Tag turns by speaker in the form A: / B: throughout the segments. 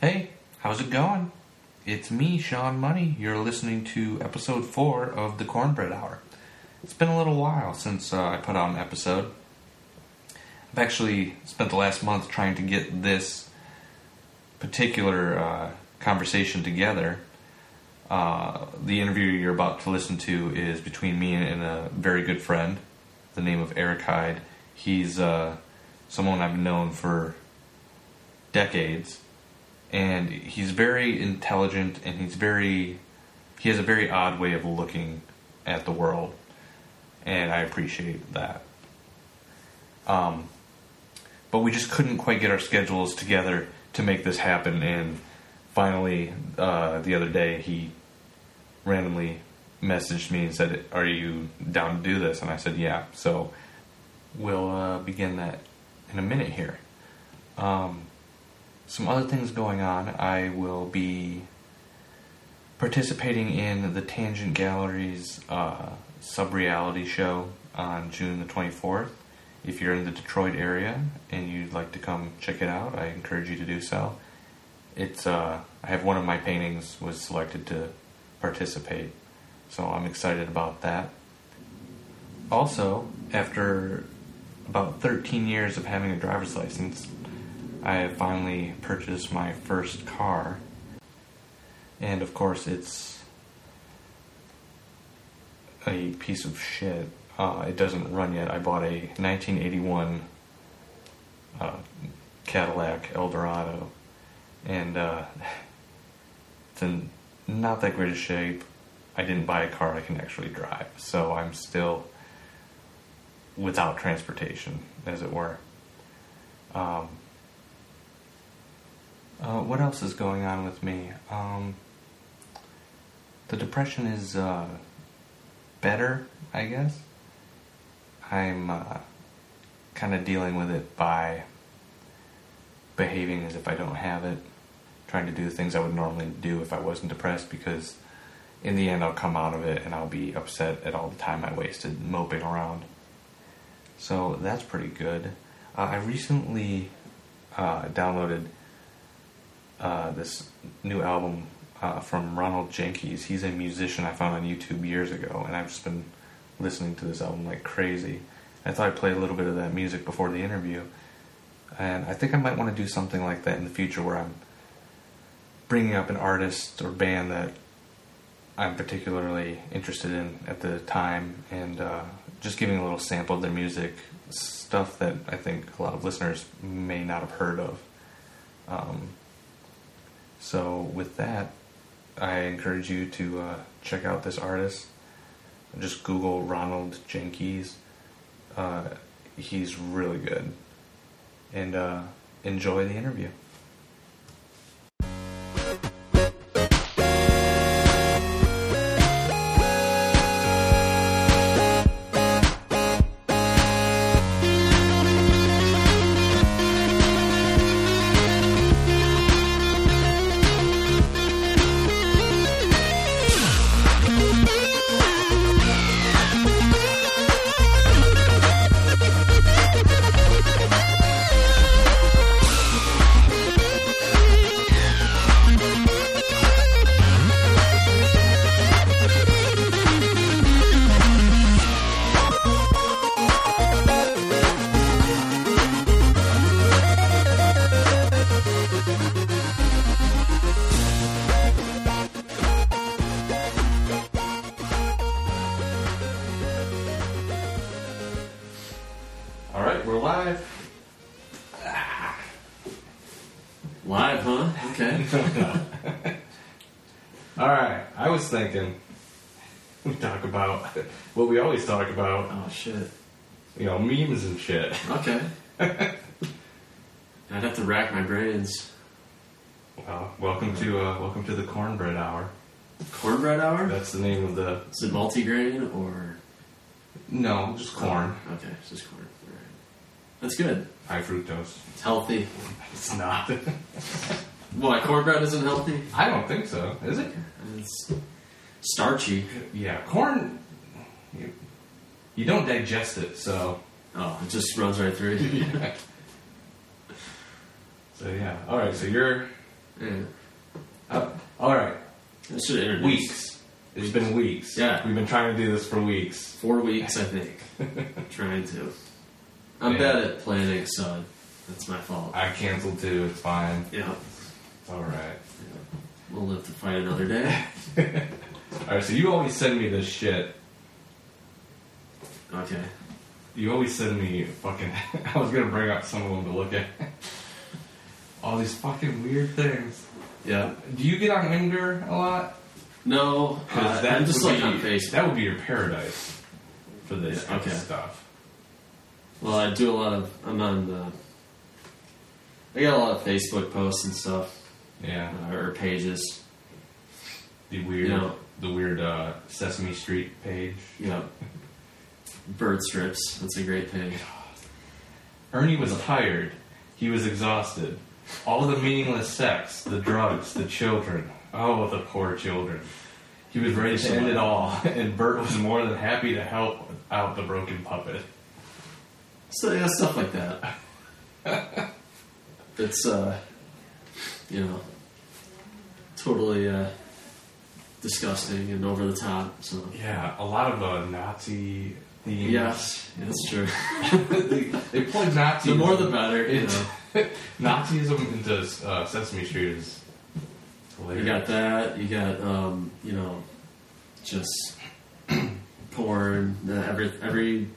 A: Hey, how's it going? It's me, Sean Money. You're listening to episode four of the Cornbread Hour. It's been a little while since uh, I put out an episode. I've actually spent the last month trying to get this particular uh, conversation together. Uh, the interview you're about to listen to is between me and a very good friend, the name of Eric Hyde. He's uh, someone I've known for decades, and he's very intelligent and he's very he has a very odd way of looking at the world, and I appreciate that. Um, but we just couldn't quite get our schedules together to make this happen. And finally, uh, the other day, he randomly messaged me and said, "Are you down to do this?" And I said, "Yeah." So we'll uh, begin that in a minute here. Um, some other things going on. I will be participating in the Tangent Gallery's uh, sub reality show on June the 24th. If you're in the Detroit area and you'd like to come check it out, I encourage you to do so. It's uh, I have one of my paintings was selected to participate, so I'm excited about that. Also, after about 13 years of having a driver's license, I have finally purchased my first car, and of course, it's a piece of shit. Uh, it doesn't run yet. I bought a 1981 uh, Cadillac Eldorado, and uh, it's in not that great a shape. I didn't buy a car I can actually drive, so I'm still without transportation, as it were. Um, uh, what else is going on with me? Um, the depression is uh, better, I guess. I'm uh, kind of dealing with it by behaving as if I don't have it, trying to do things I would normally do if I wasn't depressed because in the end I'll come out of it and I'll be upset at all the time I wasted moping around. So that's pretty good. Uh, I recently uh, downloaded uh, this new album uh, from Ronald Jenkins. He's a musician I found on YouTube years ago, and I've just been listening to this album like crazy. I thought I'd play a little bit of that music before the interview, and I think I might want to do something like that in the future where I'm bringing up an artist or band that I'm particularly interested in at the time and uh, just giving a little sample of their music, stuff that I think a lot of listeners may not have heard of. Um, so, with that, I encourage you to uh, check out this artist. Just Google Ronald Jenkins. Uh, he's really good. And uh, enjoy the interview. All right, we're live.
B: Live, huh? Okay.
A: All right, I was thinking we talk about what we always talk about,
B: oh shit.
A: you know, memes and shit.
B: Okay. I'd have to rack my brains.
A: Well, welcome to uh, welcome to the Cornbread Hour.
B: Cornbread hour?
A: That's the name of the
B: Is it multigrain or
A: no, just corn,
B: Okay, it's just corn. All right. That's good.
A: high fructose.
B: It's healthy.
A: It's not.
B: What? Cornbread isn't healthy?
A: I don't think so. Is it?
B: It's starchy.
A: Yeah, corn. You, you don't digest it, so
B: Oh, it just runs right through. you.
A: so yeah. All right, so you're
B: Yeah.
C: Uh, all right.
B: I should have introduced-
D: Weeks. It's been weeks.
B: Yeah.
D: We've been trying to do this for weeks.
B: Four weeks, I think. I'm trying to. I'm
D: Yeah.
B: bad at planning, so that's my fault.
D: I canceled too. It's fine.
B: Yeah.
D: It's all right.
B: We'll live to fight another day.
D: All right. So you always send me this shit.
B: Okay.
D: You always send me fucking. I was gonna bring up some of them to look at. All these fucking weird things.
B: Yeah.
D: Do you get on Imgur a lot?
B: No, uh,
D: that
B: I'm just
D: would
B: like
D: be-
B: on Facebook.
D: That would be your paradise for this
B: Yeah,
D: kind
B: okay.
D: of stuff.
B: Well, I do a lot of. I'm on the. I got a lot of Facebook posts and stuff,
D: Yeah.
B: uh, or pages.
D: The weird,
B: Yeah.
D: the weird uh, Sesame Street page.
B: You know, bird strips. That's a great page.
D: Ernie was tired. He was exhausted. All the meaningless sex, the drugs, the children. Oh, the poor children. He was ready to end it all, and Bert was more than happy to help out the broken puppet.
B: So yeah, stuff like that. it's uh, you know, totally uh, disgusting and over the top. So
D: Yeah, a lot of uh, Nazi themes.
B: yes, that's true.
D: they, they plug Nazis.
B: The more the better. You
D: It's-
B: know,
D: Nazism into uh, Sesame Street is
B: you
D: hilarious.
B: got that. You got um, you know, just porn. uh, Every everything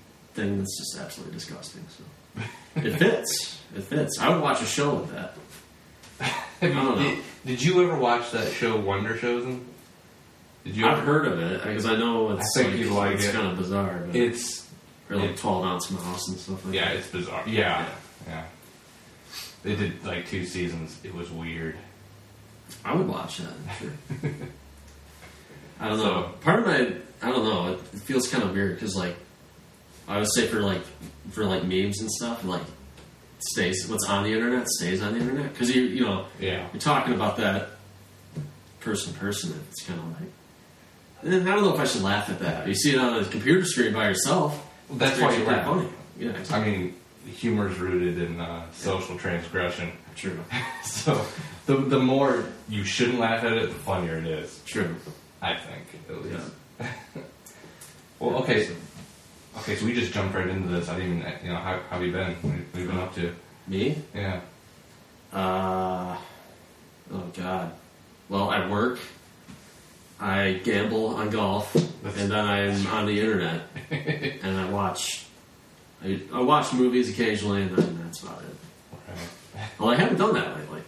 B: that's just absolutely disgusting. So it fits. It fits. I would watch a show with that.
D: Have you-
B: I don't know.
D: Did, did you ever watch that show Wonder Chosen? Did you?
B: I've
D: ever-
B: heard of it because I know it's
D: I think
B: like,
D: you'd like
B: it's
D: it.
B: kind of bizarre. But
D: It's
B: Or like
D: It-
B: 12 ounce mouse and stuff like
D: yeah,
B: that.
D: it's bizarre. Yeah, yeah. They did like two seasons. It was weird.
B: I would watch that. Sure. I don't know.
D: So-
B: Part of my, I don't know. It feels kind of weird because like, I would say for like, for like memes and stuff, like stays what's on the internet stays on the internet because you you know
D: Yeah,
B: you're talking about that person to person. and It's kind of like. And then I don't know if I should laugh at that. You see it on a computer screen by yourself.
D: Well, that's why you
B: actually
D: laugh.
B: funny. Yeah, exactly.
D: I mean, humor's rooted in uh, social transgression.
B: true,
D: So the the more you shouldn't laugh at it, the funnier it is.
B: true.
D: I think at least.
B: Yeah.
D: Well, okay, so, okay. So we just jumped right into this. I didn't even, you know, how how have you been? What have you been up to?
B: Me?
D: Yeah.
B: Uh, oh God. Well, I work. I gamble on golf, and then I'm on the internet, and I watch. I, I watch movies occasionally, and then that's about it. Well, I haven't done that lately,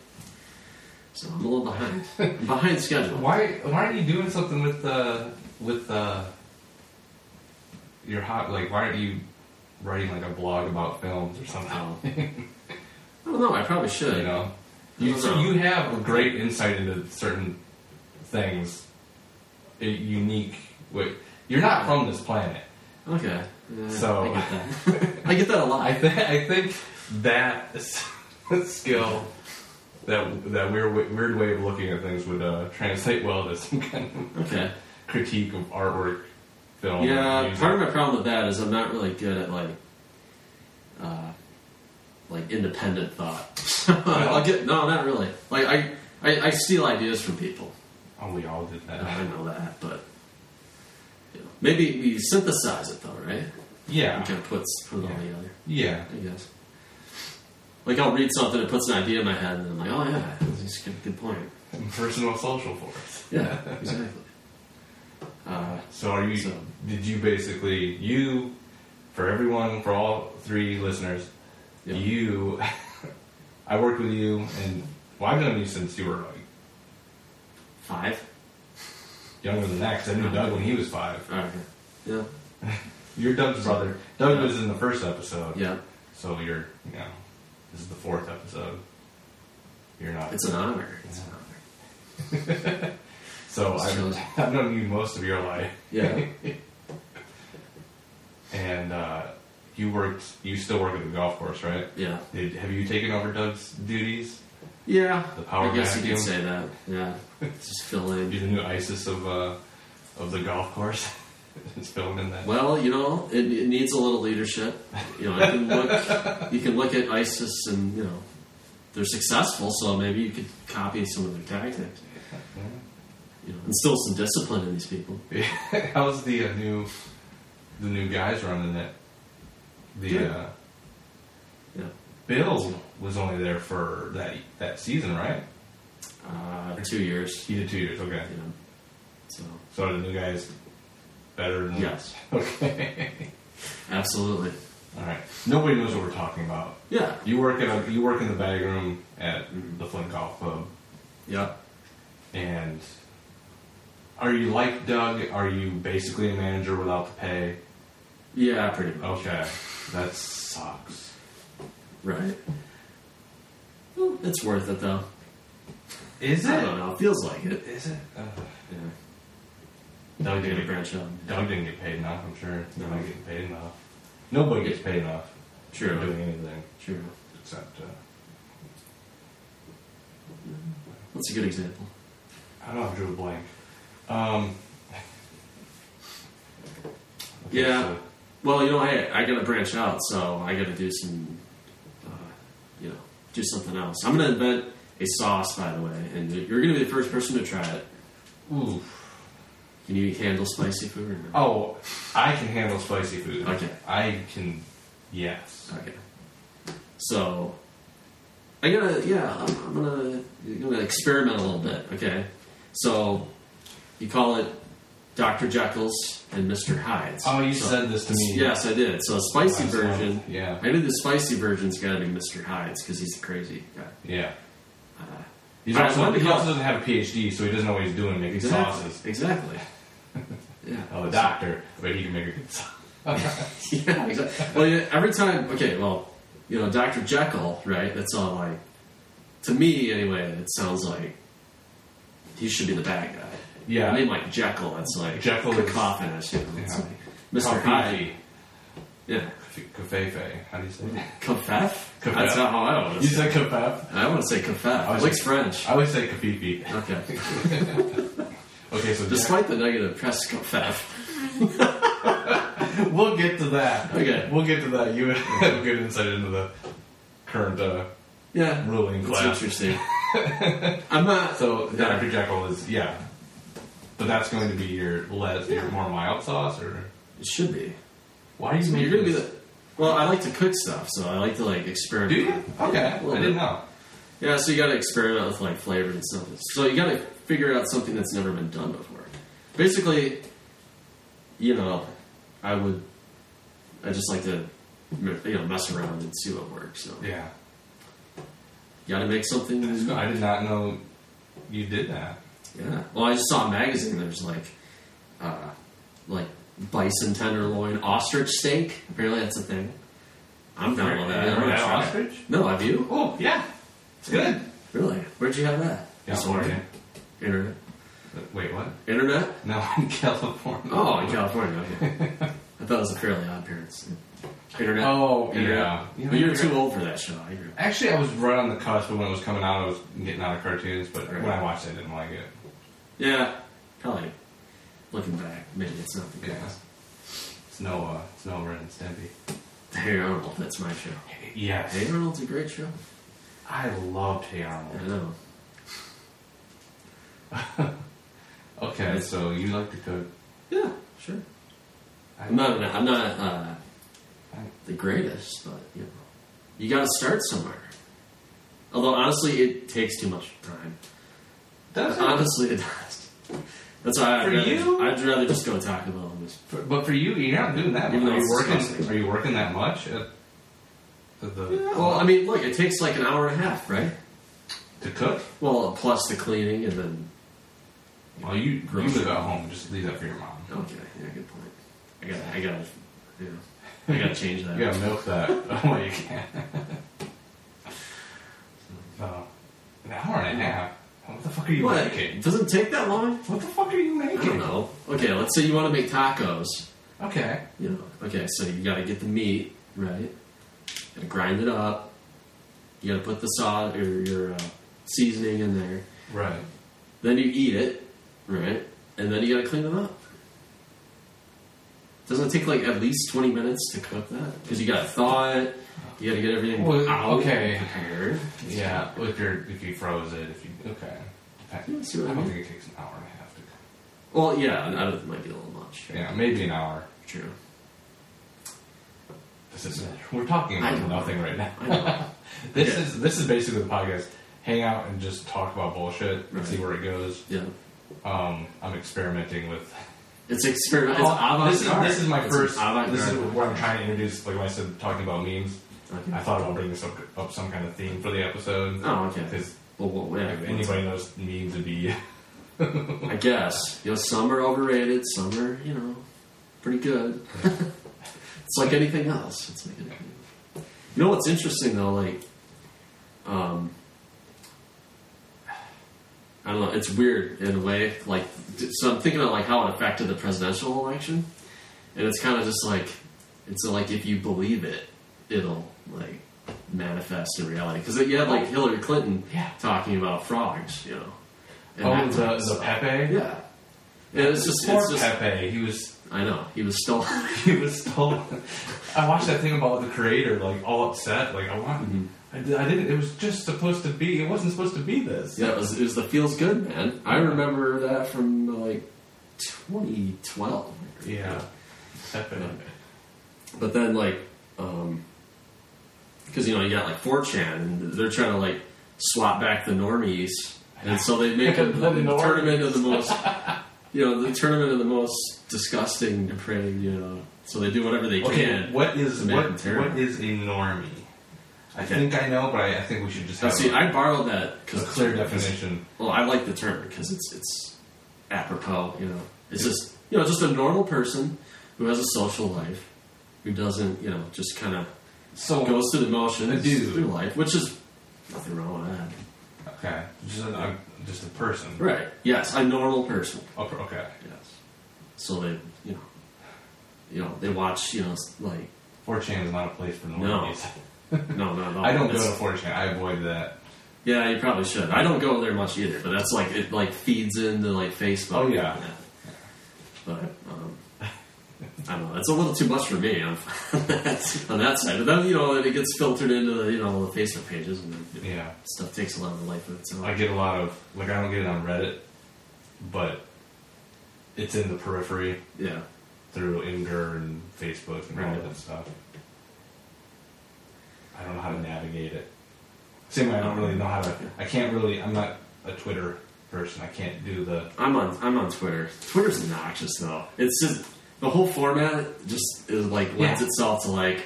B: so I'm a little behind. I'm behind schedule.
D: Why why aren't you doing something with uh, with uh, your hot like why aren't you writing like a blog about films or something?
B: Um, I don't know. Oh, I probably should.
D: You know, you
B: I don't know.
D: you have a great insight into certain things, a unique. Way. You're not from this planet.
B: Okay. Yeah,
D: So-
B: I get that. I get that a lot.
D: I th- I think that s- skill. That, that weird wa- weird way of looking at things would uh, translate well to some kind of
B: Okay.
D: critique of artwork, film.
B: Yeah,
D: music.
B: part of my problem with that is I'm not really good at like, uh, like independent thought. I'll get no, not really. Like I, I, I steal ideas from people.
D: Oh, we all did
B: I
D: that.
B: know- I know that, but you know, maybe we synthesize it though, right?
D: Yeah.
B: And kind of puts put it all
D: Yeah.
B: together.
D: Yeah.
B: I guess. Like I'll read something, it puts an idea in my head, and I'm like, oh yeah, that's a good, good point.
D: Personal social force.
B: Yeah, exactly. Uh,
D: So are you?
B: So-
D: Did you basically you for everyone for all three listeners?
B: Yeah.
D: You, I worked with you, and well, I've known you since you were like
B: five.
D: younger than that. 'cause I knew Doug when he was five.
B: All right. Yeah.
D: You're Doug's brother. Doug
B: Yeah.
D: was in the first episode.
B: Yeah.
D: So you're you know this is the fourth episode. You're not.
B: It's an honor. It's an honor.
D: so I've,
B: Shows.
D: I've known you most of your life.
B: Yeah.
D: and uh, you worked. You still work at the golf course, right?
B: Yeah.
D: Did, have you taken over Doug's duties?
B: Yeah.
D: The power
B: I guess you
D: vacuum.
B: could say that. Yeah. Just fill
D: You're
B: in.
D: the new ISIS of uh, of the golf course. it's filmed in that.
B: Well, you know, it, it needs a little leadership. You know, you can look, you can look at ISIS and you know, they're successful, so maybe you could copy some of their tactics. You know, instill some discipline in these people.
D: How's the uh, new the new guys running it? The
B: Good.
D: uh,
B: Yeah.
D: Bill was only there for that that season, right?
B: Uh, two years.
D: He did two years. Okay,
B: You know, so
D: so are the new guys better than
B: yes,
D: Okay,
B: absolutely.
D: all right. Nobody knows what we're talking about.
B: Yeah.
D: You work at a, you work in the bag room at the Flint Golf Club,
B: Yep.
D: and are you like Doug? Are you basically a manager without the pay?
B: Yeah, pretty much.
D: Okay, that sucks.
B: Right. Well, It's worth it though.
D: Is
B: I don't know. It feels like it.
D: Is it? Uh,
B: Yeah.
D: Doug
B: I'm gonna
D: didn't get
B: branch out.
D: Doug didn't get paid enough. I'm sure.
B: No.
D: They're not getting paid enough. Nobody gets paid enough for
B: True.
D: doing anything
B: True.
D: except. Uh,
B: That's a good example.
D: I don't know. I drew a blank. Um, okay,
B: Yeah.
D: so-
B: Well, you know, hey, I gotta branch out, so I gotta do some, uh, you know, do something else. I'm gonna invent a sauce, by the way, and you're gonna be the first person to try it.
D: Ooh.
B: Can you handle spicy food or not?
D: Oh, I can handle spicy food.
B: Okay.
D: I can. Yes.
B: Okay. So, I gotta, yeah, I'm, I'm gonna, I'm gonna experiment a little bit, okay? So, you call it Dr. Jekyll's and Mr. Hyde's.
D: Oh, you
B: So-
D: said this to me.
B: Yes, I did. So, a spicy
D: last
B: version.
D: month. Yeah.
B: I did the spicy version's gotta be Mr. Hyde's because he's the crazy guy.
D: Yeah.
B: Uh,
D: He's
B: I
D: also,
B: wanted to
D: he
B: go-
D: also doesn't have a PhD, so he doesn't know what he's doing making
B: exactly.
D: sauces.
B: Exactly. yeah.
D: Oh, a doctor, but he can make a good sauce.
B: yeah, exactly. Well, yeah, every time, okay, well, you know, Dr. Jekyll, right? That's all like, to me anyway, it sounds like he should be the bad guy.
D: Yeah.
B: I mean, like Jekyll, that's like
D: Jekyll is-
B: cacophonous, you know, it's
D: Yeah.
B: like Mr. Hyde. Yeah.
D: Kafefe. How do you say that?
B: Kafef?
D: Kafef.
B: That's not how I want
D: You
B: to say
D: said kafef?
B: I want to say Kafef.
D: was
B: It looks
D: like-
B: French.
D: I always say kafifi.
B: Okay.
D: Okay, so Jack-
B: Despite the negative press, Kafef.
D: we'll get to that.
B: Okay.
D: We'll get to that. You have a good insight into the current uh,
B: Yeah.
D: ruling
B: It's
D: class.
B: interesting. I'm not.
D: So
B: Yeah.
D: Dr. Jekyll is yeah. But that's going to be your less your more mild sauce or
B: It should be.
D: why are you
B: So
D: making
B: you're gonna be
D: this-
B: the. Well, I like to cook stuff, so I like to like experiment.
D: Do you? Okay.
B: Yeah, a little
D: I didn't
B: bit.
D: know.
B: Yeah, so you got to experiment with like flavor and stuff. So you got to figure out something that's never been done before. Basically, you know, I would. I just like to, you know, mess around and see what works. So
D: Yeah.
B: you got to make something.
D: I did not know you did that.
B: Yeah. Well, I just saw a magazine. There's like, uh, like bison tenderloin, ostrich steak. Apparently, that's a thing. I'm down with that.
D: You
B: I'm
D: ever
B: gonna
D: had
B: try it.
D: ostrich?
B: No, have you?
D: Oh yeah. It's good.
B: Really? Where'd you have that? This morning.
D: California.
B: Internet.
D: Wait, what?
B: Internet?
D: No, in California.
B: Oh, in California. Okay. I thought it was a fairly odd appearance. Internet.
D: Oh,
B: Internet.
D: yeah.
B: But you're too old for that show. I agree.
D: Actually, I was right on the cusp of when it was coming out. I was getting out of cartoons, but
B: Right.
D: when I watched it, I didn't like it.
B: Yeah. Probably. Looking back, maybe it's not the
D: Yeah.
B: best.
D: It's no, uh, it's no Ren and Stimpy.
B: Hey Arnold, that's my show.
D: Yes,
B: Hey Arnold's a great show.
D: I loved Hey
B: I
D: Arnold.
B: know.
D: Okay, so you like to cook?
B: Yeah, sure.
D: I-
B: I'm not. I'm not uh, the greatest, but you know, you got to start somewhere. Although honestly, it takes too much time.
D: Does it?
B: Honestly, it does. That's why I'd
D: For
B: rather,
D: you?
B: I'd rather just go Taco Bell and just.
D: For- but for you, you're not doing that.
B: Even
D: Much.
B: though
D: Are you
B: it's
D: working?
B: disgusting.
D: Are you working that much? At the, the
B: Well, I mean, look, it takes like an hour and a half, right?
D: to cook?
B: Well, plus the cleaning and then.
D: Well, you you
B: Gross.
D: live at home. Just leave that for your mom.
B: Okay, yeah, good point. I gotta, I gotta, you know, I gotta change that.
D: You gotta milk that while Oh, you can. so, an hour and a half. What the fuck are you
B: What?
D: making?
B: It doesn't take that long.
D: What the fuck are you
B: I don't
D: making?
B: know. Okay, let's say you want to make tacos.
D: Okay.
B: You know, okay, so you gotta get the meat, right? Gotta grind it up. You gotta put the sauce or your uh, seasoning in there.
D: Right.
B: Then you eat it, right? And then you gotta clean it up. Doesn't it take like at least 20 minutes to cook that? Because you gotta thaw it, you gotta get everything
D: Well,
B: out
D: okay.
B: and prepared.
D: Yeah, if you're if you froze it, if you okay.
B: Yeah,
D: Depends.
B: see what
D: I
B: I
D: don't
B: mean.
D: think it takes an hour and a half to cook.
B: Well, yeah, I don't- it might be a little much.
D: Yeah, maybe an hour.
B: True.
D: This is we're talking
B: I
D: about
B: know.
D: nothing right now.
B: I know.
D: This
B: Yeah.
D: is this is basically the podcast. Hang out and just talk about bullshit and
B: Right.
D: see where it goes.
B: yeah.
D: Um, I'm experimenting with.
B: It's experiment. It's
D: Oh,
B: avant
D: this is this is my first.
B: Avant
D: This is what I'm trying to introduce. Like when I said talking about memes, I
B: Okay.
D: thought about bringing this up, up some kind of theme for the episode
B: Oh, okay.
D: because
B: Well, well, yeah.
D: if anybody knows memes, would be
B: I guess. You know, some are overrated, some are, you know, pretty good. it's like anything else. It's like anything else. You know what's interesting though, like um I don't know, it's weird in a way. Like d- so I'm thinking about like how it affected the presidential election. And it's kinda just like it's like if you believe it, it'll like manifest in reality. Because you had like Hillary Clinton
D: Yeah.
B: talking about frogs, you know. and
D: oh
B: that
D: the,
B: kind of
D: the
B: stuff.
D: Pepe.
B: Yeah. Yeah, it's just,
D: Poor
B: it's just,
D: Pepe. He was
B: I know, he was still,
D: he was still. I watched that thing about the creator, like all upset. Like I want. I, did, I didn't. It was just supposed to be. It wasn't supposed to be this.
B: yeah, it was, it was the feels good, man. I remember that from like 2012.
D: Yeah. Pepe.
B: But then, like, um, because, you know, you got like 4chan, and they're trying to like swap back the normies. And so they make them,
D: The
B: they
D: normies.
B: turn them into the most, you know, they turn them into the most disgusting, depraved, you know. So they do whatever they
D: Okay,
B: can.
D: what is
B: to make
D: what,
B: them terrible.
D: what is a normie? I think I know, but I, I think we should just
B: Now,
D: have
B: see,
D: a,
B: I borrowed that
D: a
B: because
D: clear definition.
B: Well, I like the term because it's it's apropos, you know. It's just you know just a normal person who has a social life, who doesn't you know just kind of
D: So
B: goes through the motions
D: A dude.
B: through life, which is nothing wrong with that.
D: okay, just a, I'm just a person.
B: Right? Yes, a normal person.
D: Oh, per- okay,
B: Yes. So they you know you know they watch you know s- like
D: 4chan is not a place for
B: No.
D: normies.
B: no no no.
D: I don't go
B: it's-
D: to 4chan. I avoid that.
B: Yeah, you probably should. I don't go there much either, but that's like it like feeds into like Facebook.
D: Oh, yeah.
B: But um, I don't know. It's a little too much for me on, on that side. But then you know, then it gets filtered into the, you know the Facebook pages, and then
D: Yeah,
B: stuff takes a lot of the life of its own.
D: I get a lot of like I don't get it on Reddit, but it's in the periphery
B: yeah.
D: through Imgur and Facebook and all
B: Right.
D: that stuff. I don't know how to navigate it. Same way, I don't really know how to. I can't really. I'm not a Twitter person. I can't do the.
B: I'm on I'm on Twitter. Twitter's obnoxious though. It's just the whole format just is like lends
D: Yeah.
B: itself to like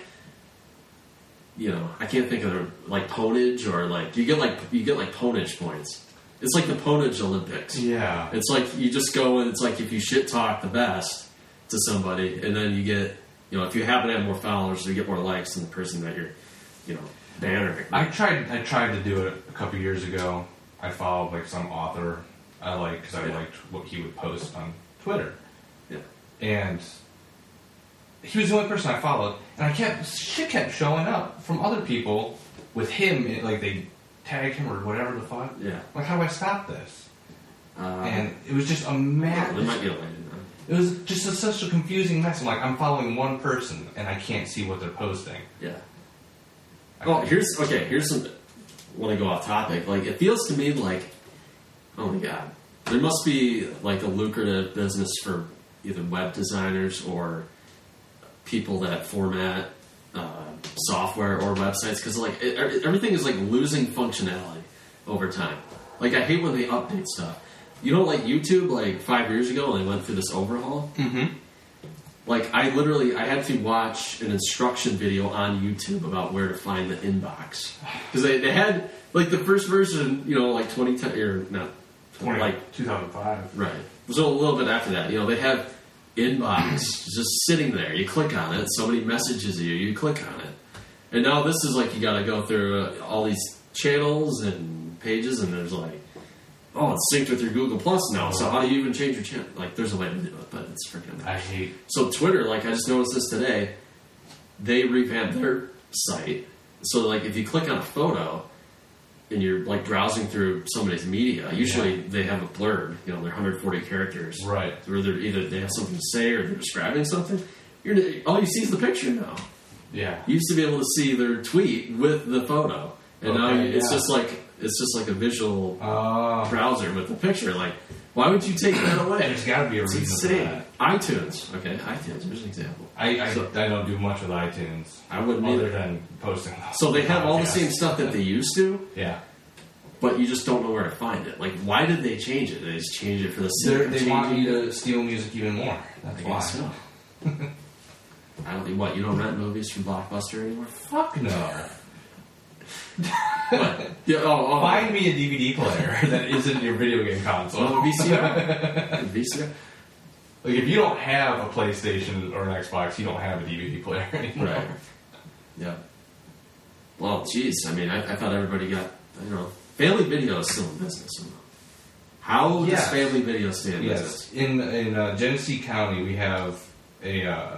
B: you know, I can't think of the, like ponage or like you get like you get like ponage points. It's like the ponage Olympics.
D: Yeah.
B: It's like you just go and it's like if you shit talk the best to somebody and then you get you know, if you happen to have more followers you get more likes than the person that you're you know, bannering.
D: I tried. I tried to do it a couple years ago. I followed like some author I liked because I
B: Yeah.
D: liked what he would post on Twitter,
B: yeah.
D: and he was the only person I followed. And I kept shit kept showing up from other people with him. It, like they tagged him or whatever the fuck.
B: Yeah.
D: Like how do I stop this?
B: Uh,
D: And it was just a
B: it might
D: mess.
B: be a lady, huh?
D: It was just a, such a confusing mess. I'm like, I'm following one person and I can't see what they're posting.
B: Yeah. Well, here's okay. Here's some. Want to go off topic? Like it feels to me like, oh my god, there must be like a lucrative business for either web designers or people that format uh, software or websites because like it, every- everything is like losing functionality over time. Like I hate when they update stuff. You know, like YouTube, like five years ago, when they went through this overhaul.
D: Mm-hmm.
B: Like I literally, I had to watch an instruction video on YouTube about where to find the inbox because they, they had like the first version, you know, like twenty ten or not, like
D: 2005.
B: right. So a little bit after that, you know, they have inbox just sitting there. You click on it, somebody messages you, you click on it, and now this is like you got to go through uh, all these channels and pages, and there's like, oh, it's synced with your Google Plus now. So how do you even change your channel? Like, there's a way to do it, but it's freaking.
D: I hate.
B: So Twitter, like I just noticed this today, they revamped their site. So like if you click on a photo and you're like browsing through somebody's media, usually they have a blurb, you know, they're 140 characters.
D: Right.
B: Where they're either they have something to say or they're describing something. You're, all you see is the picture now.
D: Yeah.
B: You used to be able to see their tweet with the photo, and now
D: Okay,
B: you, it's
D: yeah.
B: just like it's just like a visual
D: Oh.
B: browser with the picture. Like, why would you take that away?
D: There's got to be a
B: It's
D: reason for
B: insane.
D: that.
B: iTunes. Okay, iTunes. There's an example.
D: I, I,
B: So-
D: I don't do much with iTunes
B: I wouldn't
D: other
B: either.
D: than posting.
B: So they have all the
D: podcasts.
B: same stuff that they used to,
D: Yeah.
B: but you just don't know where to find it. Like, why did they change it? They just change it for the sake
D: They're,
B: of
D: they
B: changing
D: want you
B: it?
D: to steal music even more. That's
B: I
D: why.
B: guess so. I don't think what you don't rent movies from Blockbuster anymore.
D: Fuck no.
B: What? Yeah. Oh, oh.
D: Find me a DVD player that isn't your video game console.
B: Well, Oh, VCR. VCR.
D: Like if you don't have a PlayStation or an Xbox, you don't have a DVD player anymore.
B: Right. Yeah. Well, geez, I mean, I, I thought everybody got, you know, Family Video is still in business. or not? How
D: Yes.
B: does Family Video stay in business?
D: Yes. In in uh, Genesee County, we have a uh,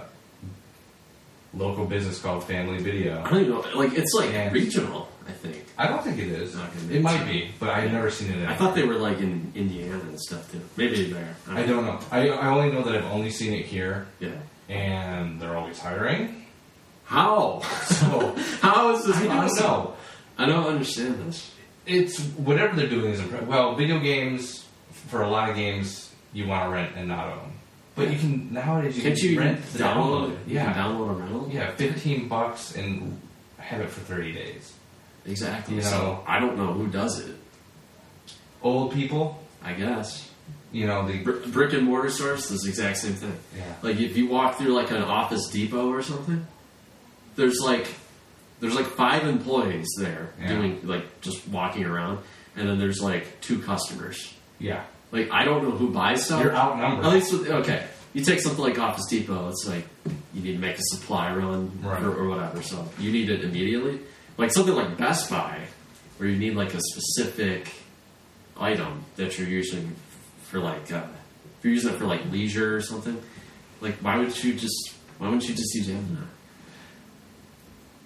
D: local business called Family Video.
B: I don't even know. Like, it's like
D: Yes.
B: regional, I think.
D: I don't think it is.
B: Not gonna be.
D: It might be, but I've never seen it. Anywhere.
B: I thought they were like in Indiana and stuff too. Maybe there.
D: I don't know. I, I only know that I've only seen it here,
B: Yeah.
D: and they're always hiring.
B: How?
D: So
B: How is this
D: I don't
B: possible?
D: know.
B: I don't understand this.
D: It's whatever they're doing is impressive. Well, video games for a lot of games you want to rent and not own, but you can nowadays you
B: Can't
D: can
B: you
D: rent
B: download,
D: the
B: it? You
D: Yeah,
B: can download a rental?
D: yeah, fifteen bucks and have it for thirty days.
B: Exactly.
D: You know.
B: So I don't know who does it.
D: Old people,
B: I guess.
D: you know the
B: Br- brick and mortar stores, this exact same thing.
D: yeah.
B: Like if you walk through like an Office Depot or something, there's like there's like five employees there
D: Yeah.
B: doing like just walking around, and then there's like two customers.
D: yeah.
B: Like I don't know who buys stuff.
D: You're
B: At
D: outnumbered.
B: least with, okay, you take something like Office Depot, it's like you need to make a supply run
D: Right.
B: or, or whatever, so you need it immediately. Like something like Best Buy, where you need like a specific item that you're using for like uh, if you're using it for like leisure or something. Like why would you just why wouldn't you just use Amazon?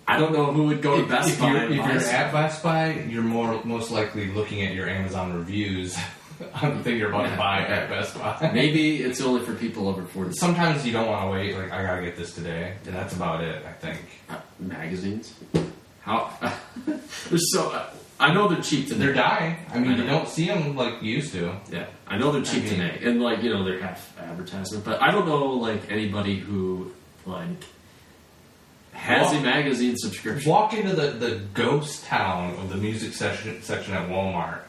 B: I don't know who would go to Best
D: if
B: Buy.
D: you're,
B: and
D: if
B: buy
D: you're
B: something.
D: at Best Buy, you're more most likely looking at your Amazon reviews on the thing you're about to
B: Yeah.
D: buy at Best Buy.
B: Maybe it's only for people over forty.
D: Sometimes you don't want to wait. Like I gotta get this today, and that's about it. I think.
B: Uh, magazines. How they're so. uh, I know they're cheap to
D: They're
B: make.
D: dying. I mean,
B: I know.
D: you don't see them like you used to.
B: Yeah, I know they're cheap
D: I
B: to
D: mean-
B: make, and like you know they're half advertisement. But I don't know like anybody who like has
D: Well-
B: a magazine subscription.
D: Walk into the, the ghost town of the music section section at Walmart.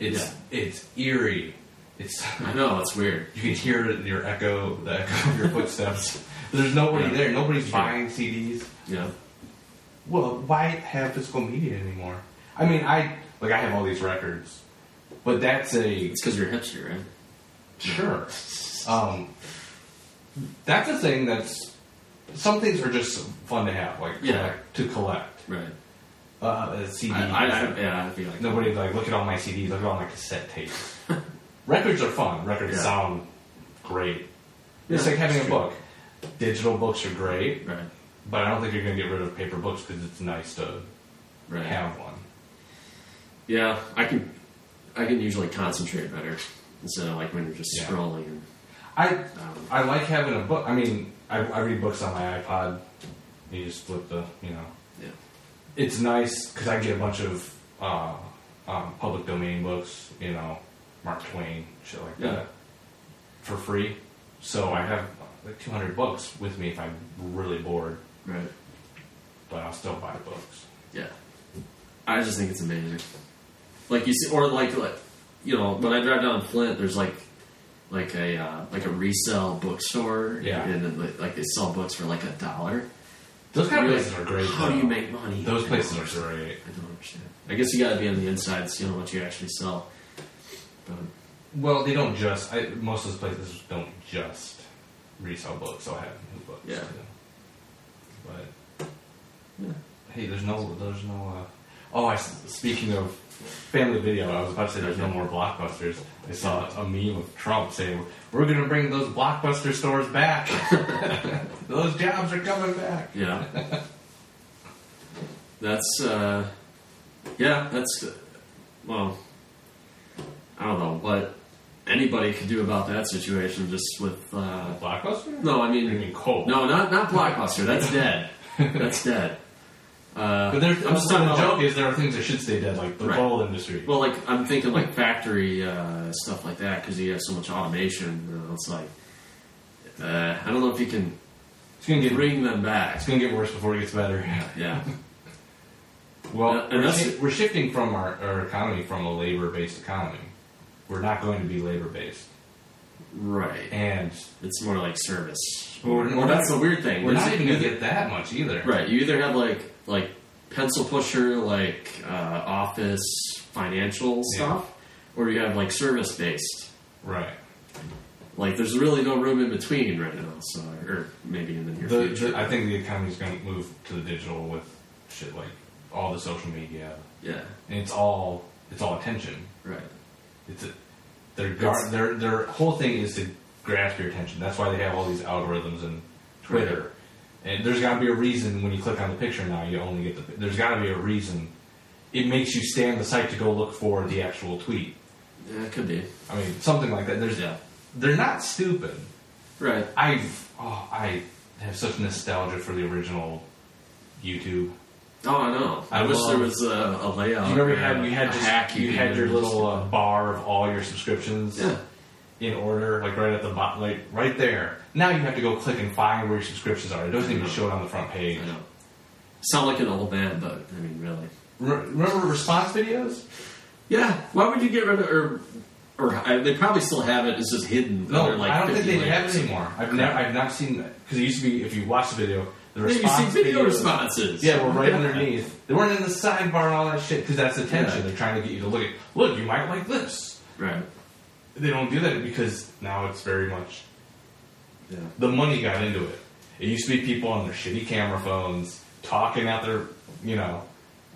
D: It's it's eerie. It's
B: I know it's weird.
D: you can hear your echo, the echo of your footsteps. There's nobody
B: Yeah.
D: there. Nobody's
B: Sure.
D: buying CDs.
B: You know,
D: Well, why have physical media anymore? I mean, I like I have all these records, but that's a
B: it's because you're a hipster, right?
D: sure. Um, that's a thing that's some things are just fun to have, like
B: Yeah.
D: collect, to collect.
B: Right.
D: Uh, a CD.
B: I, I, I yeah, I'd be like
D: Nobody's like, look at all my CDs, look at all my cassette tapes. Records are fun. Records
B: Yeah.
D: sound great. it's
B: Yeah,
D: like having
B: it's
D: a
B: true.
D: book. Digital books are great,
B: Right.
D: but I don't think you're going to get rid of paper books because it's nice to
B: Right.
D: have one.
B: Yeah, I can. I can usually concentrate better instead of like when you're just
D: Yeah.
B: scrolling and.
D: I
B: Um,
D: I like having a book. I mean, I, I read books on my iPod. You just flip the, you know.
B: yeah.
D: It's nice because I get a bunch of uh, um, public domain books, you know, Mark Twain, shit like
B: Yeah.
D: that, for free. So I have like 200 books with me if I'm really bored,
B: Right.
D: but I'll still buy books.
B: Yeah. I just think it's amazing. Like you see, or like, like you know, when I drive down Flint, there's like, like a uh, like a resale bookstore.
D: Yeah.
B: And then like, like they sell books for like a dollar.
D: Those kind of
B: You're
D: places
B: like,
D: are great.
B: How do
D: though.
B: you make money?
D: Those
B: I
D: places
B: don't
D: are
B: understand.
D: great.
B: I don't understand. I guess you got to be on the inside to know what you actually sell. But
D: Well, they don't just. I, most of those places don't just resell books. They'll have new books.
B: Yeah.
D: too. But
B: yeah.
D: Hey, there's no, there's no. Uh, oh, I, s- speaking of family video, I was about to say there's no more blockbusters. I saw a meme of Trump saying, "We're going to bring those blockbuster stores back. those jobs are coming back."
B: Yeah. that's uh yeah, that's well I don't know what anybody could do about that situation just with. Uh,
D: Blockbuster?
B: no, I
D: I
B: mean.
D: mean cold.
B: No, not, not Blockbuster. That's dead. That's dead. Uh,
D: But there,
B: I'm just talking
D: the
B: about.
D: joke is there are things that should stay dead, like the
B: Right.
D: ball industry.
B: Well, like I'm thinking like factory uh, stuff like that because you have so much automation. You know, it's like uh, I don't know if you can
D: It's gonna get
B: bring them back.
D: it's gonna get worse before it gets better.
B: Yeah,
D: Well,
B: Uh, and
D: we're,
B: that's-
D: shi- we're shifting from our, our economy from a labor-based economy. We're not going to be labor-based,
B: right.
D: and
B: It's more like service.
D: Well, we're-
B: Well, that's the weird thing.
D: we're
B: It's
D: not even going to
B: either-
D: get that much either.
B: right. You either have like like pencil pusher, like uh, office financial
D: Yeah.
B: stuff, or you have like service based.
D: Right.
B: Like there's really no room in between right now. So or maybe in the near
D: The,
B: future.
D: the, I think the economy's going to move to the digital with shit like all the social media,
B: yeah.
D: and it's all it's all attention.
B: Right.
D: It's a, their gar-
B: It's-
D: their their whole thing is to grasp your attention. That's why they have all these algorithms and Twitter. And there's got to be a reason when you click on the picture now you only get the. There's got to be a reason. It makes you stay on the site to go look for the actual tweet.
B: Yeah, it could be.
D: I mean, something like that. There's
B: Yeah.
D: they're not stupid.
B: Right.
D: I oh I have such nostalgia for the original YouTube.
B: Oh, I know. I,
D: I
B: wish
D: love-
B: there was a, a layout.
D: you remember you
B: or
D: had you had
B: a
D: just,
B: Oh, hack
D: you
B: could
D: had your
B: just-
D: little uh, bar of all your subscriptions
B: Yeah.
D: in order, like right at the bottom, like right there. Now you have to go click and find where your subscriptions are. It doesn't even show it on the front
B: I
D: page.
B: know. Sound like an old man, but I mean, really.
D: Re- remember response videos?
B: Yeah. Why would you get rid of or or I, they probably still have it. It's just hidden.
D: No,
B: under, like
D: I don't think
B: 50
D: they have
B: layers.
D: it anymore. I've never, I've not seen that because it used to be if you watch the video, the
B: Yeah, you see
D: response
B: video
D: videos-
B: responses.
D: Yeah, well, right underneath. They weren't in the sidebar and all that shit because that's attention.
B: Yeah.
D: They're trying to get you to look at. Look, you might like this.
B: Right.
D: They don't do that because now it's very much
B: Yeah.
D: the money got into it. It used to be people on their shitty camera phones talking out their, you know.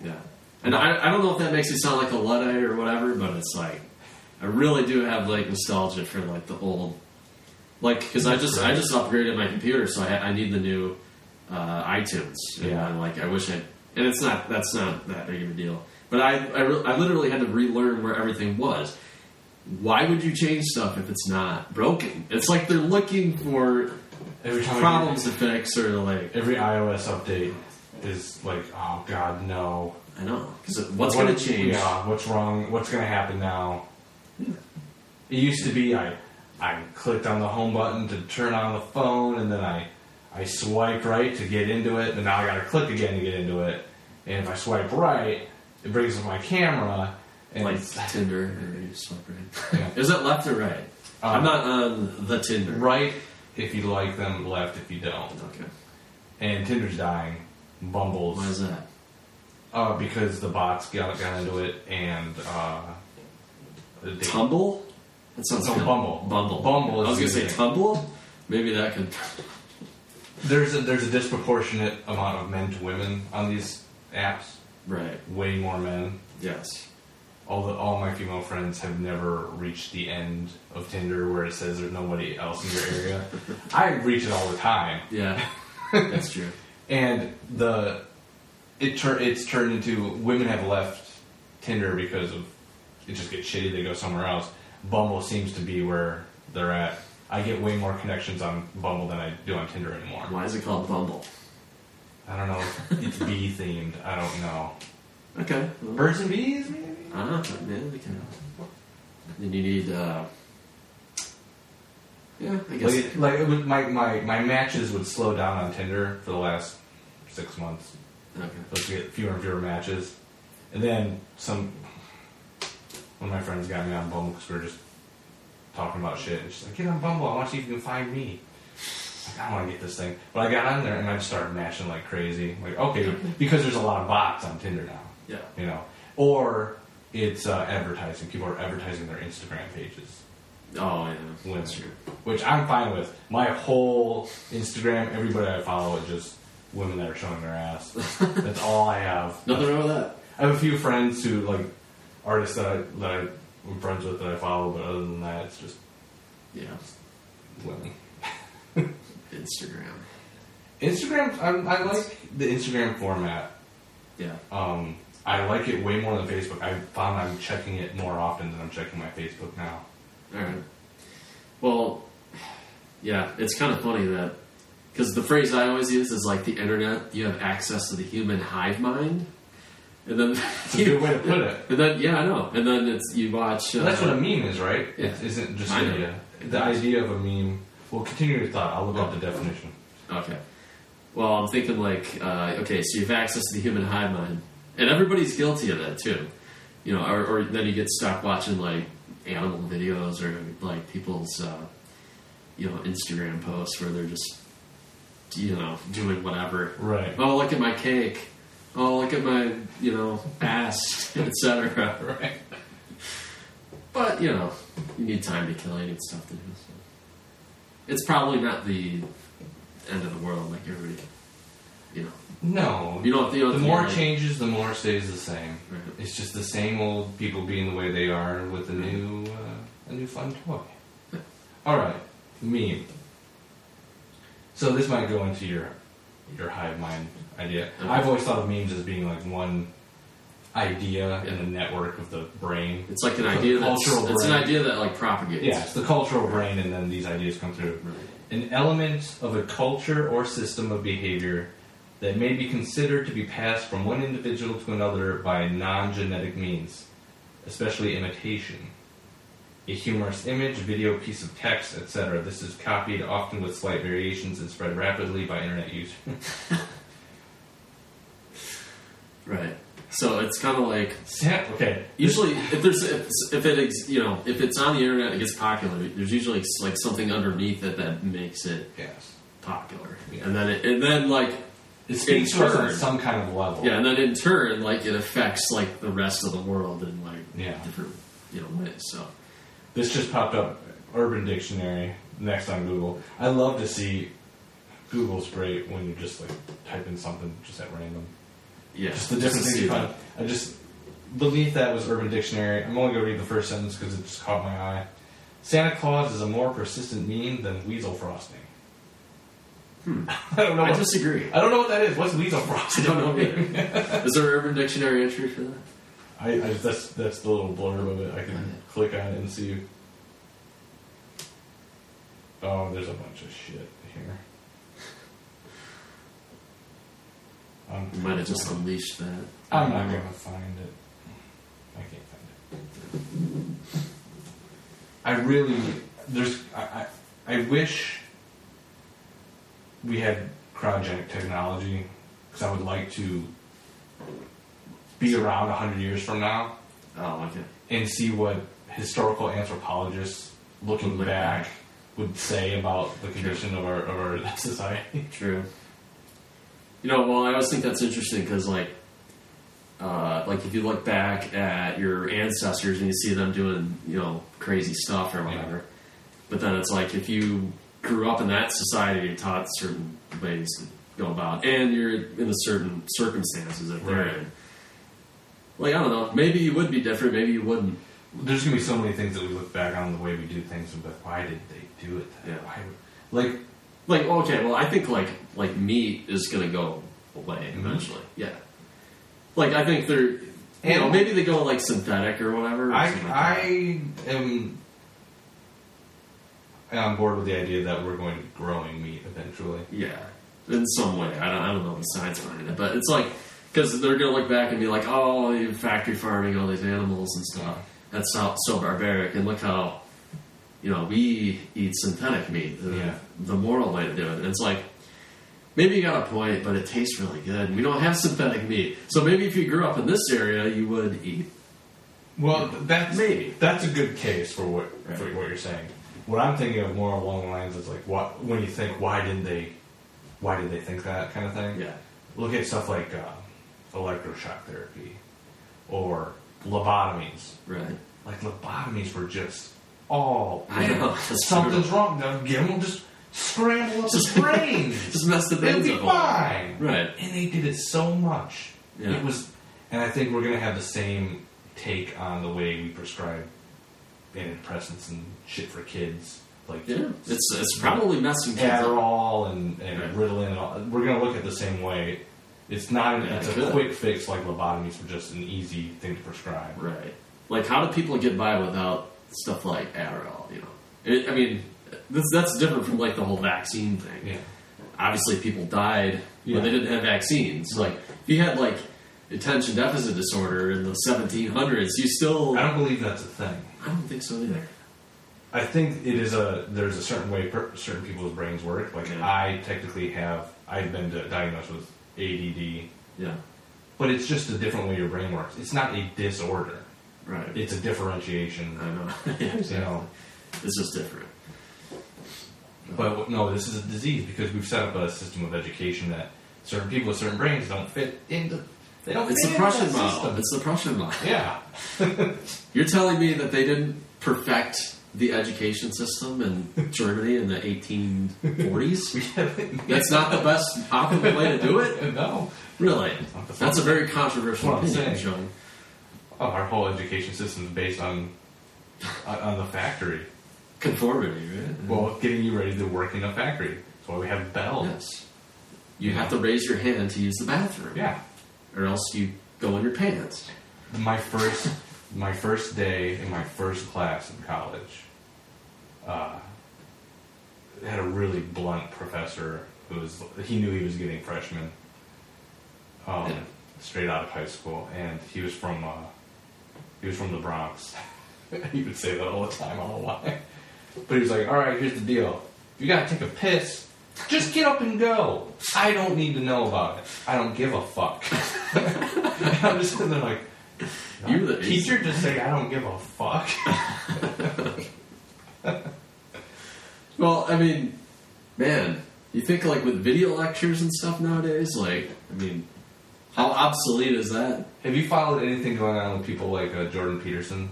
B: Yeah. And I, I don't know if that makes me sound like a luddite or whatever, but it's like I really do have like nostalgia for like the old, like because I just I just upgraded my computer, so I, I need the new uh, iTunes. And
D: Yeah.
B: I'm like I wish I, and it's not that's not that big of a deal, but I I, re- I literally had to relearn where everything was. Why would you change stuff if it's not broken? It's like they're looking for
D: Every time
B: problems to fix or like
D: every iOS update is like, oh god, no.
B: I know because what's
D: What-
B: going to change?
D: Yeah, what's wrong? What's going to happen now? It used to be I, I clicked on the home button to turn on the phone, and then I, I swiped right to get into it, and now I got to click again to get into it. And if I swipe right, it brings up my camera, and
B: like
D: it's-
B: Tinder or you swipe right.
D: Yeah.
B: Is it left or right? I'm
D: Um,
B: not on the Tinder.
D: right if you like them, left if you don't.
B: Okay.
D: And Tinder's dying. Bumbles.
B: Why is that?
D: Uh, because the bots got, got into it and uh, the date-
B: Tumble? That sounds
D: No,
B: kinda-
D: Oh, Bumble.
B: Bumble.
D: Bumble
B: I
D: is
B: was gonna
D: the
B: say
D: thing.
B: Tumble. Maybe that could.
D: there's a there's a disproportionate amount of men to women on these apps.
B: Right.
D: Way more men.
B: Yes.
D: All the, all my female friends have never reached the end of Tinder where it says there's nobody else in your area. I reach it all the time,
B: Yeah. That's true.
D: and the it tur- it's turned into women have left Tinder because of it just gets shitty. They go somewhere else. Bumble seems to be where they're at. I get way more connections on Bumble than I do on Tinder anymore.
B: Why is it called Bumble?
D: I don't know. It's bee themed. I don't know.
B: Okay. Well,
D: Birds and bees, maybe.
B: I don't know. Man, we can. Then you need. uh Yeah, I guess.
D: Like, like it would, my, my my matches would slow down on Tinder for the last six months.
B: Okay.
D: Those get fewer and fewer matches, and then some. One of my friends got me on Bumble because we were just talking about shit, and she's like, "Get on Bumble. I want to see if you can find me." Like, I don't want to get this thing, but I got on there and I just started matching like crazy. Like, okay, because there's a lot of bots on Tinder now.
B: Yeah.
D: you know, or it's uh, advertising. People are advertising their Instagram pages,
B: Oh yeah.
D: Women.
B: That's true.
D: which I'm fine with. My whole Instagram, everybody I follow, is just women that are showing their ass. That's all I have.
B: Nothing wrong with that.
D: I have a few friends who like artists that I that I'm friends with that I follow, but other than that, it's just
B: Yeah.
D: women.
B: Instagram.
D: Instagram, I, I like the Instagram format.
B: Yeah.
D: Um, I like it way more than Facebook. I found I'm checking it more often than I'm checking my Facebook now.
B: All right. Well, yeah, it's kind of funny that because the phrase I always use is like the internet. You have access to the human hive mind, and then
D: It's a good way to put it.
B: And then yeah, I know. And then it's you watch. Uh,
D: Well, that's what a meme is, right?
B: Yeah.
D: It isn't just
B: I know.
D: the, uh, the idea of a meme. Well, continue your thought. I'll look up the definition.
B: Okay. Well, I'm thinking like, uh, okay, so you have access to the human hive mind, and everybody's guilty of that too. You know, or, or then you get stuck watching like animal videos or like people's, uh, you know, Instagram posts where they're just, you know, doing whatever.
D: Right.
B: Oh, look at my cake. Oh, look at my, you know, ass, etc.
D: Right.
B: But you know, you need time to kill. You need stuff to do. So. It's probably not the end of the world, like everybody. You know,
D: No.
B: you don't. You don't
D: the
B: have to
D: more
B: worry.
D: changes, the more stays the same.
B: Right.
D: It's just the same old people being the way they are with a new, uh, a new fun toy. All right, meme. So this might go into your, your hive mind idea.
B: Okay.
D: I've always thought of memes as being like one idea in
B: Yeah.
D: a network of the brain.
B: It's like an
D: It's a
B: idea that's
D: cultural
B: it's an
D: brand.
B: idea that like propagates.
D: Yeah, it's the cultural brain, and then these ideas come through.
B: Right.
D: An element of a culture or system of behavior that may be considered to be passed from one individual to another by non genetic means, especially imitation. A humorous image, video, piece of text, etc. This is copied often with slight variations and spread rapidly by internet users.
B: Right. So it's kind of like
D: okay.
B: usually if there's if, if it ex, you know if it's on the internet it gets popular. There's usually like something underneath it that makes it
D: Yes.
B: popular,
D: Yeah.
B: and then it, and then like
D: It speaks to us on
B: turn-
D: some kind of level.
B: yeah, and then in turn like it affects like the rest of the world in like
D: Yeah.
B: different you know ways. So
D: This just popped up Urban Dictionary next on Google. I love to see Google's great when you just like type in something just at random.
B: yeah,
D: Just the different
B: to
D: things
B: see
D: you
B: that.
D: find. I just beneath that was Urban Dictionary. I'm only gonna read the first sentence because it just caught my eye. Santa Claus is a more persistent meme than weasel frosting. I don't know.
B: Hmm. I
D: What,
B: disagree.
D: I don't know what that is. What's weasel
B: I
D: frosting?
B: don't know either. Is there an Urban Dictionary entry for that?
D: I, I that's that's the little blurb of it. I can click on it and see. Oh, there's a bunch of shit here. I'm,
B: We might have just unleashed that.
D: I'm not gonna find it. I can't find it. I really there's I I, I wish we had cryogenic technology because I would like to be around hundred years from now
B: Oh, okay.
D: and see what historical anthropologists looking
B: Look
D: back,
B: back.
D: would say about the condition of our of our society.
B: True. You know, well, I always think that's interesting because, like, uh, like if you look back at your ancestors and you see them doing, you know, crazy stuff or whatever, but then it's like if you grew up in that society, you're taught certain ways to go about, and you're in a certain circumstances that they're
D: Right.
B: in. Like, I don't know. Maybe you would be different. Maybe you wouldn't.
D: There's gonna be so many things that we look back on the way we do things and be like, why did they do it? That?
B: Yeah.
D: Why? would-" Like
B: Like, okay, well, I think like like meat is gonna go away
D: Mhm.
B: eventually. Yeah. Like I think they're you know
D: And-
B: maybe they go like synthetic or whatever. or
D: I
B: something like that.
D: I am on board with the idea that we're going to be growing meat eventually.
B: yeah in some way I don't I don't know the science behind it, but it's like because they're gonna look back and be like, oh, you factory farming all these animals and stuff. That's so, so barbaric. And look how you know we eat synthetic meat. The,
D: Yeah.
B: the moral way to do it. And it's like. Maybe you got a point, but it tastes really good. We don't have synthetic meat, so maybe if you grew up in this area, you would eat
D: Well, that's
B: Maybe.
D: that's a good case for what for
B: Right.
D: what you're saying. What I'm thinking of more along the lines is like what when you think why did they why did they think that kind of thing.
B: Yeah.
D: Look at stuff like uh, electroshock therapy or lobotomies.
B: Right.
D: Like lobotomies were just all
B: I know, that's
D: something's wrong. Now give them just scramble up
B: Just-
D: his brain.
B: Just mess the
D: It'll
B: things
D: be
B: up.
D: fine.
B: Right.
D: And they did it so much.
B: Yeah.
D: It was, and I think we're gonna have the same take on the way we prescribe antidepressants and shit for kids, like
B: Yeah. It's it's probably messing kids up.
D: Adderall and, and
B: Right.
D: Ritalin. And all. We're gonna look at the same way. It's not.
B: Yeah,
D: it's a
B: good.
D: quick fix like lobotomies were just an easy thing to prescribe.
B: Right. Like how do people get by without stuff like Adderall. You know, it, I mean, this, that's different from like the whole vaccine thing.
D: Yeah.
B: Obviously, people died
D: Yeah.
B: when they didn't have vaccines. Like, if you had like attention deficit disorder in the 1700s, you still
D: I don't believe that's a thing.
B: I don't think so either.
D: I think it is a there's a certain way per, certain people's brains work. Like
B: Yeah.
D: I technically have I've been di- diagnosed with ADD,
B: Yeah.
D: but it's just a different way your brain works. It's not a disorder.
B: Right.
D: It's a differentiation.
B: I know. yeah,
D: You know,
B: This is different.
D: but w- no, this is a disease because we've set up a system of education that certain people with certain brains don't fit into. They don't.
B: It's
D: fit
B: the
D: into
B: Prussian
D: that
B: model.
D: system.
B: It's the Prussian model.
D: Yeah.
B: You're telling me that they didn't perfect the education system in Germany in the 1840s? That's not the best optimal way to do it?
D: No.
B: Really?
D: not the fun.
B: That's a very controversial
D: That's what I'm
B: opinion,
D: saying.
B: John.
D: Oh, our whole education system is based on on- on the factory.
B: Conformity, right?
D: Well, getting you ready to work in a factory. That's why we have bells.
B: Mm-hmm. yes. You have to raise your hand to use the bathroom,
D: Yeah.
B: or else you go in your pants.
D: My first my first day in my first class in college. Uh, had a really blunt professor who was he knew he was getting freshman. Um,
B: Yeah.
D: straight out of high school and he was from uh, he was from the Bronx. he would say that all the time, I don't know why. But he was like, Alright, here's the deal. If you gotta take a piss, just get up and go. I don't need to know about it. I don't give a fuck. I'm just sitting there like,
B: You were the-
D: teacher just say I don't give a fuck.
B: Well, I mean, man, you think like with video lectures and stuff nowadays, like, I mean, how obsolete is that?
D: Have you followed anything going on with people like uh, Jordan Peterson?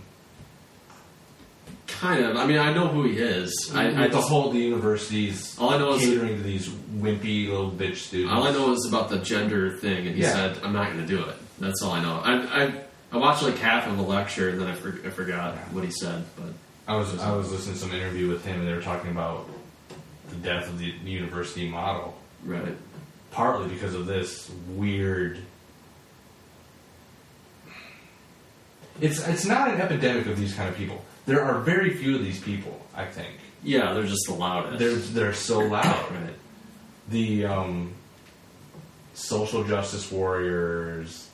B: Kind of. I mean, I know who he is. I, I
D: With the
B: just-
D: whole the universities
B: all I know is
D: catering to these wimpy little bitch students.
B: all I know is about the gender thing, and he
D: Yeah.
B: said, "I'm not going to do it." That's all I know. I, I I watched like half of a lecture, and then I, for, I forgot what he said. But
D: I was I was listening to some interview with him, and they were talking about the death of the university model,
B: right,
D: partly because of this weird. It's it's not an epidemic of these kind of people. There are very few of these people. I think
B: yeah, they're just the loudest.
D: they're they're so loud.
B: right.
D: The um, social justice warriors,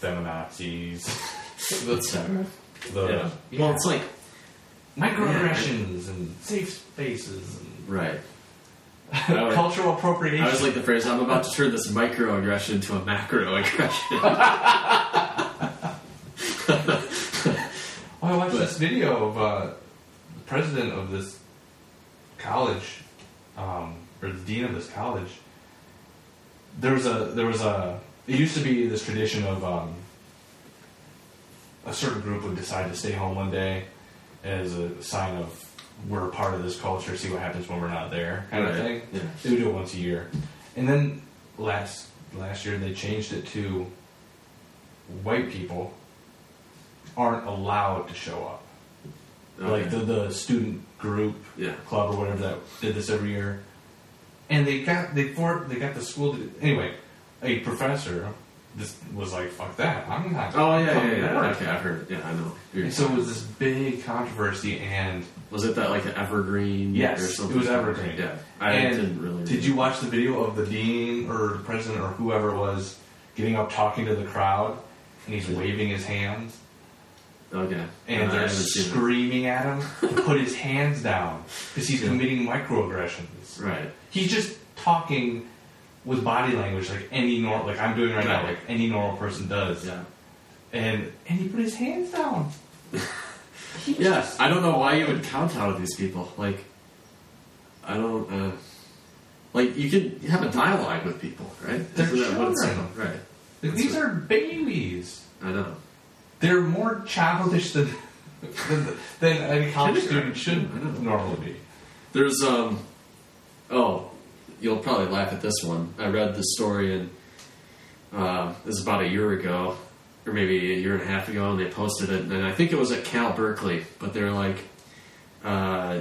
D: feminazis,
B: That's yeah.
D: the
B: Well, it's like
D: microaggressions and safe spaces and
B: right. I would-
D: cultural appropriation.
B: I was like the phrase, I'm about to turn this microaggression into a macroaggression.
D: Oh, I watched
B: But-
D: this video of uh, the president of this college, um, or the dean of this college. There was a there was a. It used to be this tradition of um, a certain group would decide to stay home one day as a sign of we're a part of this culture. See what happens when we're not there, kind of thing.
B: Right, yeah.
D: They would do it once a year, and then last last year they changed it to white people aren't allowed to show up. Like
B: Okay.
D: the, the student group
B: Yeah.
D: club or whatever that did this every year, and they got they for they got the school to, anyway. A professor this was like fuck that I'm not.
B: Oh yeah, yeah,
D: coming
B: yeah.
D: to
B: yeah.
D: work."
B: Okay, I've heard. Yeah, I know.
D: And so it was this big controversy and
B: Was it that like an evergreen?
D: Yes,
B: or something?
D: it was evergreen.
B: Yeah, I
D: And
B: didn't really.
D: Did you watch the video of the dean or the president or whoever it was getting up talking to the crowd and he's waving his hands
B: Okay,
D: and
B: No, I
D: they're
B: haven't seen it.
D: screaming at him to put his hands down because he's committing microaggressions.
B: Right.
D: He's just talking with body language like any normal, like I'm doing right now, like any normal person does.
B: Yeah.
D: And and he put his hands down.
B: Yeah. I don't know why you would count out of these people. Like, I don't. Uh, like you can have a dialogue with people, right?
D: They're
B: what it's
D: children.
B: about? Right.
D: Like,
B: That's
D: these
B: right.
D: are babies.
B: I know.
D: They're more childish than than, than a college student
B: I know.
D: should normally be.
B: There's um oh, you'll probably laugh at this one. I read this story in uh, this is about a year ago, or maybe a year and a half ago, and they posted it, and I think it was at Cal Berkeley, but they're like uh,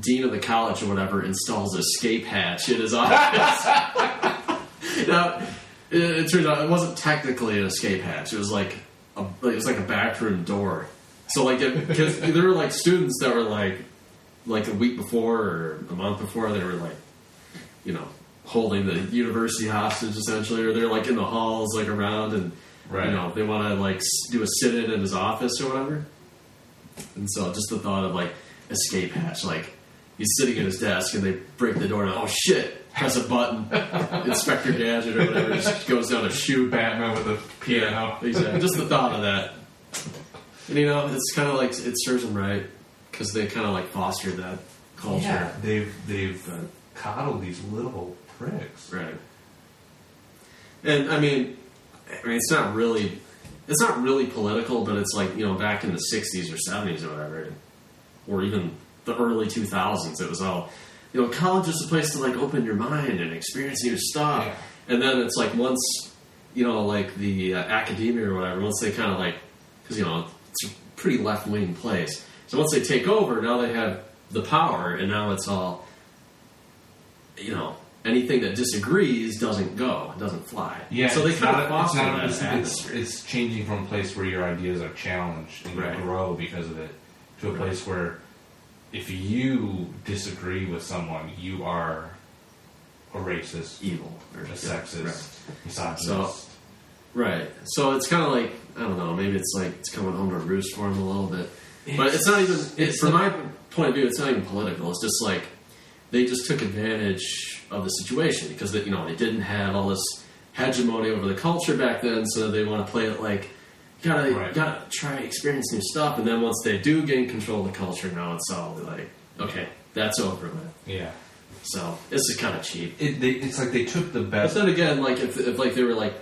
B: dean of the college or whatever installs escape hatch in his office. now, it, it turned out it wasn't technically an escape hatch. It was like a, it was like a back room door So like, because there were like students that were like, like a week before or a month before, they were like, you know, holding the university hostage essentially, or they're like in the halls like around and
D: Right.
B: you know they want to like s- do a sit in in his office or whatever. And so just the thought of like escape hatch, like he's sitting at his desk and they break the door and oh shit, press a button, Inspector Gadget or whatever just goes down a chute.
D: Batman with a piano.
B: Exactly. Just the thought of that. And you know, it's kind of like it serves them right because they kind of like fostered that culture.
D: Yeah, they've they've uh,
B: But-
D: coddled these little pricks.
B: Right. And I mean, I mean, it's not really, it's not really political, but it's like you know, back in the '60s or '70s or whatever, or even the early 2000s, it was all, you know, college is a place to like open your mind and experience new stuff.
D: Yeah.
B: And then it's like once, you know, like the uh, academia or whatever, once they kind of like, because you know, it's a pretty left wing place. So once they take over, now they have the power, and now it's all you know, anything that disagrees doesn't go, doesn't fly.
D: Yeah,
B: So they
D: it's
B: kind
D: not-
B: of
D: it's
B: foster
D: not-
B: that
D: it's, it's,
B: atmosphere.
D: it's changing from a place where your ideas are challenged and
B: Right.
D: grow because of it to a
B: Right.
D: place where if you disagree with someone, you are a racist,
B: evil or
D: a
B: yeah,
D: sexist,
B: Right.
D: misogynist.
B: Right. So it's kind of like I don't know. Maybe it's like it's coming home to roost for him a little bit. but it's not even. It,
D: it's
B: from
D: the-
B: my point of view, it's not even political. It's just like they just took advantage of the situation because that you know they didn't have all this hegemony over the culture back then, so they want to play it like you gotta
D: Right.
B: gotta try experience new stuff, and then once they do gain control of the culture, now it's all like okay, that's over with.
D: yeah,
B: So this is kind of cheap.
D: it, they, it's like they took the
B: But
D: best.
B: then again, like if, if like they were like,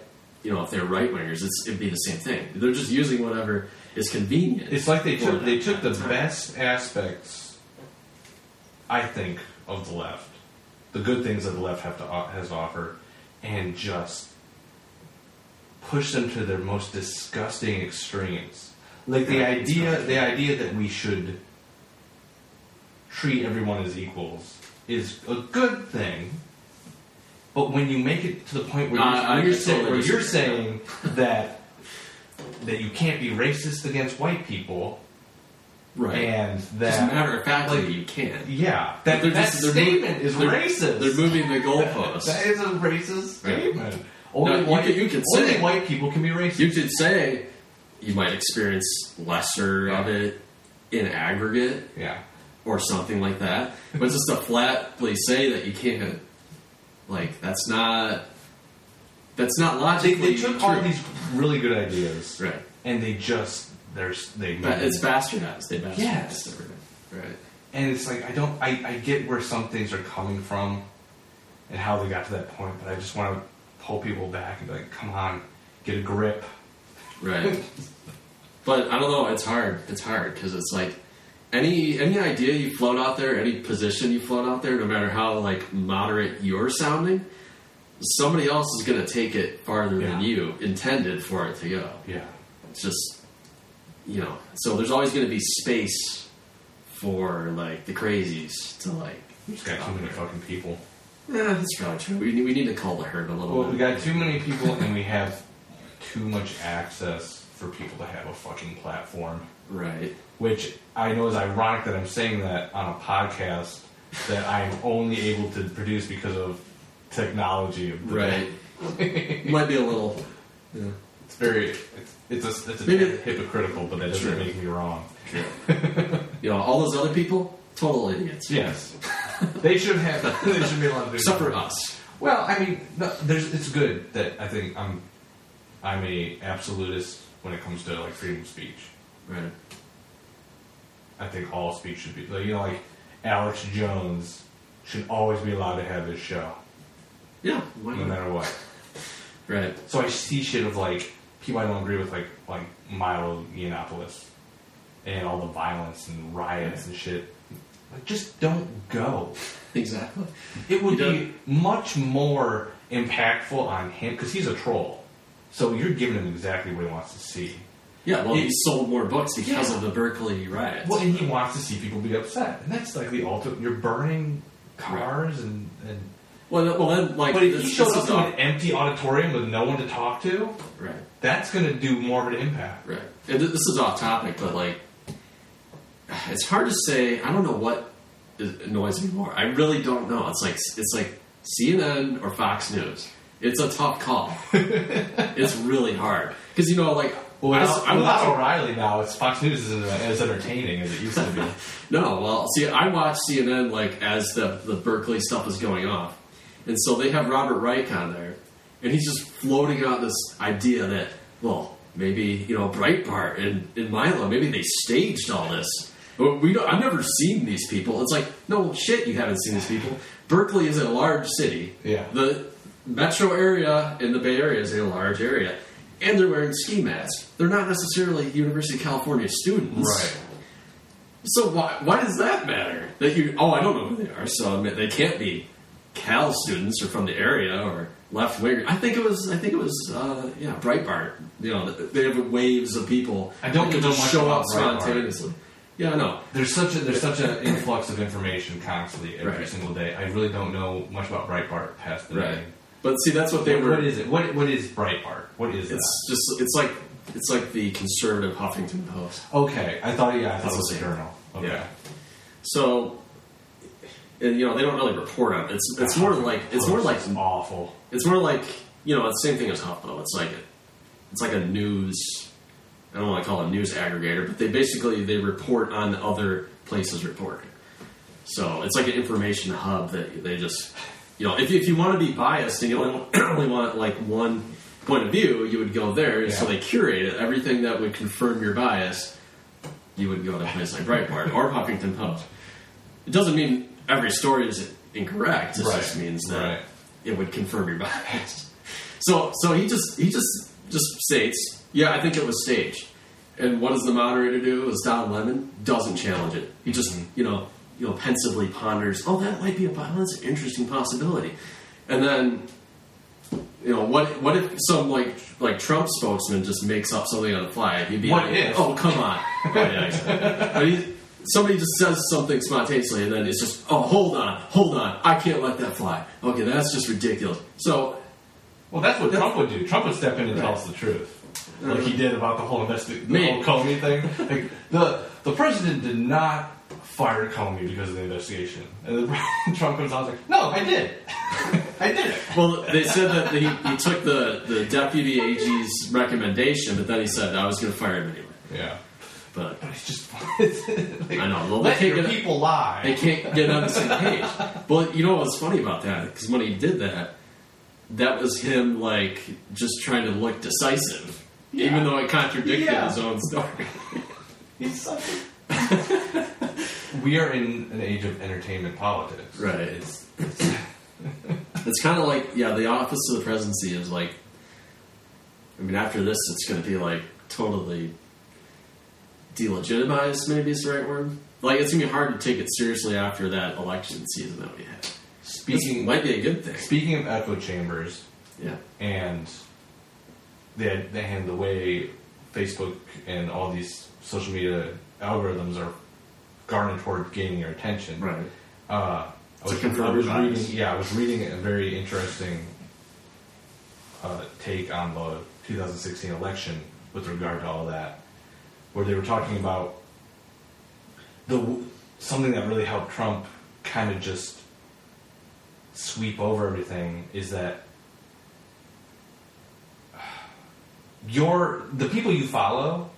B: you know, if they're right wingers, it's it'd be the same thing. They're just using whatever is convenient.
D: It's like they
B: for
D: took
B: them
D: they
B: at
D: took the
B: time.
D: best aspects, I think, of the left, the good things that the left have to o- has to offer, and just push them to their most disgusting extremes. Like the idea, the idea that we should treat everyone as equals is a good thing. But when you make it to the point where you're,
B: Uh, I
D: where you're
B: totally
D: saying, where you're
B: disagree.
D: saying that that you can't be racist against white people,
B: right.
D: and
B: As a
D: that
B: matter of fact, like, you can.
D: yeah, that,
B: They're
D: that
B: just- they're
D: statement
B: mo-
D: is
B: they're-
D: racist.
B: They're moving the goalposts.
D: that is a racist
B: Right.
D: statement. Only
B: you
D: white
B: can- you can
D: only
B: say-
D: white people can be racist.
B: you could say you might experience lesser of it in aggregate
D: yeah,
B: or something like that, but just to flatly say that you can't, like that's not that's not
D: they,
B: logically
D: they took all
B: true.
D: these really good ideas
B: right.
D: and they just there's they
B: Ba-
D: made
B: It's bastardized. They bastardized
D: Yes.
B: everything. Right.
D: and it's like I don't I, I get where some things are coming from and how they got to that point, but I just want to pull people back and be like, come on, get a grip.
B: Right. but I don't know. It's hard. It's hard because it's like any any idea you float out there, any position you float out there, no matter how like moderate you're sounding, somebody else is going to take it farther than
D: Yeah.
B: you intended for it to go.
D: Yeah.
B: It's just you know. So there's always going to be space for like the crazies to like.
D: We just got too many fucking people.
B: Yeah, that's probably true. We, need- we need to call the herd a little
D: Well,
B: bit.
D: we got too many people and we have too much access for people to have a fucking platform.
B: right.
D: Which I know is ironic that I'm saying that on a podcast that I'm only able to produce because of technology. of the-
B: Right. Might be a little. Yeah.
D: It's very, it's, it's a, it's a
B: Maybe-
D: hypocritical, but that doesn't
B: Sure.
D: make me wrong.
B: You know, all those other people, total idiots.
D: Yes, they should have. They should be allowed to do.
B: Except for
D: that.
B: us.
D: Well, I mean, no, there's. It's good that I think I'm. I'm a absolutist when it comes to like freedom of speech.
B: Right.
D: I think all speech should be like you know like Alex Jones should always be allowed to have his show
B: Yeah. Why
D: no
B: not?
D: matter what.
B: Right.
D: So I see shit of like people I don't agree with like like Milo Yiannopoulos and all the violence and riots and shit. Like just don't go.
B: Exactly.
D: It would
B: You
D: be much more impactful on him because he's a troll. So you're giving him exactly what he wants to see.
B: Yeah. Well, he
D: It-
B: sold more books because
D: Yeah.
B: of the Berkeley riots.
D: Well, and he wants to see people be upset, and that's like the ultimate. You're burning cars and and.
B: well, th- well, then, like,
D: But if
B: this,
D: you showed
B: this
D: up
B: is
D: to
B: all,
D: an empty auditorium with no one to talk to,
B: right.
D: that's going to do more of an impact.
B: Right. And th- this is off topic, but like, it's hard to say. I don't know what is- annoys me more. I really don't know. It's like it's like CNN or Fox News. It's a tough call. it's really hard because you know, like
D: Well,
B: I,
D: without,
B: was- I
D: without
B: watch-
D: O'Reilly now, it's Fox News isn't as entertaining as it used to be.
B: No, well, see, I watch CNN like as the the Berkeley stuff is going off, and so they have Robert Reich on there, and he's just floating out this idea that well, maybe you know Breitbart and, and Milo, maybe they staged all this. But We don't, I've never seen these people. It's like no shit, you haven't seen these people. Berkeley is a large city.
D: Yeah.
B: The metro area in the Bay Area is a large area, and they're wearing ski masks. They're not necessarily University of California students. So why why does that matter? That you oh I don't know who they are, so I mean, they can't be Cal students or from the area or left wing. I think it was I think it was uh, yeah Breitbart. You know they have waves of people.
D: I don't
B: that
D: know
B: just
D: much
B: show
D: about
B: up
D: Breitbart.
B: spontaneously. Yeah, I know.
D: There's such a there's such an influx of information constantly every
B: Right.
D: single day. I really don't know much about Breitbart past the
B: Right,
D: name.
B: but see that's what they were.
D: What is it? What what is Breitbart? What is
B: it's just it's like it's like the conservative Huffington Post.
D: that? Okay, I thought yeah, I thought it
B: It's the
D: was a
B: same.
D: journal. Okay.
B: Yeah. So. And you know they don't really report on it. It's it's more like it's more like
D: It's awful.
B: It's more like you know, it's the same thing as HuffPo. It's like a, it's like a news. I don't want to call it a news aggregator, but they basically they report on other places reporting. So it's like an information hub that they just, you know, if, if you want to be biased and you only, only want like one point of view, you would go there. and So
D: Yeah.
B: they curate it. Everything that would confirm your bias, you would go to a place like Breitbart or Huffington Post. It doesn't mean every story is incorrect. It just
D: Right.
B: means that
D: Right.
B: it would confirm your bias. So so he just he just just states, yeah, I think it was staged. And what does the moderator do? Is Don Lemon doesn't challenge it. He just you know you know pensively ponders, oh, that might be a well, that's an interesting possibility. And then you know what what if some like like Trump spokesman just makes up something on the fly? He'd be
D: What
B: like,
D: if?
B: oh come on, Oh, yeah, exactly. but he, somebody just says something spontaneously, and then it's just oh hold on, hold on, I can't let that fly. Okay, that's just ridiculous. So
D: Well, that's what Trump would do. Trump would step in and tell us the truth, like he did about the whole investi- the
B: Me.
D: whole Comey thing. Like the the president did not fire Comey because of the investigation, and the, Trump comes out and is like, "No, I did, I did it."
B: Well, they said that he, he took the, the deputy AG's recommendation, but then he said I was going to fire him anyway.
D: Yeah,
B: But
D: but it's just like,
B: I know. Well,
D: let
B: they
D: your
B: can't get-
D: people lie.
B: they can't get on the same page. But you know what's funny about that? Because when he did that, that was him like just trying to look decisive, even though it contradicted
D: Yeah.
B: his own story.
D: He's such a- we are in an age of entertainment politics,
B: Right.
D: It's,
B: It's kind of like yeah, the office of the presidency is like. I mean, after this, it's going to be like totally delegitimized. Maybe is the right word. Like it's going to be hard to take it seriously after that election season that we had. This
D: speaking
B: might be a good thing.
D: speaking of echo chambers,
B: Yeah.
D: and they they hand the way Facebook and all these social media algorithms are garnered toward gaining your attention.
B: Right.
D: Uh, I
B: To
D: was,
B: confirm
D: I was
B: your bias.
D: reading. Yeah, I was reading a very interesting uh, take on the 2016 election with regard to all that, where they were talking about the w- something that really helped Trump kind of just sweep over everything is that your the people you follow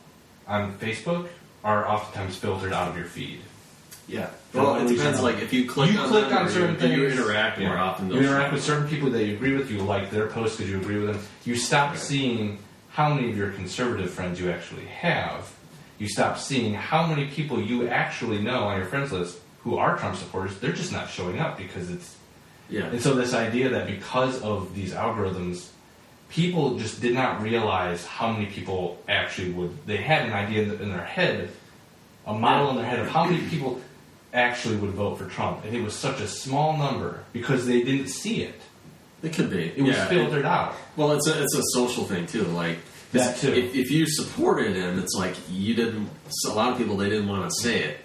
D: on Facebook are oftentimes filtered out of your feed.
B: Yeah.
D: For
B: Well,
D: what
B: it
D: reason?
B: depends. Like if you click
D: you
B: on
D: click
B: them
D: on
B: or
D: certain
B: you,
D: things.
B: you interact more
D: Yeah.
B: often.
D: You
B: those-
D: interact with certain people that you agree with. You like their posts because you agree with them. You stop
B: Right.
D: seeing how many of your conservative friends you actually have. You stop seeing how many people you actually know on your friends list who are Trump supporters. They're just not showing up because it's.
B: Yeah.
D: And so this idea that because of these algorithms, people just did not realize how many people actually would. They had an idea in, in their head, a model in their head of how many people actually would vote for Trump, and it was such a small number because they didn't see it.
B: It could be.
D: It was
B: yeah.
D: filtered out.
B: Well, it's a it's a social thing too. Like
D: That too.
B: If, if you supported him, it's like you didn't. so A lot of people they didn't want to say it.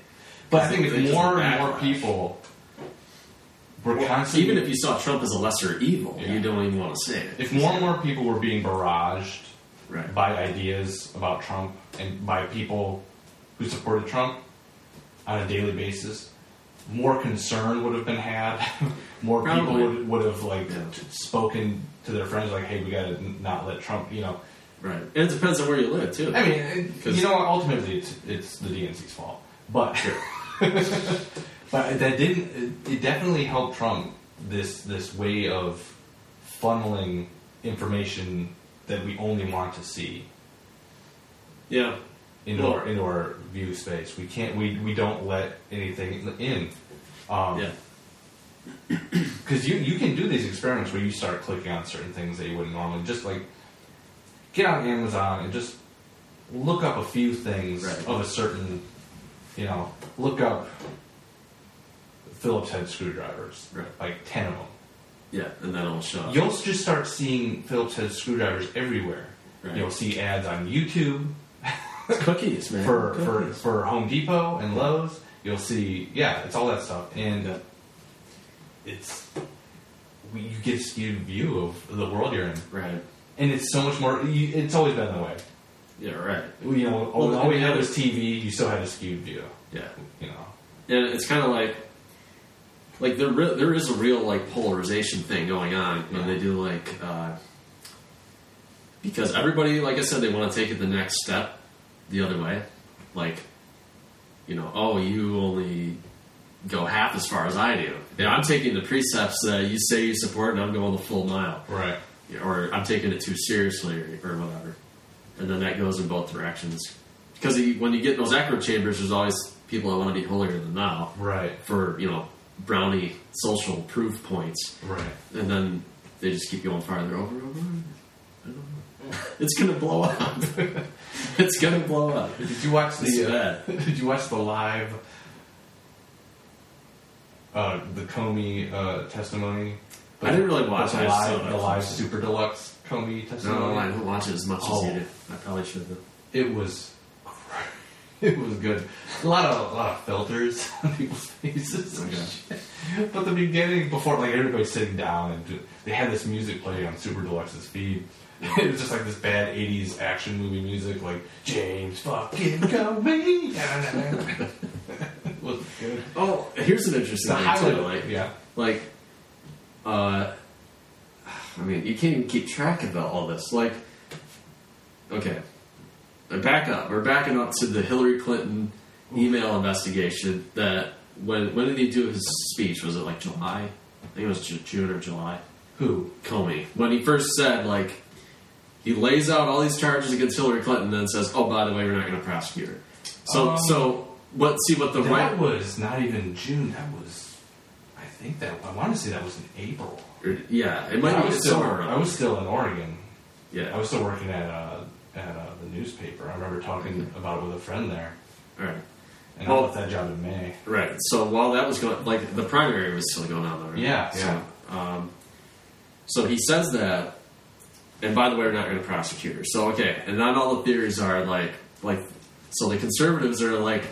D: But I think
B: It's
D: if
B: just
D: more
B: a
D: and more
B: backlash.
D: people were
B: Well,
D: constantly,
B: even if you saw Trump as a lesser evil,
D: Yeah.
B: you don't even want to say it.
D: if more and more people were being barraged
B: right.
D: by ideas about Trump and by people who supported Trump, on a daily basis, more concern would have been had. more
B: Probably.
D: people would, would have like
B: Yeah.
D: t- spoken to their friends like, "Hey, we got to not let Trump." You know,
B: Right. And it depends on where you live too.
D: I mean, it,
B: 'Cause-
D: you know, what, ultimately it's it's the DNC's fault, but but that didn't. It, it definitely helped Trump this this way of funneling information that we only want to see
B: yeah.
D: into
B: Well-
D: our into our view space. We can't. We we don't let anything in. Um,
B: Yeah.
D: because you you can do these experiments where you start clicking on certain things that you wouldn't normally. Just like get on Amazon and just look up a few things
B: Right.
D: of a certain, you know, look up Phillips head screwdrivers,
B: Right.
D: like ten of them.
B: Yeah. And that'll show up.
D: You'll just start seeing Phillips head screwdrivers everywhere.
B: Right.
D: You'll see ads on YouTube
B: It's cookies, man.
D: for for
B: cookies.
D: for Home Depot and Lowe's. You'll see, yeah, it's all that stuff, and
B: Yeah.
D: it's we- you get a skewed view of the world you're in,
B: Right.
D: and it's so much more. You, it's always been that way.
B: Yeah. Right.
D: You know, all,
B: Well,
D: all we
B: and
D: had
B: the-
D: was TV. You still had a skewed view.
B: Yeah.
D: You know,
B: And it's kind of like, like there re- there is a real like polarization thing going on when
D: Yeah.
B: they do like, uh, because everybody, like I said, they want to take it the next step, the other way, like, you know, oh, you only go half as far as I do. You know, I'm taking the precepts that you say you support, and I'm going the full mile,
D: right?
B: or I'm taking it too seriously, or, or whatever. And then that goes in both directions. Because when you get in those echo chambers, there's always people that want to be holier than thou
D: Right,
B: for you know brownie social proof points,
D: right.
B: and then they just keep going farther over and over. I don't know. It's gonna blow up. it's gonna blow up.
D: Did you watch
B: It's
D: the?
B: bad.
D: Uh, did you watch the live? Uh, the Comey uh, testimony.
B: I didn't really watch
D: the
B: it, I just saw
D: live, the
B: it.
D: live super deluxe Comey testimony.
B: No, I don't watch it as much as
D: Oh.
B: you do. I probably should have.
D: It was, it was good. A lot of a lot of filters on people's faces. and shit. But the beginning, before like everybody's sitting down, and do- they had this music playing on Super Deluxe's feed. It was just like this bad '80s action movie music, like James fucking Comey. It was good.
B: Oh, here's an interesting
D: The
B: thing too.
D: highlight,
B: Like,
D: yeah,
B: like, uh, I mean, you can't even keep track of all this. Like, okay, Uh, back up. We're backing up to the Hillary Clinton email investigation. That when when did he do his speech? Was it like July? I think it was Ju- June or July.
D: who?
B: Comey when he first said like he lays out all these charges against Hillary Clinton, and then says, "Oh, by the way, we're not going to prosecute her." So
D: Um,
B: so what? See what the
D: that
B: right
D: was not even June. That was, I think that I want to say that was in April.
B: yeah, it might
D: I
B: be
D: was still,
B: somewhere. around
D: I was still in Oregon.
B: Yeah.
D: I was still working at uh, at uh, the newspaper. I remember talking about it with a friend there,
B: All right.
D: and I
B: Well-
D: left that job in May.
B: Right. So while that was going, like the primary was still going on, though. Right?
D: Yeah,
B: So, Um, so he says that, and by the way, we're not going to prosecute her. So okay, and not all the theories are like like. So the conservatives are like,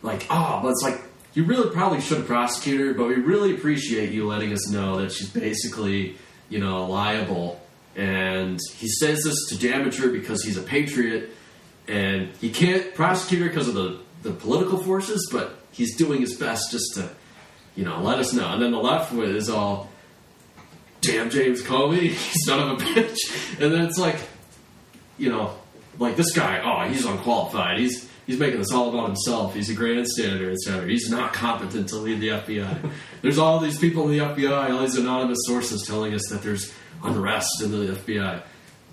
B: like oh, but it's like you really probably should prosecute her, but we really appreciate you letting us know that she's basically you know liable. And he says this to damage her because he's a patriot, and he can't prosecute her because of the, the political forces, but he's doing his best just to, you know, let us know. And then the left is all, damn James Comey, son of a bitch. And then it's like, you know, like this guy, oh, he's unqualified. He's he's making this all about himself. He's a grandstander, etc. He's not competent to lead the FBI. there's all these people in the FBI, all these anonymous sources telling us that there's unrest in the FBI.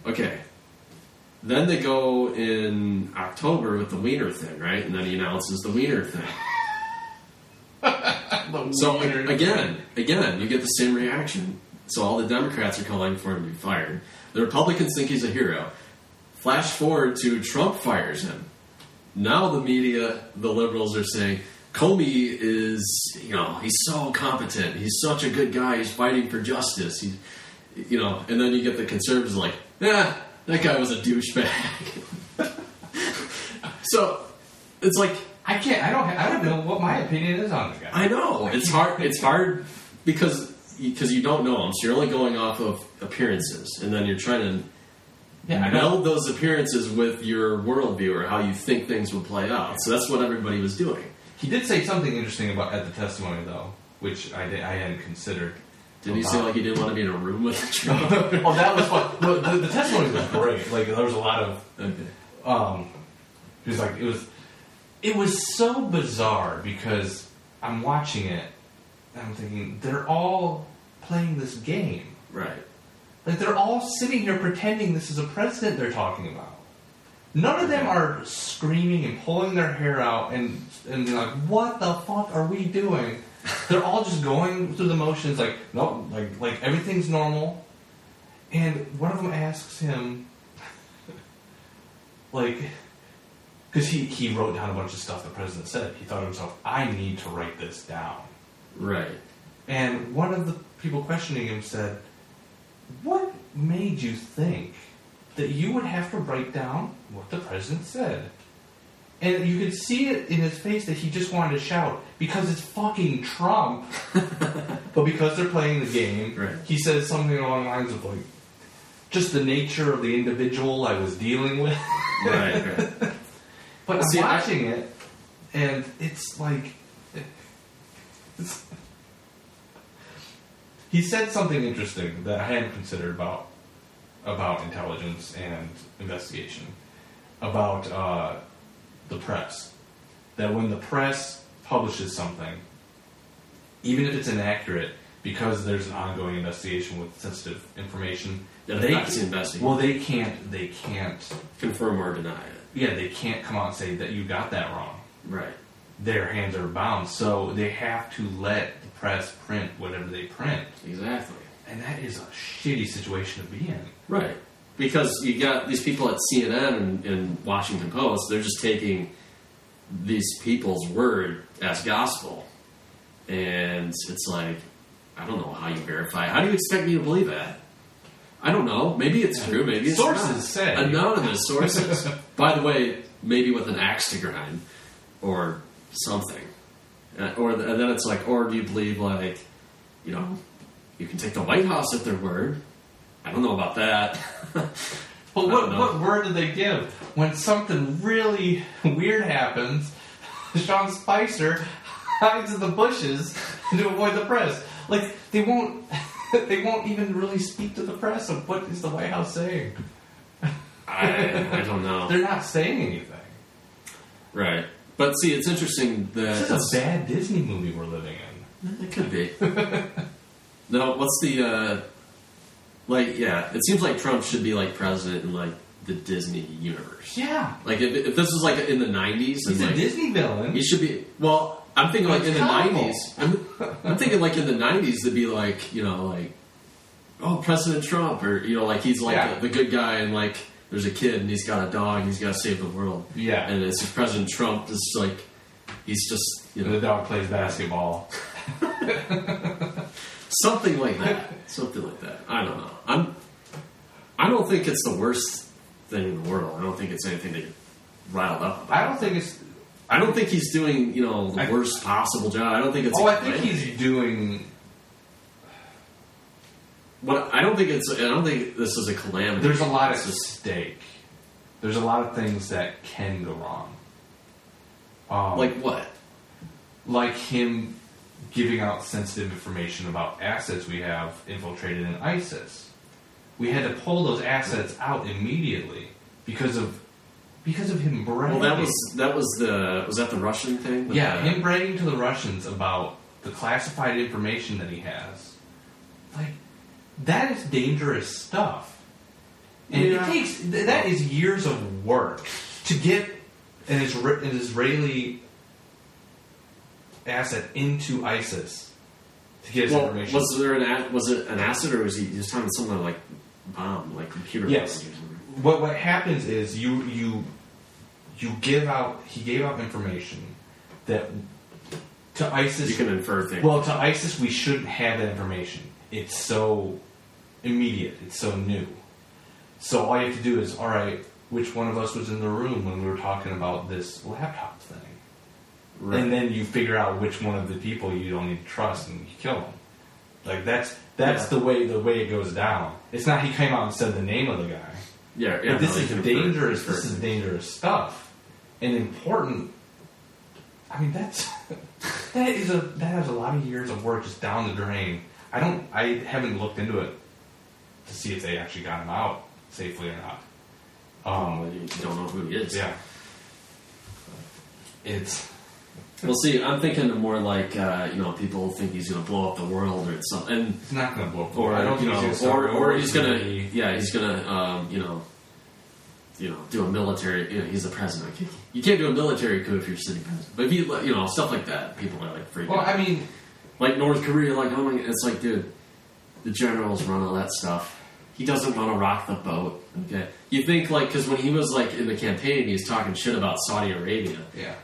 B: Okay, then they go in October with the Wiener thing, right? And then he announces the Wiener thing. so a- again, again, you get the same reaction. So all the Democrats are calling for him to be fired. The Republicans think he's a hero. Flash forward to Trump fires him. Now the media, the liberals are saying Comey is, you know, he's so competent. He's such a good guy. He's fighting for justice. He's, you know, and then you get the conservatives like, nah, that guy was a douchebag. so it's like
D: I can't. I don't. ha- I don't know what my opinion is on the guy.
B: I know it's hard. It's hard because because you don't know him, so you're only going off of appearances, and then you're trying to
D: yeah, I don't.
B: meld those appearances with your worldview or how you think things would play out. So that's what everybody was doing.
D: He did say something interesting about at the testimony though, which I did, I hadn't considered.
B: Did he say like he didn't want to be in a room with Trump?
D: oh, that was fun. No, the, the testimony was great. Like there was a lot of
B: Okay.
D: um, it was like it was it was so bizarre because I'm watching it and I'm thinking they're all playing this game.
B: Right.
D: Like they're all sitting here pretending this is a president they're talking about. None of them are screaming and pulling their hair out and and like, what the fuck are we doing? They're all just going through the motions, like no, like like everything's normal. And one of them asks him, like, because he he wrote down a bunch of stuff the president said. He thought to himself, I need to write this down.
B: Right.
D: And one of the people questioning him said, What made you think that you would have to write down what the president said? And you could see it in his face that he just wanted to shout, because it's fucking Trump. but because they're playing the game,
B: Right.
D: he says something along the lines of, like, just the nature of the individual I was dealing with.
B: Right. right.
D: But
B: See,
D: I'm
B: I-
D: watching it, and it's like. It's, he said something interesting that I hadn't considered about about intelligence and investigation, about uh, the press. That when the press publishes something, even if it's inaccurate, because there's an ongoing investigation with sensitive information,
B: That
D: they
B: affects the investigation.
D: well they can't they can't
B: Confirm or deny it.
D: yeah, they can't come out and say that you got that wrong.
B: Right.
D: Their hands are bound, so they have to let the press print whatever they print,
B: Exactly.
D: and that is a shitty situation to be in.
B: Right. Because you got these people at CNN and, and Washington Post, they're just taking these people's word as gospel. And it's like, I don't know how you verify. How do you expect me to believe that? I don't know. Maybe it's true. Maybe it's
D: Sources
B: not.
D: say.
B: anonymous sources. By the way, maybe with an axe to grind or something. And, or th- and then it's like, or do you believe like, you know, you can take the White House at their word? I don't know about that.
D: But
B: I
D: what,
B: don't know.
D: what word do they give when something really weird happens? Sean Spicer hides in the bushes to avoid the press. Like they won't, they won't even really speak to the press of what is the White House saying.
B: I, I don't know.
D: They're not saying anything.
B: right. But see, it's interesting that
D: This is a bad Disney movie we're living in.
B: it could be. no, what's the uh, like? Yeah, it seems like Trump should be like president in like the Disney universe.
D: Yeah.
B: Like if, if this was like in the '90s, and,
D: He's a
B: like,
D: Disney villain.
B: He should be. Well, I'm thinking like in the
D: That's terrible.
B: nineties. I'm, I'm thinking like in the nineties to be like you know like oh President Trump or you know like he's like
D: Yeah.
B: the, the good guy and like there's a kid and he's got a dog and he's got to save the world.
D: Yeah.
B: and it's President Trump is like he's just you
D: the
B: know
D: dog plays basketball.
B: something like that, something like that. I don't know. I'm. I don't think it's the worst thing in the world. I don't think it's anything to get riled up about.
D: I don't think it's.
B: I don't think he's doing, you know, the
D: I-
B: worst possible job. I don't think it's.
D: Oh,
B: a
D: I think
B: complaint.
D: he's doing.
B: But I don't think it's. I don't think this is a calamity.
D: There's a lot at
B: It's just-
D: stake. There's a lot of things that can go wrong. Um,
B: like what?
D: like him giving out sensitive information about assets we have infiltrated in ISIS. We had to pull those assets out immediately because of because of him bragging.
B: Well, that was that was the was that the Russian thing?
D: Yeah,
B: The-
D: him bragging to the Russians about the classified information that he has. Like, that is dangerous stuff. And
B: Yeah.
D: it takes, th- that is years of work to get an, Isra- an Israeli asset into ISIS to get his
B: Well,
D: information.
B: was there an a- was it an acid or was he just talking something like bomb, like computer?
D: Yes.
B: bomb or something?
D: what what happens is you you you give out he gave out information that to ISIS
B: You can infer things.
D: Well, to ISIS, we shouldn't have that information. It's so immediate. It's so new. So all you have to do is, all right, which one of us was in the room when we were talking about this laptop thing?
B: Right.
D: And then you figure out which one of the people you don't need to trust, and you kill them. Like that's that's
B: Yeah.
D: the way the way it goes down. It's not he came out and said the name of the guy.
B: yeah, yeah.
D: But this
B: no, you
D: is
B: can infer-
D: dangerous.
B: infer
D: This is
B: things.
D: dangerous stuff, and important I mean, that's that is a that is a lot of years of work just down the drain. I don't. I haven't looked into it to see if they actually got him out safely or not. Um,
B: Well, you don't know who he is.
D: yeah, it's
B: Well, see, I'm thinking more like uh, you know people think he's going to blow up the world or something,
D: it's not going to blow. up.
B: or
D: I don't
B: you
D: think
B: know,
D: he's gonna
B: or
D: start
B: or he's going to
D: be-
B: yeah he's going to um, you know you know do a military you know he's a president you can't do a military coup if you're sitting president but if you you know stuff like that people are like freaking
D: Well,
B: out.
D: I mean,
B: like North Korea like oh my God. it's like dude the generals run all that stuff he doesn't want to rock the boat okay you think like because when he was like in the campaign he was talking shit about Saudi Arabia
D: yeah.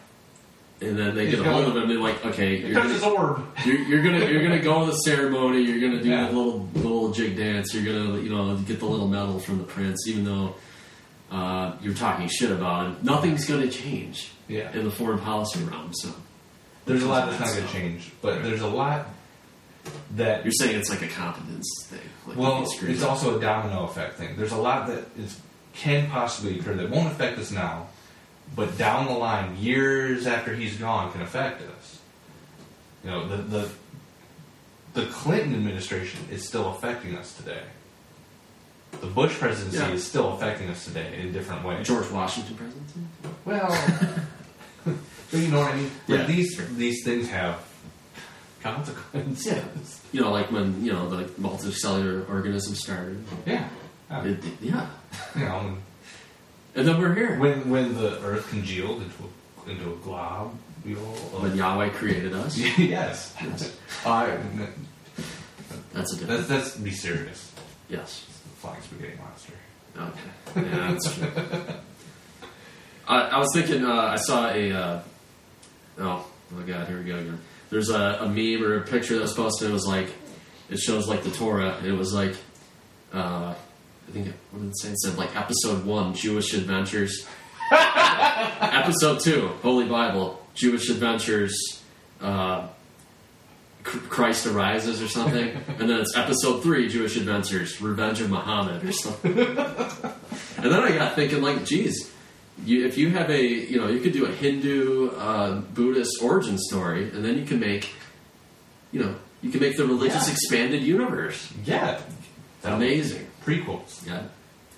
B: and then they
D: He's
B: get a hold
D: going-
B: of him. They're like, okay, you're
D: There's
B: gonna,
D: his orb.
B: you're, you're gonna you're gonna go to the ceremony. You're gonna do
D: Yeah.
B: the little the little jig dance. You're gonna you know get the little medal from the prince, even though uh, you're talking shit about him. Nothing's gonna change
D: Yeah.
B: in the foreign policy realm. So
D: There's a lot that's not going to change, but there's a lot that
B: you're saying it's like a competence thing. Like
D: Well,
B: you screwed
D: it's
B: up.
D: also a domino effect thing. There's a lot that is can possibly occur that won't affect us now, but down the line, years after he's gone, can affect us. You know, the the the Clinton administration is still affecting us today. The Bush presidency
B: Yeah.
D: is still affecting us today in different ways.
B: George Washington presidency.
D: Well, but you know what I mean. Like
B: Yeah,
D: these
B: sure.
D: these things have consequences.
B: Yeah, you know, like when you know the multicellular organism started.
D: Yeah, Uh,
B: It- yeah,
D: you know. and-
B: and then we're here.
D: When when the earth congealed into a, into a glob, we all
B: When Yahweh created us,
D: yes. I
B: that's a different.
D: that's that's be serious.
B: Yes.
D: It's the flying spaghetti monster.
B: Okay. Yeah, that's true. I, I was thinking, uh, I saw a. Uh, oh, oh God, here we go again. There's a, a meme or a picture that was posted. It was like, it shows like the Torah. and It was like, uh, I think, it, what did it say? It said like episode one, Jewish Adventures. episode two, Holy Bible, Jewish Adventures. Uh, C- Christ Arises or something, and then it's episode three, Jewish Adventures, Revenge of Muhammad or something. And then I got thinking, like, geez, you, if you have a, you know, you could do a Hindu, uh, Buddhist origin story, and then you can make, you know, you can make the religious
D: Yeah.
B: expanded universe.
D: Yeah. That was
B: Amazing.
D: prequels.
B: Yeah.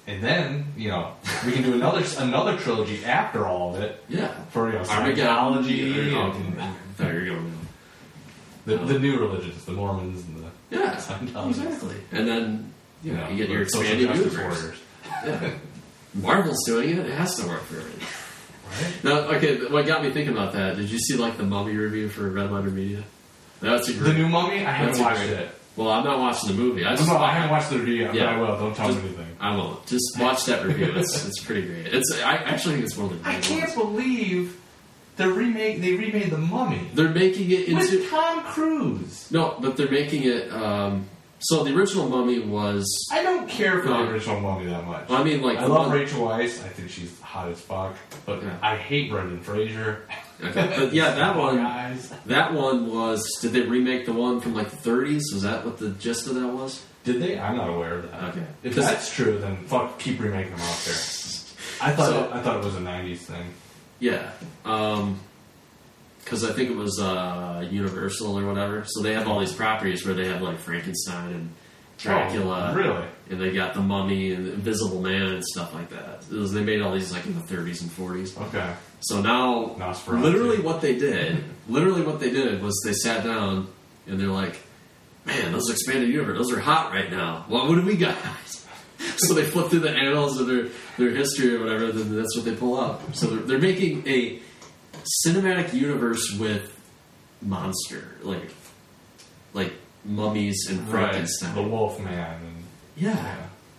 D: And then, you know, we can do another another trilogy after all of it
B: Yeah.
D: for you know,
B: Armageddon.
D: Scientology
B: Yeah,
D: and
B: okay. There you go.
D: the, the new religions, the Mormons and the
B: Yeah.
D: Scientology.
B: Exactly. And then,
D: you know,
B: You get your
D: the social
B: expanded
D: justice
B: universe.
D: warriors.
B: yeah. Marvel's doing it. It has to work for everybody.
D: Right?
B: Now, okay, but what got me thinking about that, did you see, like, the Mummy review for Red Letter Media? That's a
D: The
B: great...
D: new mummy? I haven't
B: That's a
D: watched
B: great-
D: it.
B: Well, I'm not watching the movie. I just...
D: No, I haven't watched the video, but
B: Yeah.
D: I will. Don't tell
B: Just-
D: me anything.
B: I will just watch that review. It's it's pretty great. It's I actually think it's one of the.
D: I
B: great
D: can't
B: ones.
D: believe the remake. They remade the Mummy
B: They're making it into
D: with Tom Cruise.
B: no, but they're making it. Um, so the original Mummy was.
D: I don't care for
B: No.
D: the original Mummy that much.
B: I mean, like
D: I
B: the
D: love
B: one-
D: Rachel Weisz. I think she's hot as fuck. But
B: Yeah.
D: I hate Brendan Fraser.
B: Okay. But yeah, that one.
D: Guys.
B: That one was. Did they remake the one from like the 30s? Was that what the gist of that was?
D: Did they? I'm not aware of that.
B: Okay.
D: If
B: 'Cause-
D: that's true, then fuck, keep remaking them out there. I thought
B: So-
D: it, I thought it was a '90s thing.
B: Yeah. Um 'cause because I think it was uh, Universal or whatever. So they have all these properties where they have like Frankenstein and Dracula.
D: Oh, really?
B: and they got the mummy and the invisible man and stuff like that. It was- they made all these like in the 30s and 40s.
D: Okay.
B: So now,
D: Nosferatu.
B: literally what they did, literally what they did was they sat down and they're like, man, those expanded universe, those are hot right now. What, what do we got? so they flip through the annals of their, their history or whatever, then that's what they pull up. So they're, they're making a cinematic universe with monster, like, like mummies and
D: Right.
B: Frankenstein.
D: The Wolf Man. And,
B: yeah.
D: yeah.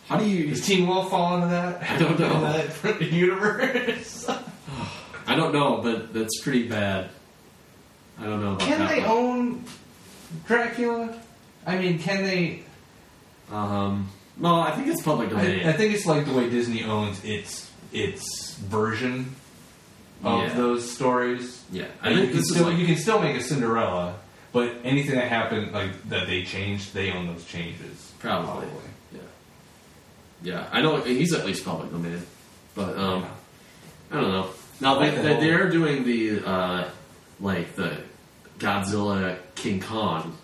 B: How do you
D: Does Teen Wolf fall into that?
B: I don't know.
D: Into that universe.
B: I don't know, but that's pretty bad. I don't know about
D: Can
B: that.
D: they
B: one.
D: own Dracula? I mean, can they?
B: Um, well, I think it's public domain.
D: I, I think it's like the way Disney owns its its version of
B: Yeah.
D: those stories.
B: yeah, I
D: Like, you
B: think
D: can
B: this is
D: still you
B: like
D: can still make a Cinderella, but anything that happened like that they changed, they own those changes.
B: probably. Yeah, yeah. I know he's at least public domain, but um, I don't know. Now they,
D: Like the
B: they, they
D: whole-
B: are doing the uh, like the Godzilla King Kong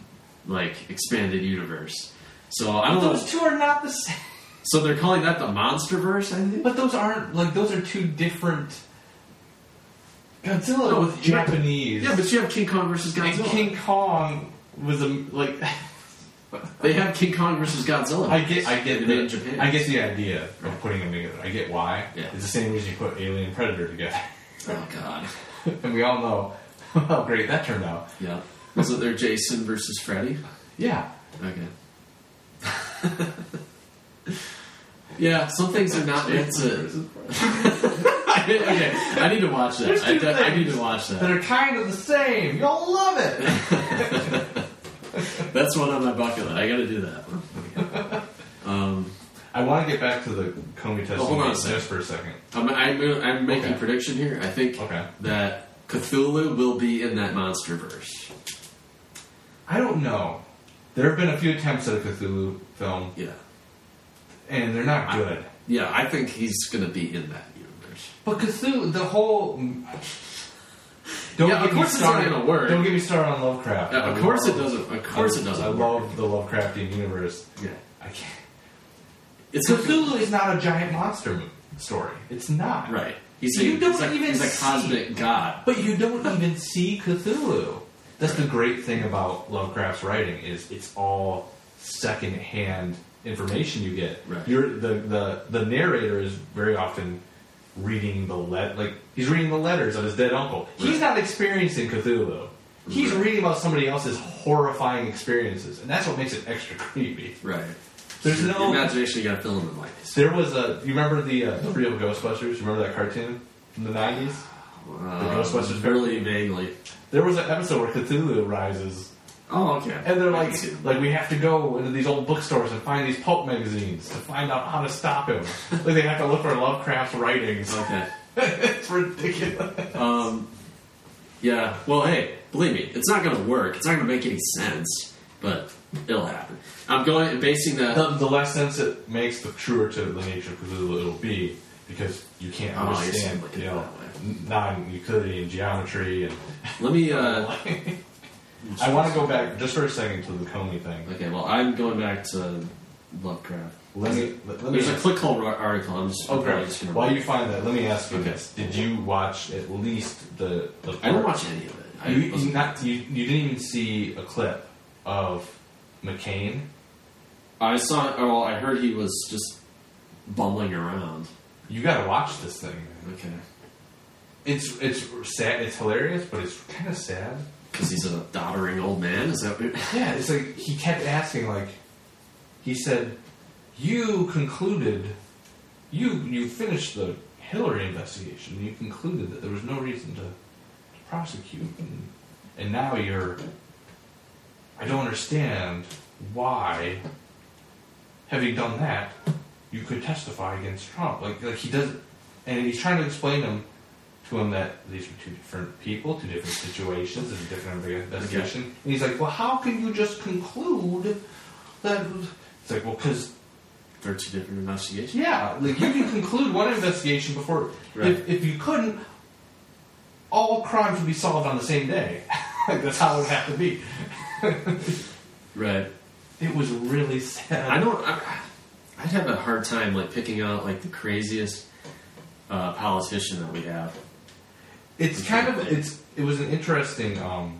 B: like expanded universe. So I don't know.
D: Those two are not the same.
B: So they're calling that the MonsterVerse, I think.
D: But those aren't like those are two different. Godzilla
B: No,
D: was
B: you have-
D: Japanese.
B: Yeah, but you have King Kong versus
D: and
B: Godzilla.
D: King Kong was a like.
B: they have King Kong versus Godzilla.
D: I get, I get,
B: They
D: the,
B: did in Japan.
D: I get the idea of putting them together. I get why.
B: Yeah.
D: It's the same reason you put Alien and Predator together,
B: Oh God.
D: and we all know how great that turned out.
B: Yeah. Was it there Jason versus Freddy?
D: Yeah,
B: Okay. yeah, some things are not. It's a, okay, I need to watch that.
D: There's
B: I,
D: two
B: de- I need
D: things
B: to watch
D: that
B: that.
D: are kind of the same. You'll love it.
B: That's one on my bucket list. I got to do that. one. Um,
D: I want to get back to the Comey testing
B: Oh, hold on a second.
D: just for a second.
B: I'm, I'm, gonna- I'm making
D: Okay.
B: prediction here. I think
D: Okay.
B: that Cthulhu will be in that monster verse.
D: I don't know. There have been a few attempts at a Cthulhu film,
B: Yeah,
D: and they're not good.
B: yeah. I think he's gonna be in that universe.
D: But Cthulhu, the whole. Don't
B: Yeah, of
D: get me
B: course it's not
D: started-
B: gonna work.
D: Don't get me started on Lovecraft.
B: Yeah, of
D: I
B: course it
D: love-
B: doesn't. Of course it doesn't.
D: I
B: work.
D: love the Lovecraftian universe.
B: Yeah,
D: I can't.
B: it's Cthulhu.
D: Cthulhu is not a giant monster mo- story. It's not.
B: Right. He's a,
D: You don't
B: he's a,
D: even
B: he's a
D: see-
B: cosmic god.
D: But you don't even see Cthulhu. That's the great thing about Lovecraft's writing is it's all secondhand information you get.
B: Right.
D: You're the, the the narrator is very often reading the let like he's reading the letters of his dead uncle. He's
B: Right.
D: not experiencing Cthulhu. He's
B: Right.
D: reading about somebody else's horrifying experiences, and that's what makes it extra creepy.
B: Right.
D: There's
B: Your-
D: no-
B: your imagination. You got to fill in the blanks.
D: There was a. You remember the uh, the real Ghostbusters? You remember that cartoon from the nineties?
B: Uh,
D: Ghostbusters
B: really vaguely.
D: There was an episode where Cthulhu rises
B: Oh, okay.
D: And they're
B: I can
D: like,
B: see them.
D: like we have to go into these old bookstores and find these pulp magazines to find out how to stop him. like they have to look for Lovecraft's writings.
B: okay.
D: it's ridiculous.
B: Um, yeah. Well, hey, believe me, it's not going to work. It's not going to make any sense, but it'll happen. I'm going basing that.
D: The, the less sense it makes, the truer to the nature of Cthulhu it'll be, because you can't
B: Oh, I guess you
D: understand,
B: look at
D: you
B: it
D: know,
B: that way.
D: n- non-Euclidean geometry. And
B: Let me. Uh,
D: I want to go back just for a second to the Comey thing.
B: Okay. Well, I'm going back to Lovecraft.
D: Let me. Let, let me
B: There's a
D: ask-
B: click hole ar- article. I'm just.
D: Oh,
B: I'm probably
D: great.
B: just gonna-
D: While you find that, let me ask you
B: Okay.
D: this: Did you watch at least the? the
B: I didn't watch any of it. I
D: You, you,
B: wasn't-
D: not, you, you didn't even see a clip of McCain.
B: I saw. Oh, well, I heard he was just bumbling around.
D: You got to watch this thing.
B: Okay.
D: It's it's sad. It's hilarious, but it's kind of sad.
B: Because he's a doddering old man. Is that what?
D: Yeah, it's like he kept asking. Like he said, "You concluded, you you finished the Hillary investigation. and You concluded that there was no reason to, to prosecute, and, and now you're. I don't understand why. Having done that, you could testify against Trump. Like like he does, and he's trying to explain him." To him, that these were two different people, two different situations, and a different investigation. And he's like, "Well, how can you just conclude that?" It's like, "Well, because
B: They're two different investigations.
D: yeah, like you can conclude one investigation before.
B: Right.
D: If, if you couldn't, all crimes would be solved on the same day. like that's how it would have to be.
B: Right.
D: It was really sad.
B: I don't. I, I'd have a hard time like picking out like the craziest uh, politician that we have.
D: It's kind of it's it was an interesting um,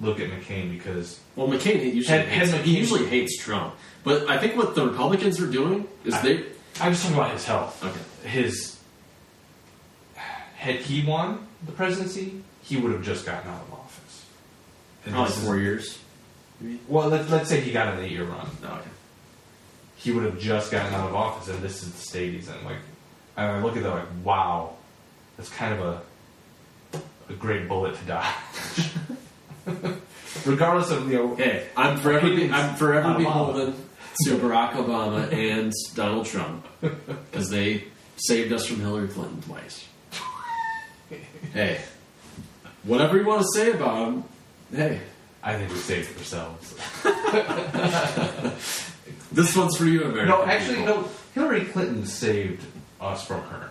D: look at McCain because
B: Well, McCain he usually
D: Had-
B: hates,
D: had
B: he
D: McCain-
B: usually hates Trump, but I think what the Republicans are doing is
D: I-
B: they
D: I was talking about his health.
B: okay.
D: His had he won the presidency, he would have just gotten out of office. And
B: Probably
D: this is-
B: four years.
D: Well, let, let's say he got an eight-year run.
B: No, okay.
D: he would have just gotten out of office, and this is the state he's in. Like, and I look at that like, wow, that's kind of a a great bullet to dodge. Regardless of you know,
B: Hey, I'm forever. Be, I'm forever
D: Obama.
B: beholden to Barack Obama and Donald Trump because they saved us from Hillary Clinton twice. Hey, whatever you want to say about them, hey,
D: I think we saved ourselves.
B: this one's for you, America.
D: No, actually, no. Hillary Clinton saved us from her.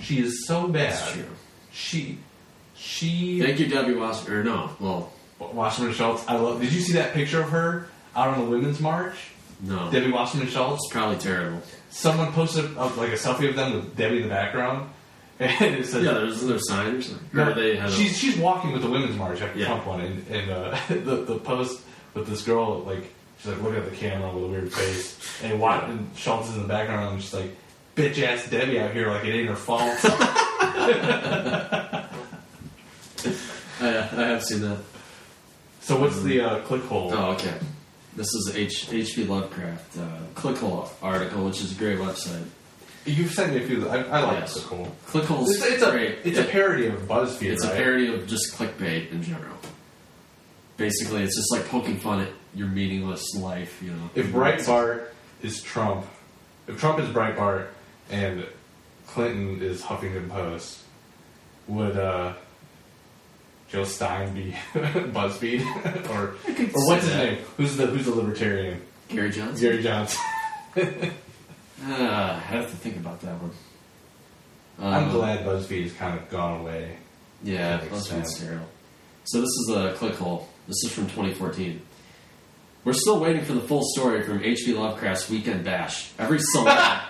D: She is so bad.
B: That's true.
D: She She
B: Thank you, Debbie Wasserman. Or no, well,
D: Wasserman Schultz. I love. Did you see that picture of her out on the women's march?
B: no.
D: Debbie Wasserman Schultz.
B: It's probably terrible.
D: Someone posted a, like a selfie of them with Debbie in the background, and it says,
B: Yeah, there's another sign or something.
D: No,
B: Or they had a-
D: she's she's walking with the women's march after
B: Yeah.
D: Trump won, and, and uh, the the post with this girl like she's like looking at the camera with a weird face, and, Watt, and Schultz is in the background, and she's like, "Bitch ass Debbie out here, like it ain't her fault."
B: I, I have seen that.
D: so what's the uh, click hole?
B: Oh, okay. This is H H.P. Lovecraft uh, clickhole article, which is a great website.
D: You've sent me a few. I, I like
B: Yes.
D: click hole.
B: Clickhole's
D: It's, it's a
B: great.
D: it's a parody of BuzzFeed,
B: It's
D: right?
B: a parody of just clickbait in general. Basically, it's just like poking fun at your meaningless life, you know.
D: if Breitbart is Trump, if Trump is Breitbart and Clinton is Huffington Post, would uh, Joe Stein be BuzzFeed or
B: could
D: or what's his
B: say that.
D: name? Who's the who's the libertarian?
B: Gary Johnson.
D: Gary Johnson.
B: Ah, I have to think about that one.
D: I'm
B: Uh,
D: glad BuzzFeed has kind of gone away.
B: Yeah,
D: That makes
B: let's read
D: sense.
B: sterile. So this is a click hole. This is from 2014. We're still waiting for the full story from H.P. Lovecraft's Weekend Bash. Every celeb,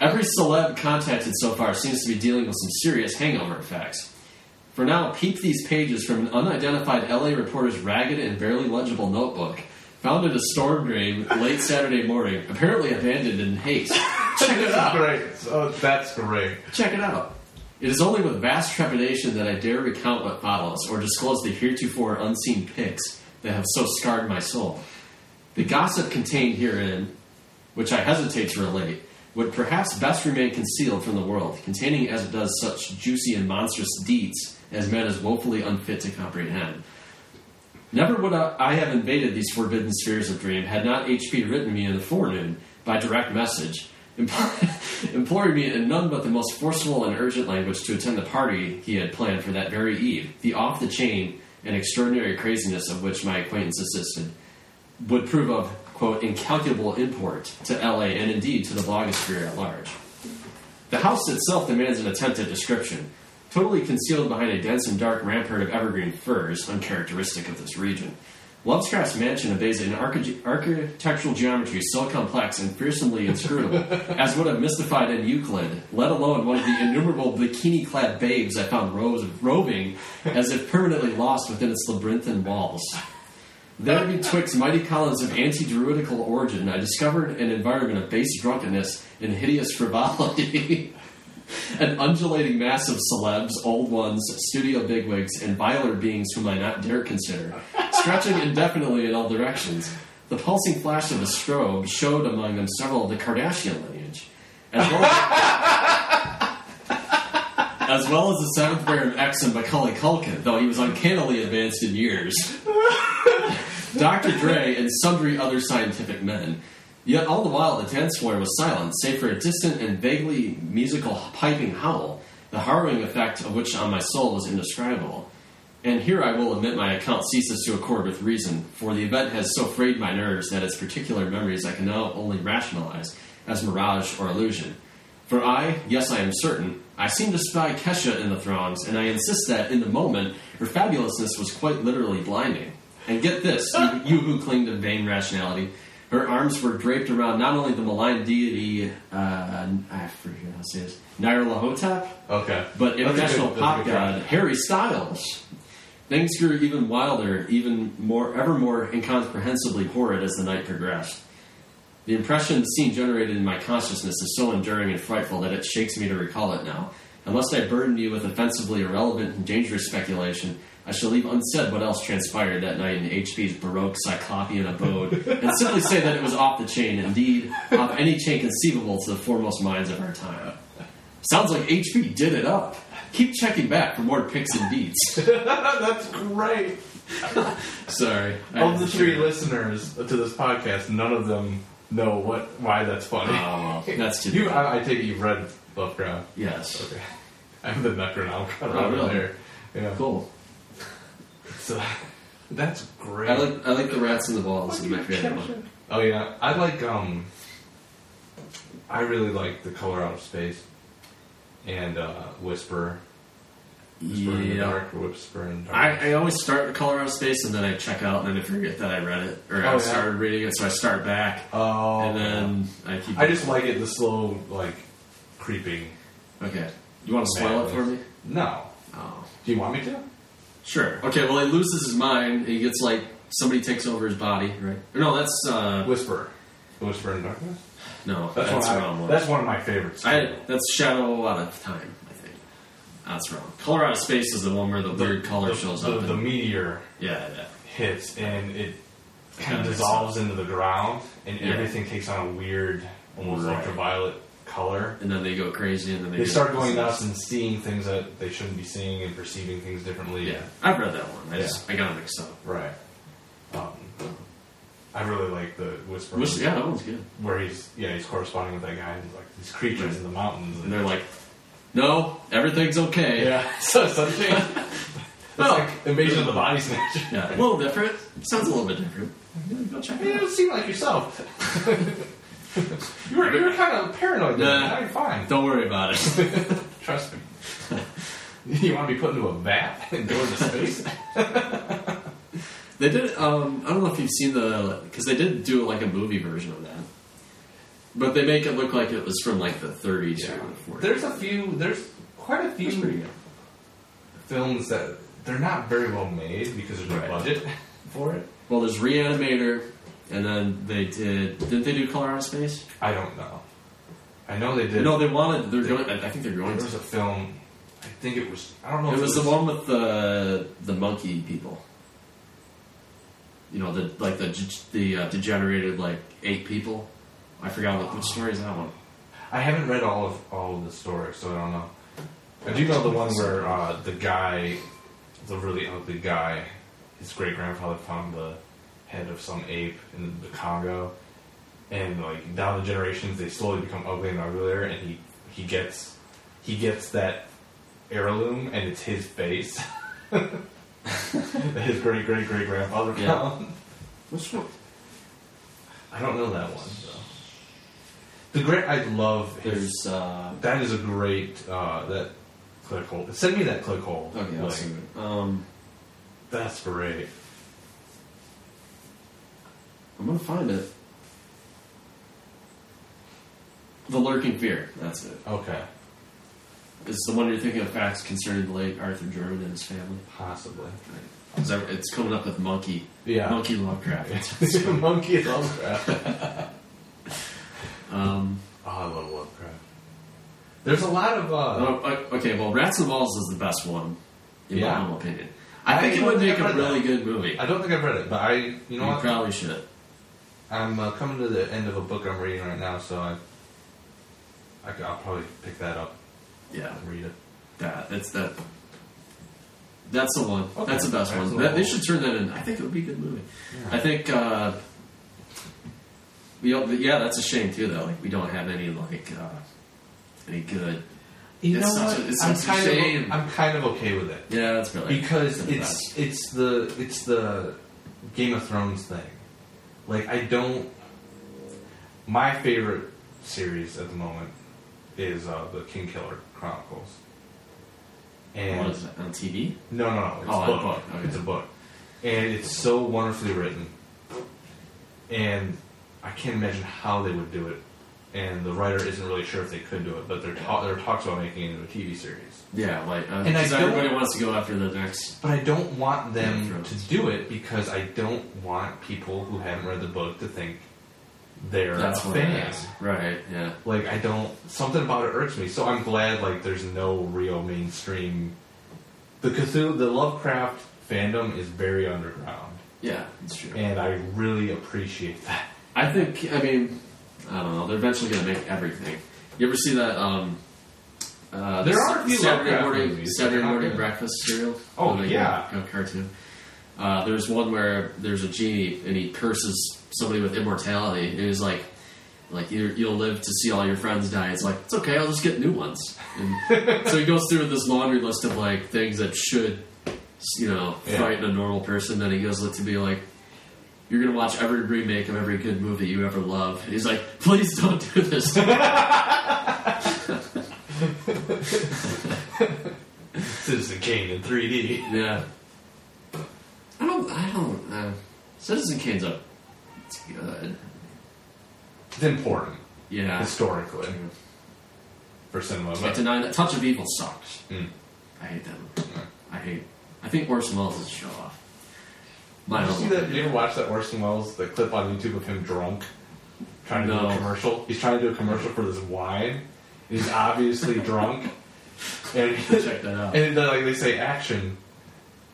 B: every celeb contacted so far seems to be dealing with some serious hangover effects. For now, peep these pages from an unidentified LA reporter's ragged and barely legible notebook, found in a storm drain late Saturday morning, apparently abandoned in haste. Check it out.
D: Great, oh, that's great.
B: Check it out. It is only with vast trepidation that I dare recount what follows, or disclose the heretofore unseen pics that have so scarred my soul. The gossip contained herein, which I hesitate to relate, would perhaps best remain concealed from the world, containing as it does such juicy and monstrous deeds as man is woefully unfit to comprehend. Never would I I have invaded these forbidden spheres of dream had not HP written me in the forenoon by direct message, impl- imploring me in none but the most forceful and urgent language to attend the party he had planned for that very eve, the off the chain and extraordinary craziness of which my acquaintance assisted would prove of, quote, incalculable import to LA and indeed to the blogosphere at large. The house itself demands an attempt at description, totally concealed behind a dense and dark rampart of evergreen firs, uncharacteristic of this region. Lovecraft's mansion obeys an archi- architectural geometry so complex and fearsomely inscrutable as would have mystified an Euclid, let alone one of the innumerable bikini-clad babes I found ro- roving as if permanently lost within its labyrinthine walls. There betwixt mighty columns of anti-druidical origin, I discovered an environment of base drunkenness and hideous frivolity. an undulating mass of celebs, old ones, studio bigwigs, and viler beings whom I not dare consider, stretching indefinitely in all directions. The pulsing flash of a strobe showed among them several of the Kardashian lineage, as well as as well as the seventh Baron X and Macaulay Culkin, though he was uncannily advanced in years. Dr. Dre and sundry other scientific men. Yet all the while the dance floor was silent, save for a distant and vaguely musical piping howl, the harrowing effect of which on my soul was indescribable. And here I will admit my account ceases to accord with reason, for the event has so frayed my nerves that its particular memories I can now only rationalize as mirage or illusion. For I, yes, I am certain, I seem to spy Kesha in the throngs, and I insist that, in the moment, her fabulousness was quite literally blinding. And get this, you, you who cling to vain rationality, her arms were draped around not only the malign deity, uh, I forget how to say this, Nyarlathotep,
D: Okay,
B: but
D: That's a
B: international
D: good- that's a
B: pop
D: good try.
B: god Harry Styles. Things grew even wilder, even more, ever more incomprehensibly horrid as the night progressed. The impression the scene generated in my consciousness is so enduring and frightful that it shakes me to recall it now. Unless I burden you with offensively irrelevant and dangerous speculation, I shall leave unsaid what else transpired that night in HP's Baroque Cyclopean abode, and simply say that it was off the chain, indeed, off any chain conceivable to the foremost minds of our time. Sounds like HP did it up. Keep checking back for more picks and beats.
D: Ah, that's great.
B: Sorry. I
D: Of
B: had
D: the
B: to
D: three
B: share.
D: listeners to this podcast, none of them know what why that's funny.
B: Oh, well, that's too
D: you,
B: bad.
D: I, I take it you've read Lovecraft.
B: Yes.
D: Okay. I'm the Necronomicon
B: Oh,
D: over
B: really?
D: there. Yeah.
B: Cool.
D: So, that's great.
B: I like I like the rats in the walls is my favorite one.
D: oh yeah, I like. Um, I really like the color out of space, and uh, Whisper, Whisper in the
B: Yeah.
D: dark, whisper in the dark.
B: I, I always start with Colorado Space and then I check out and then I forget that I read it or
D: Oh,
B: I
D: yeah.
B: started reading it, so I start back
D: oh,
B: and then I keep.
D: I just like it the slow like creeping.
B: okay. You want to spoil it for me?
D: No,
B: Oh,
D: do you want me to?
B: sure. Okay. Well, he loses his mind. He gets like somebody takes over his body, right? No, that's uh,
D: Whisper, The whisper in darkness.
B: no,
D: That's,
B: that's,
D: one.
B: wrong
D: I,
B: one.
D: that's one of my favorites.
B: I, that's Shadow Out of Time, I think. Ah, That's wrong. Colorado Space is the one where the, weird color
D: the,
B: shows
D: the,
B: up.
D: The
B: and,
D: meteor
B: yeah, yeah.
D: hits and it kind
B: Kinda
D: of
B: makes
D: dissolves into the ground, and
B: Yeah.
D: everything takes on a weird, almost
B: Right.
D: ultraviolet color.
B: And then they go crazy, and then they,
D: They
B: get-
D: start going nuts and seeing things that they shouldn't be seeing and perceiving things differently.
B: Yeah, I've read that one. I just I got it mixed up.
D: Right. Um, I really like the whisper
B: Which, yeah, that one's good.
D: where he's yeah he's corresponding with that guy and he's like these creatures in the mountains.
B: And they're like, "No, everything's okay."
D: yeah, so something. It's like invasion of the body snatcher.
B: Yeah, a little different. Sounds a little bit different. Yeah, Go check
D: You
B: it out.
D: don't seem like yourself. you were you were kind of paranoid. then.
B: Nah.
D: Now you're fine.
B: Don't worry about it.
D: Trust me. you want to be put into a vat and go into space?
B: they did. Um, I don't know if you've seen the because they did do like a movie version of that, but they make it look like it was from like the 30s or the 40s.
D: There's a few. There's quite a
B: It's pretty
D: few
B: good.
D: films that they're not very well made because there's no
B: Right.
D: budget for it.
B: Well, there's Reanimator, and then they did. Didn't they do Colorado Space?
D: I don't know. I know they did.
B: No, they wanted. They're going. I I think they're
D: there
B: going to.
D: was a film. I think it was. I don't know.
B: It
D: if
B: was the one with the the monkey people. You know, the like the g- the uh, degenerated like eight people. I forgot what, which story is that one.
D: I haven't read all of all of the story, so I don't know. I do know the one where uh, the guy, the really ugly guy, his great grandfather found the head of some ape in the Congo, and like down the generations they slowly become ugly and uglier, and he he gets he gets that heirloom, and it's his face. that his great great great grandfather
B: Yeah.
D: found.
B: Which one?
D: I don't know that one though. The great I love his
B: There's uh,
D: That is a great uh, that click hole. Send me that click hole.
B: okay, I'll
D: link.
B: see it. um,
D: That's great.
B: I'm gonna find it. The lurking fear. That's it.
D: Okay,
B: It's the one you're thinking of facts concerning the late Arthur Jordan and his family.
D: possibly.
B: Is that- It's coming up with monkey,
D: Yeah.
B: monkey Lovecraft.
D: Monkey Lovecraft. oh,
B: Um,
D: I love Lovecraft. There's a lot of. Uh,
B: No, oh, o- okay, well, Rats and Balls is the best one, in
D: Yeah.
B: my humble opinion. I
D: I
B: think it
D: don't
B: would
D: think
B: make
D: I've
B: a
D: read that.
B: really good movie.
D: I don't think I've read it, but I. You
B: You,
D: know what?
B: probably should.
D: I'm uh, coming to the end of a book I'm reading right now, so I. I c- I'll probably pick that up
B: Yeah,
D: and read it.
B: that that's that. That's the one.
D: Okay,
B: That's the best
D: that's
B: one.
D: the
B: That, they
D: one.
B: should turn that in. I think it would be a good movie. I think. Uh, we don't, yeah, that's a shame too. Though, like we don't have any like uh, any good.
D: You
B: It's
D: know
B: such
D: what?
B: a- it's
D: I'm
B: such a
D: kind
B: shame.
D: of. I'm kind of okay with it.
B: Yeah, that's really
D: because
B: that's really
D: it's it's the it's the Game of Thrones thing. Like I don't. My favorite series at the moment is uh, the King Killer Chronicles.
B: bad.
D: And
B: what is it on TV?
D: no, no, no, it's
B: Oh,
D: a
B: a
D: book.
B: book, okay.
D: It's a book, and it's so wonderfully written. And I can't imagine how they would do it. And the writer isn't really sure if they could do it, but they're ta- there are talks about making it into a TV series.
B: Yeah, like uh,
D: And I
B: 'cause
D: don't-
B: everybody wants to go after the next.
D: But I don't want
B: Game
D: them
B: of
D: to
B: Thrones.
D: do it because I don't want people who haven't read the book to think they're
B: That's
D: a
B: what it
D: fan.
B: is. Right? Yeah.
D: Like I don't something about it irks me. So I'm glad like there's no real mainstream the Cthulhu the Lovecraft fandom is very underground.
B: Yeah, it's true.
D: And I really appreciate that.
B: I think, I mean, I don't know. They're eventually going to make everything. You ever see that? Um, uh,
D: There
B: the
D: are a few
B: Saturday
D: Lovecraft
B: morning,
D: movies, but
B: Saturday
D: they're not
B: morning
D: good.
B: breakfast cereal.
D: Oh,
B: Like a-
D: yeah.
B: a cartoon. Uh, there's one where there's a genie and he curses somebody with immortality. And he's like, like you you'll live to see all your friends die. It's like it's okay. I'll just get new ones. And so he goes through this laundry list of like things that should, you know,
D: Yeah.
B: frighten a normal person. Then he goes to be like, you're gonna watch every remake of every good movie you ever love. And he's like, please don't do this.
D: Citizen Kane in 3D.
B: Yeah. I don't. I don't. Uh, Citizen Kane's up. It's good.
D: It's important
B: Yeah.
D: historically for cinema.
B: But
D: But
B: denying that Touch of Evil sucks.
D: Mm.
B: I hate them. I hate. I think Orson Welles is a show off. My
D: Did you see
B: own.
D: that? Did you ever watch that Orson Welles the clip on YouTube of him drunk trying to do
B: No.
D: a commercial? He's trying to do a commercial for this wine. He's obviously drunk, and
B: Check that out.
D: and then, like they say action,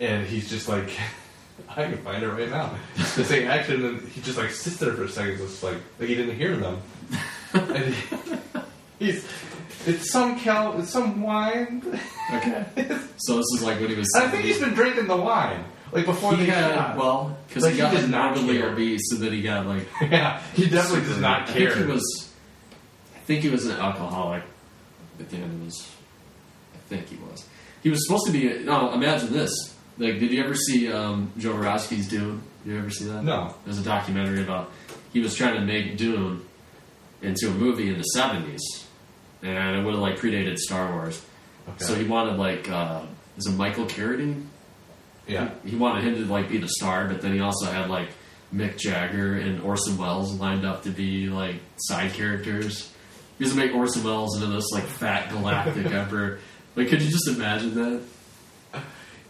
D: and he's just like, I can find it right now. They say action, and he just like sits there for a second, just like like he didn't hear them. And he, he's it's some cal, it's some wine.
B: Okay. so this is like when he was.
D: I think he's been drinking the wine like before
B: He
D: they
B: had
D: shot.
B: well because
D: But
B: he
D: he
B: got
D: did
B: like
D: not
B: morbidly
D: care.
B: obese, and then he got like
D: Yeah, he definitely does
B: super-
D: not
B: I
D: care.
B: think he was. I think he was an alcoholic at the end of his. I think he was. He was supposed to be. No, imagine this. Like, did you ever see um, Joe Borowski's Dune? Did you ever see that?
D: no.
B: There's a documentary about he was trying to make Dune into a movie in the '70s, and it would have like predated Star Wars.
D: Okay.
B: So he wanted like uh, is it Michael Carradine?
D: yeah.
B: He wanted him to like be the star, but then he also had like Mick Jagger and Orson Welles lined up to be like side characters. He was gonna make Orson Welles into this like fat galactic emperor. Like, could you just imagine that?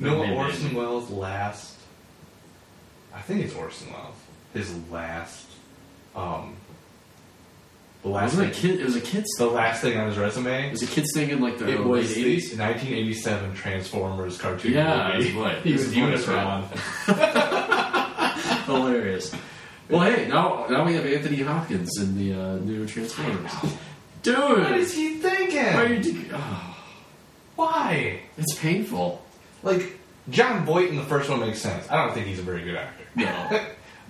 D: You know what
B: Maybe.
D: Orson Welles last? I think it's Orson Welles. His last, um, the last
B: Wasn't it a
D: thing-
B: kid? It was a kid's.
D: the last thing on his resume.
B: It was a kid's thing in like the
D: It was
B: late
D: the
B: '80s.
D: 1987 Transformers cartoon
B: Yeah,
D: movie.
B: it was what?
D: he
B: It
D: was
B: was one of
D: Unicron.
B: Hilarious. Well, hey, now now we have Anthony Hopkins in the uh, new Transformers. Dude,
D: What is he thinking?
B: why are you? Oh,
D: Why?
B: it's painful.
D: Like John Voight in the first one makes sense. I don't think he's a very good actor,
B: No,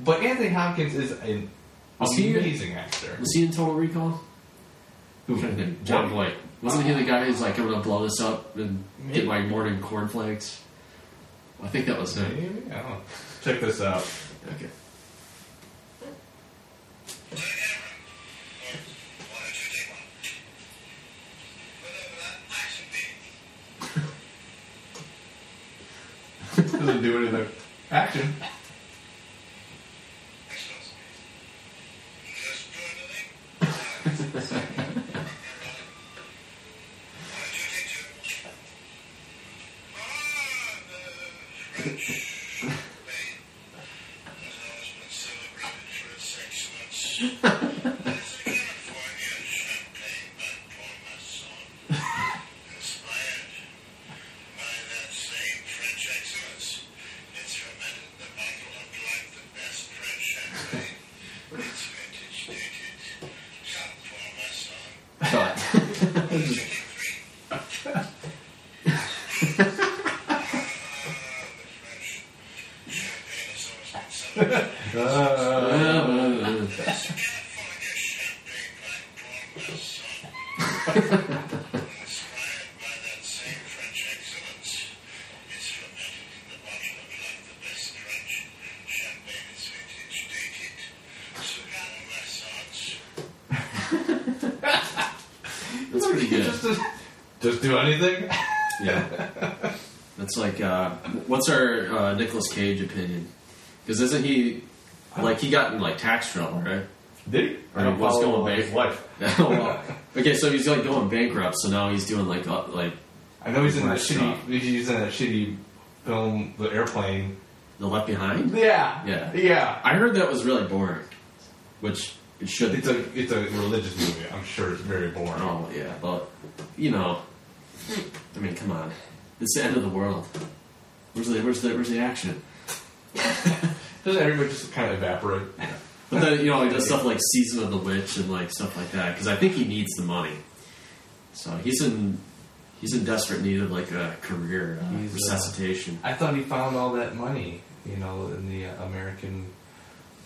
D: but Anthony Hopkins is an
B: Was he-
D: amazing actor.
B: was he in Total Recall? Who kind of thing? John Voight. Wasn't he the guy who's like, I'm gonna blow this up and get my morning cornflakes? I think that was him.
D: Maybe I don't know. Check this out.
B: Okay.
D: Doesn't do anything. Action.
B: Cut.
D: Uh,
B: That's pretty good.
D: just, just do anything.
B: Yeah. That's like, uh, what's our uh, Nicolas Cage opinion? Because isn't he, like, he got in, like, tax trouble, right?
D: Did he?
B: Or he was going
D: his
B: bankrupt.
D: life.
B: Well, okay, so he's, like, going bankrupt, so now he's doing, like, uh, like
D: I know he's in that
B: Worst
D: shitty.
B: stuff.
D: He's in that shitty film, The Airplane.
B: The Left Behind?
D: Yeah.
B: Yeah.
D: Yeah.
B: I heard that was really boring, which it should
D: It's a it's a religious movie. I'm sure it's very boring.
B: Oh, yeah, but, you know, I mean, come on. It's the end of the world. Where's the, where's the, where's the action?
D: Doesn't everybody just kind of evaporate?
B: But then, you know, he does stuff like Season of the Witch and like stuff like that because I think he needs the money. So he's in he's in desperate need of like a career uh,
D: He's, uh,
B: resuscitation.
D: I thought he found all that money, you know, in the uh, American,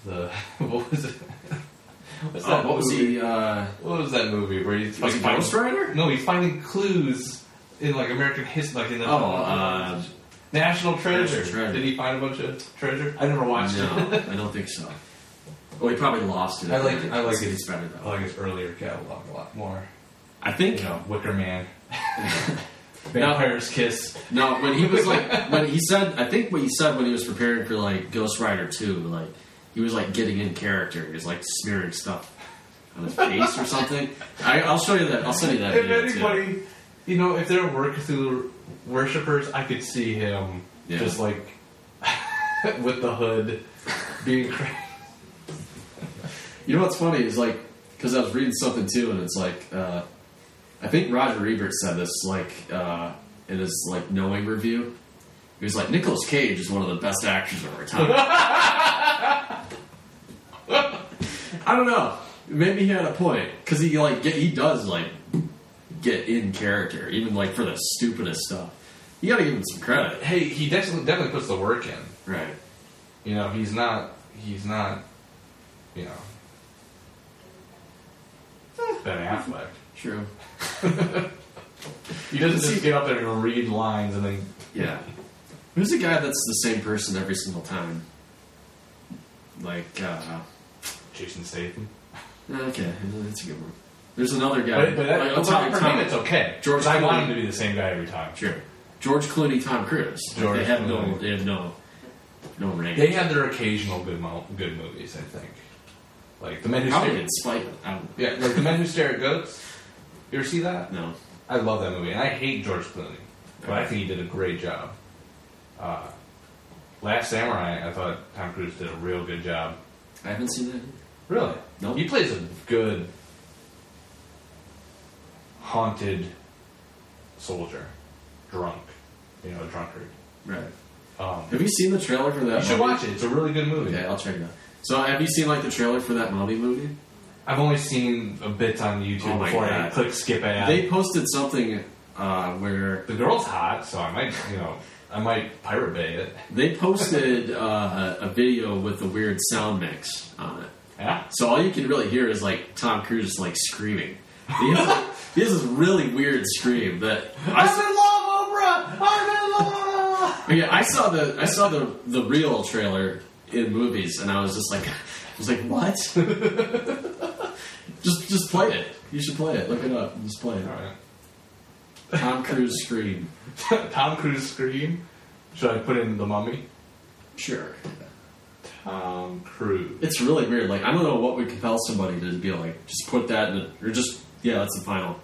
D: the what was it? What's
B: Oh, what was
D: movie?
B: he? Uh,
D: What was that movie where he's
B: was he
D: finds-
B: Ghost Rider?
D: No, he's finding clues in like American history, like in the
B: Oh, uh,
D: National Treasure.
B: National Treasure.
D: Did he find a bunch of treasure? I never
B: no,
D: watched it.
B: I don't think so. Well, he probably lost it.
D: I like- I like
B: it.
D: it.
B: It's better
D: I
B: though.
D: like his earlier catalog a lot more.
B: I think
D: You know, Wicker Man. Vampire's Kiss.
B: No, when he was like, when he said, I think what he said when he was preparing for like Ghost Rider 2, like, he was like getting in character. He was like smearing stuff on his face or something. I, I'll show you that. I'll send you that.
D: If
B: video, too.
D: anybody, you know, if there were Cthulhu worshippers, I could see him
B: Yeah.
D: just like with the hood being crazy.
B: You know what's funny is like because I was reading something too, and it's like uh, I think Roger Ebert said this like uh, in his like knowing review. He was like Nicolas Cage is one of the best actors of our time. I don't know. Maybe he had a point because he like get, he does like get in character even like for the stupidest stuff. You got to give him some credit,
D: Hey, he definitely definitely puts the work in.
B: right?
D: You know, he's not. He's not. You know. Ben Affleck.
B: True.
D: He doesn't just get up there and read lines and then.
B: Yeah. Who's the guy that's the same person every single time? Like, uh,
D: Jason Statham.
B: okay, that's a good one. There's another guy.
D: But, but that,
B: like,
D: but
B: Tom-
D: for
B: Tom-
D: me, it's okay.
B: George
D: I want
B: Clooney.
D: him to be the same guy every time.
B: Sure. George Clooney, Tom Cruise.
D: George
B: they have no,
D: Clooney.
B: they have no, no rank.
D: They have their occasional good mo- good movies, I think. Like the men who
B: probably
D: stare.
B: didn't spike. I don't
D: Yeah, like the men who stare at goats. You ever see that?
B: know.
D: I love that movie, and I hate George Clooney, but I think he did a great job. Uh, Last Samurai, I thought Tom Cruise did a real good job.
B: I haven't seen that.
D: Really?
B: No.
D: He plays a good haunted soldier, drunk, you know, drunkard.
B: Right.
D: Um,
B: Have you seen the trailer for that?
D: you should
B: Mummy?
D: watch it. It's a really good movie.
B: Okay, I'll check it out. So, have you seen like the trailer for that Mummy movie?
D: I've only seen a bit on YouTube
B: Oh my
D: before I
B: God.
D: click skip ad.
B: They posted something uh, where
D: the girl's hot, so I might, you know, I might pirate bay it.
B: They posted uh, a video with a weird sound mix on it.
D: Yeah.
B: So all you can really hear is like Tom Cruise like screaming. He has, like, he has this really weird scream that I saw,
D: I'm
B: yeah, I saw the I saw the the real trailer in movies and I was just like I was like what? just just play it. You should play it. Look it up. Just play it. Tom Cruise scream.
D: in love, Tom Cruise scream. Should I put in the mummy?
B: Sure.
D: Tom Cruise.
B: It's really weird. Like I don't know what would compel somebody to be like, just put that in, the, or just yeah, that's the final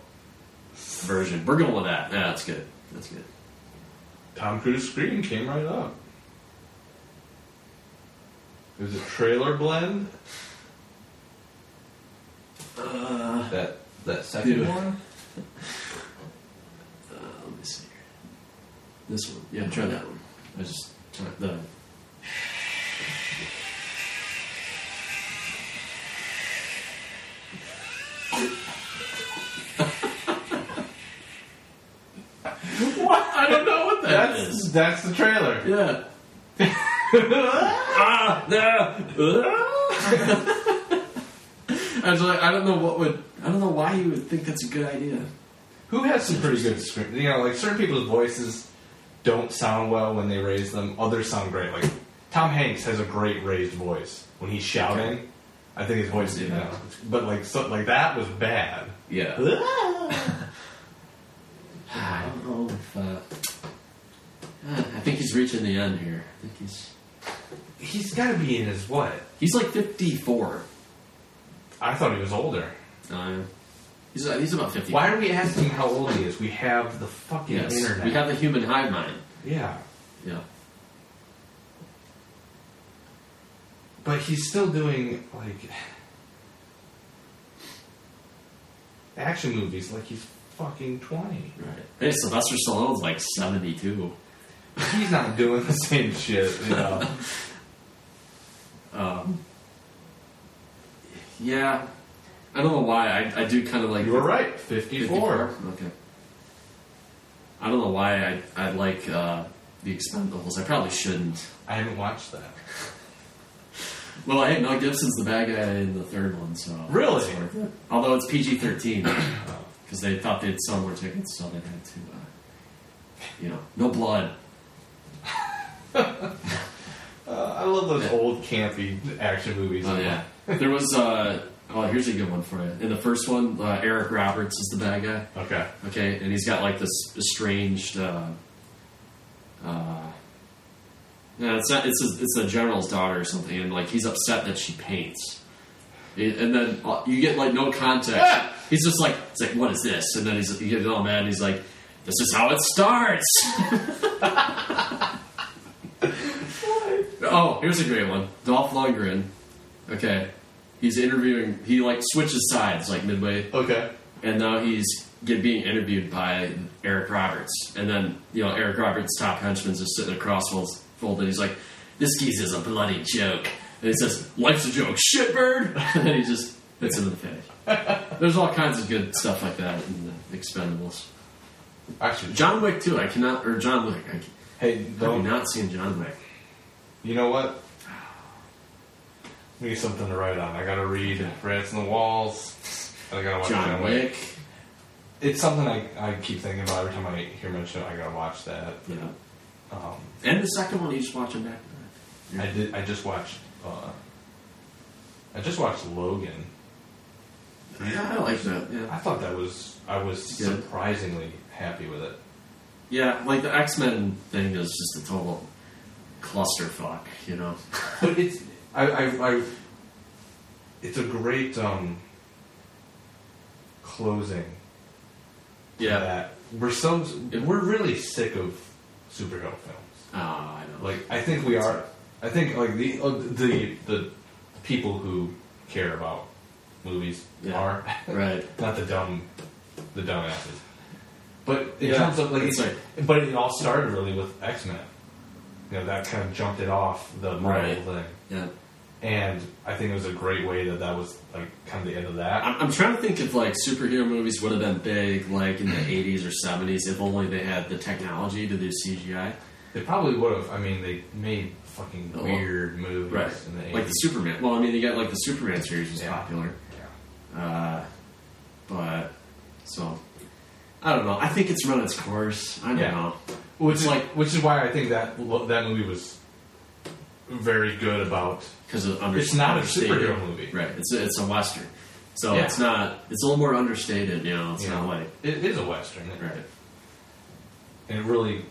B: version. We're going with that. Yeah, that's good. That's good.
D: Tom Cruise scream came right up. There's a trailer blend.
B: Uh,
D: That that second
B: Dude.
D: one.
B: uh, let me see. Here. This one. Yeah, try that one. I just try the. what? I don't know what that is.
D: That's that's the trailer.
B: Yeah. ah, no. I was like, I don't know what would, I don't know why you would think that's a good idea.
D: Who has some pretty good scream? You know, like certain people's voices don't sound well when they raise them. Others sound great. Like Tom Hanks has a great raised voice when he's shouting. I think his voice, you
B: Yeah.
D: know, but like so, like that was bad.
B: Yeah. I don't know if, uh, ah, I think he's reaching the end here. I think he's,
D: he's got to be in his what?
B: he's like 54.
D: I thought he was older.
B: Uh, he's, uh, he's about 50.
D: Why are we asking how old he is? We have the fucking
B: Yes.
D: internet.
B: We have the human hive mind.
D: yeah,
B: Yeah.
D: but he's still doing like action movies like he's fucking twenty.
B: Right. Hey, Sylvester Stallone's like 72.
D: He's not doing the same shit, you know.
B: Um, yeah, I don't know why. I, I do kind of like.
D: you were right,
B: 54.
D: 54.
B: Okay. I don't know why I, I like uh, the Expendables. I probably shouldn't.
D: I haven't watched that.
B: Well, hey, Mel Gibson's the bad guy in the third one, so.
D: Really?
B: that's worth it. Although it's PG 13. Because uh, they thought they'd sell more tickets, so they had to, uh, you know, no blood.
D: Uh, I love those old campy action movies.
B: Oh yeah. there was uh, Oh, here's a good one for you. In the first one, uh, Eric Roberts is the bad guy.
D: Okay.
B: Okay, and he's got like this estranged. Uh, uh, no, it's not. It's a, it's a general's daughter or something, and like he's upset that she paints. And and then uh, you get like no context. He's just like, it's like, what is this? And then he's he gets all mad. and He's like, this is how it starts. oh, here's a great one. Dolph Lundgren. Okay, he's interviewing. He like switches sides like midway
D: Okay.
B: and now he's get, being interviewed by Eric Roberts. And then, you know, Eric Roberts' top henchman's just sitting across folded. He's like, this geese is a bloody joke. And he says, life's a joke, shitbird! And then he just hits him in the face. There's all kinds of good stuff like that in the Expendables.
D: Actually,
B: John Wick, too. I cannot, or John Wick. I can,
D: hey,
B: have you
D: don't.
B: not seen John Wick?
D: You know what? We need something to write on. I gotta read Rats in the Walls. I gotta watch
B: John Wick.
D: It's something I, I keep thinking about every time I hear mentioned. I gotta watch that.
B: Yeah.
D: Um,
B: And the second one, you just watch him back to back.
D: I did. I just watched. Uh, I just watched Logan.
B: Yeah, I like that. Yeah,
D: I thought that was. I was
B: Good.
D: surprisingly happy with it.
B: yeah. Like the X Men thing is just a total clusterfuck, you know.
D: But it's I, I, I it's a great um, closing. to
B: Yeah.
D: That we're so we're really sick of superhero films.
B: Oh, I know.
D: Like I think we are. I think like the uh, the the people who care about movies
B: Yeah.
D: are
B: right.
D: not the dumb the dumbasses. But in
B: Yeah,
D: terms of like,
B: it's
D: it- but it all started really with X Men. You know that kind of jumped it off the Marvel
B: Right.
D: thing.
B: Yeah.
D: and I think it was a great way that that was like kind of the end of that.
B: I'm, I'm trying to think if like superhero movies would have been big like in the 80s or 70s if only they had the technology to do CGI.
D: They probably would have. I mean, they made fucking
B: Oh, well.
D: weird movies in the 80s.
B: Like the Superman. Well, I mean, you got like the Superman series was
D: Yeah.
B: popular.
D: yeah.
B: Uh, but so I don't know. I think it's run its course. I don't
D: Yeah.
B: know.
D: which
B: It's
D: is
B: like-
D: which is why I think that lo- that movie was very good about.
B: because of under,
D: It's not a
B: understated.
D: superhero movie.
B: right? It's a, it's a western, so
D: Yeah.
B: it's not it's a little more understated. You know, it's
D: Yeah.
B: not like
D: It is a western,
B: right.
D: and it really.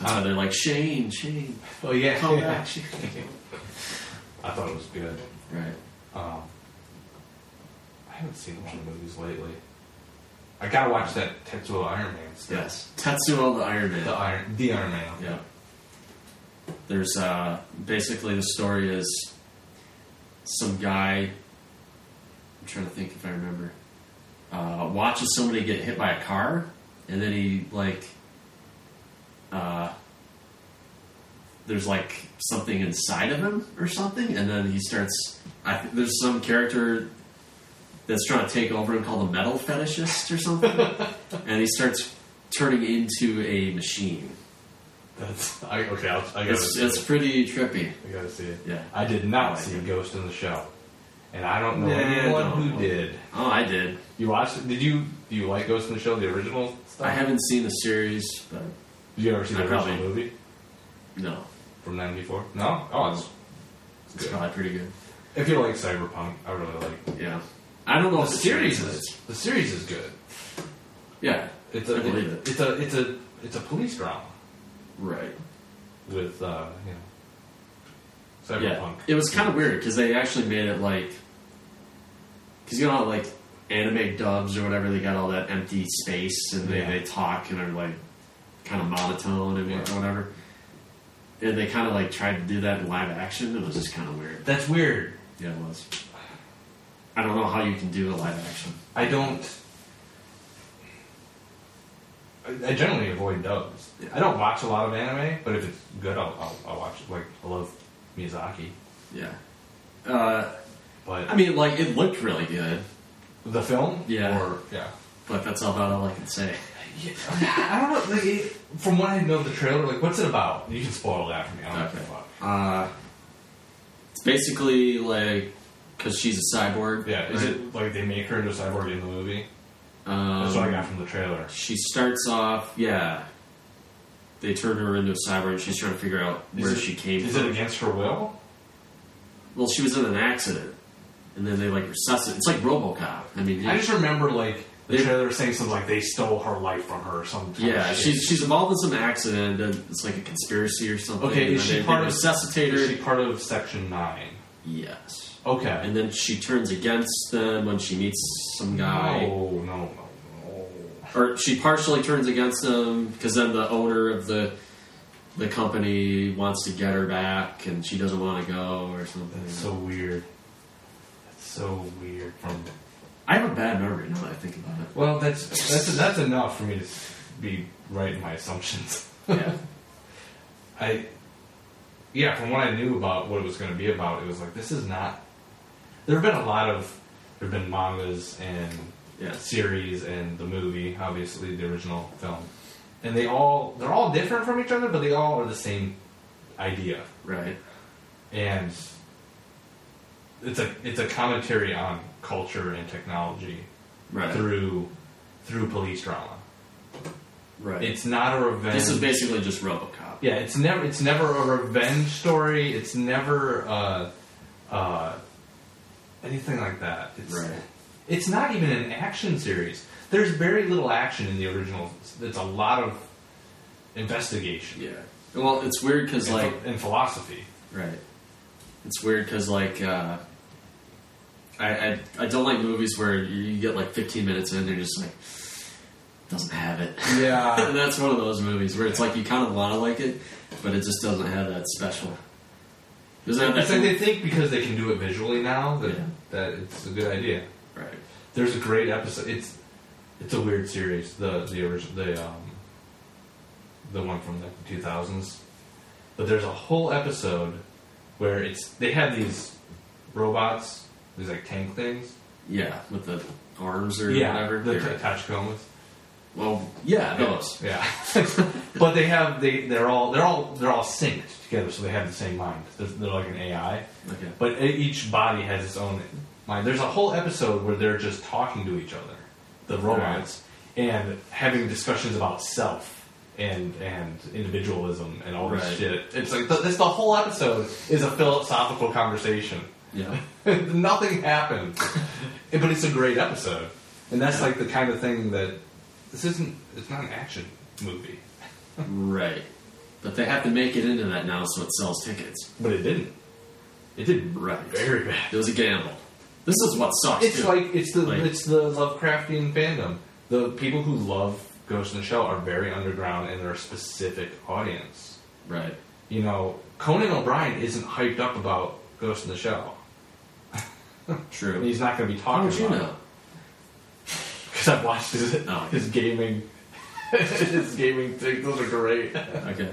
B: That's why they're like Shane, Shane,
D: Oh Uh, yeah,
B: come back, Shane.
D: I thought it was good.
B: Right.
D: Um, I haven't seen a lot of movies lately. I gotta watch that Tetsuo Iron Man stuff.
B: Yes. Tetsuo the Iron Man.
D: The Iron, the Iron Man.
B: Yeah. There's uh, basically the story is some guy. I'm trying to think if I remember. Uh, watches somebody get hit by a car, and then he like. Uh, there's like something inside of him or something, and then he starts. I th- there's some character that's trying to take over and called a metal fetishist or something, and he starts turning into a machine.
D: That's I, okay. I'll, I gotta.
B: It's, it's pretty trippy.
D: I gotta see it.
B: Yeah.
D: I did
B: I
D: not
B: like
D: see
B: it.
D: Ghost in the Shell, and I don't know
B: Nah,
D: anyone
B: no.
D: who did.
B: Oh, I did.
D: You watched? it? Did you? Do you like Ghost in the Shell, the original stuff?
B: I haven't seen the series, but
D: Did you ever see the
B: I
D: original
B: probably-
D: movie
B: no,
D: from '94? No. Oh, it's,
B: it's
D: Good.
B: probably pretty good.
D: if you like cyberpunk, I really like.
B: Yeah. I don't know
D: The
B: if the
D: series
B: series
D: is the series is good.
B: Yeah.
D: It's a
B: I believe it.
D: it's a it's a it's a police drama
B: Right.
D: with uh, you know
B: Yeah.
D: cyberpunk.
B: It was kind of weird because they actually made it like, because you know how like anime dubs or whatever they got all that empty space and they,
D: Yeah.
B: they talk and are like kind of monotone and
D: Yeah.
B: whatever. And they kind of like tried to do that in live action. It was just kind of weird.
D: That's weird.
B: Yeah, it was. I don't know how you can do a live action.
D: I don't. I I generally avoid dubs. I don't watch a lot of anime, but if it's good, I'll, I'll, I'll watch it. Like I love Miyazaki,
B: Yeah. Uh,
D: but
B: I mean, like, it looked really good,
D: the film,
B: Yeah.
D: or yeah,
B: but that's about all I can say.
D: I don't know. Like, it, from what I know, of the trailer, like, what's it about? You can spoil that for me. I don't give a
B: Okay.
D: fuck.
B: Uh, it's basically like, because she's a cyborg.
D: Yeah, is
B: right?
D: it like they make her into a cyborg in the movie?
B: Um,
D: That's what I got from the trailer.
B: She starts off, yeah. They turn her into a cyborg and she's trying to figure out
D: Is
B: where
D: it-
B: she came
D: Is
B: from.
D: it against her will?
B: Well, she was in an accident. and then they like resuscitate. It's like RoboCop. I mean,
D: I just remember like the
B: They-
D: trailer saying something like they stole her life from her. or Some kind
B: yeah,
D: of shit.
B: she's she's involved in some accident. And it's like a conspiracy or something.
D: Okay,
B: and
D: is
B: then
D: she
B: they,
D: part
B: they
D: of-
B: resuscitate her?
D: is she part of Section Nine?
B: Yes.
D: Okay.
B: And then she turns against them when she meets some guy.
D: No, no, no, no.
B: or she partially turns against him because then the owner of the the company wants to get her back and she doesn't want to go or something.
D: That's so weird. That's so weird. From
B: I have a bad memory now that I think about it.
D: well, that's that's that's enough for me to be right in my assumptions.
B: Yeah,
D: I, yeah, from what I knew about what it was going to be about, it was like this is not. There have been a lot of there have been mangas and
B: yeah,
D: series and the movie, obviously the original film, and they all they're all different from each other, but they all are the same idea,
B: right.
D: and it's a it's a commentary on culture and technology
B: Right.
D: through through police drama.
B: right.
D: It's not a revenge.
B: this is basically just RoboCop.
D: Yeah, it's never it's never a revenge story. It's never uh, uh, anything like that. It's,
B: Right.
D: It's not even an action series. There's very little action in the original. It's a lot of investigation
B: Yeah. Well, it's weird because
D: and,
B: like
D: and philosophy.
B: right. It's weird because like uh, I, I I don't like movies where you get like 15 minutes in and you're just like doesn't have it.
D: Yeah.
B: And that's one of those movies where it's like you kind of want to like it, but it just doesn't have that special. Doesn't have
D: it's like
B: that.
D: they think because they can do it visually now that
B: Yeah.
D: that it's a good idea.
B: Right.
D: There's a great episode. It's it's a weird series. The the original the um the one from like the 2000s. But there's a whole episode where it's they have these robots, these like tank things.
B: Yeah, with the arms or whatever.
D: the
B: They're-
D: Tachikomas.
B: well, yeah, those.
D: Yeah. but they have they they're all they're all they're all synced together, so they have the same mind. They're, they're like an AI,
B: Okay.
D: but e- each body has its own mind. There's a whole episode where they're just talking to each other, the robots, and having discussions about self and and individualism and all this
B: Right.
D: shit. It's like the, this the whole episode is a philosophical conversation.
B: Yeah.
D: Nothing happened. Yeah, but it's a great episode. And that's like the kind of thing that this isn't it's not an action movie.
B: right. But they have to make it into that now so it sells tickets.
D: But it didn't. It did
B: Right.
D: very bad.
B: It was a gamble. This is what sucks.
D: It's
B: too.
D: like it's the
B: Like-
D: it's the Lovecraftian fandom. The people who love Ghost in the Shell are very underground and they're a specific audience.
B: right.
D: You know, Conan O'Brien isn't hyped up about Ghost in the Shell. And
B: True.
D: he's not going to be
B: How
D: talking
B: would you
D: about
B: know?
D: because I've watched his,
B: Oh.
D: his gaming his gaming thing. Those are great.
B: Okay.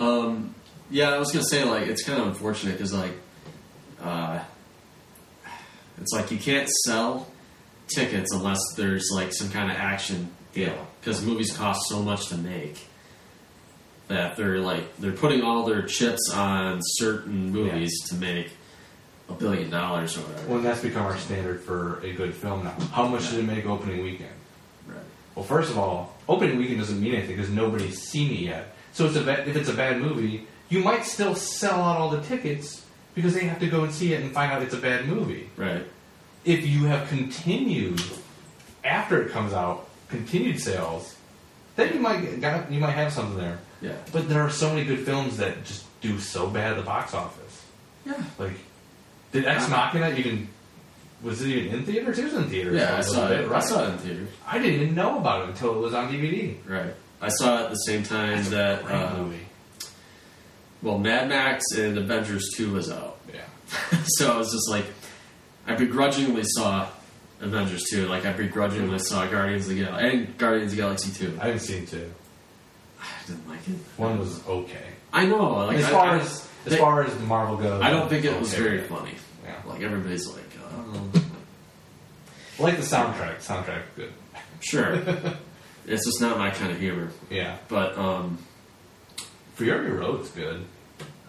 B: Um, yeah, I was gonna say like it's kind of unfortunate because like, uh, it's like you can't sell tickets unless there's like some kind of action deal because movies cost so much to make that they're like they're putting all their chips on certain movies to make a billion dollars or whatever.
D: Well, that's become our standard for a good film now. How much did it make opening weekend?
B: Right.
D: Well, first of all, opening weekend doesn't mean anything because nobody's seen it yet. So it's a ba- if it's a bad movie, you might still sell out all the tickets because they have to go and see it and find out it's a bad movie.
B: Right.
D: If you have continued after it comes out, continued sales, then you might get, got, you might have something there.
B: Yeah.
D: But there are so many good films that just do so bad at the box office.
B: Yeah.
D: Like, did Ex Machina even was it even in theaters? It was in theaters.
B: Yeah.
D: for
B: I
D: a
B: saw
D: little
B: it.
D: bit,
B: I
D: right?
B: saw it in theaters.
D: I didn't even know about it until it was on DVD.
B: Right. I saw it at the same time
D: That's a
B: that.
D: great
B: uh,
D: movie.
B: Well, Mad Max and Avengers 2 was out.
D: Yeah.
B: so I was just like, I begrudgingly saw Avengers 2. Like, I begrudgingly saw Guardians of the Galaxy. And Guardians of the Galaxy 2.
D: I haven't seen two.
B: I didn't like it.
D: One was okay.
B: I know. Like,
D: as
B: I-
D: far
B: I-
D: as as
B: they-
D: far as Marvel goes,
B: I don't think it was
D: okay.
B: very funny.
D: Yeah.
B: Like, everybody's like, oh,
D: I Like the soundtrack. Soundtrack good.
B: sure. it's just not my kind of humor.
D: Yeah.
B: But, um,
D: Fury Road's good.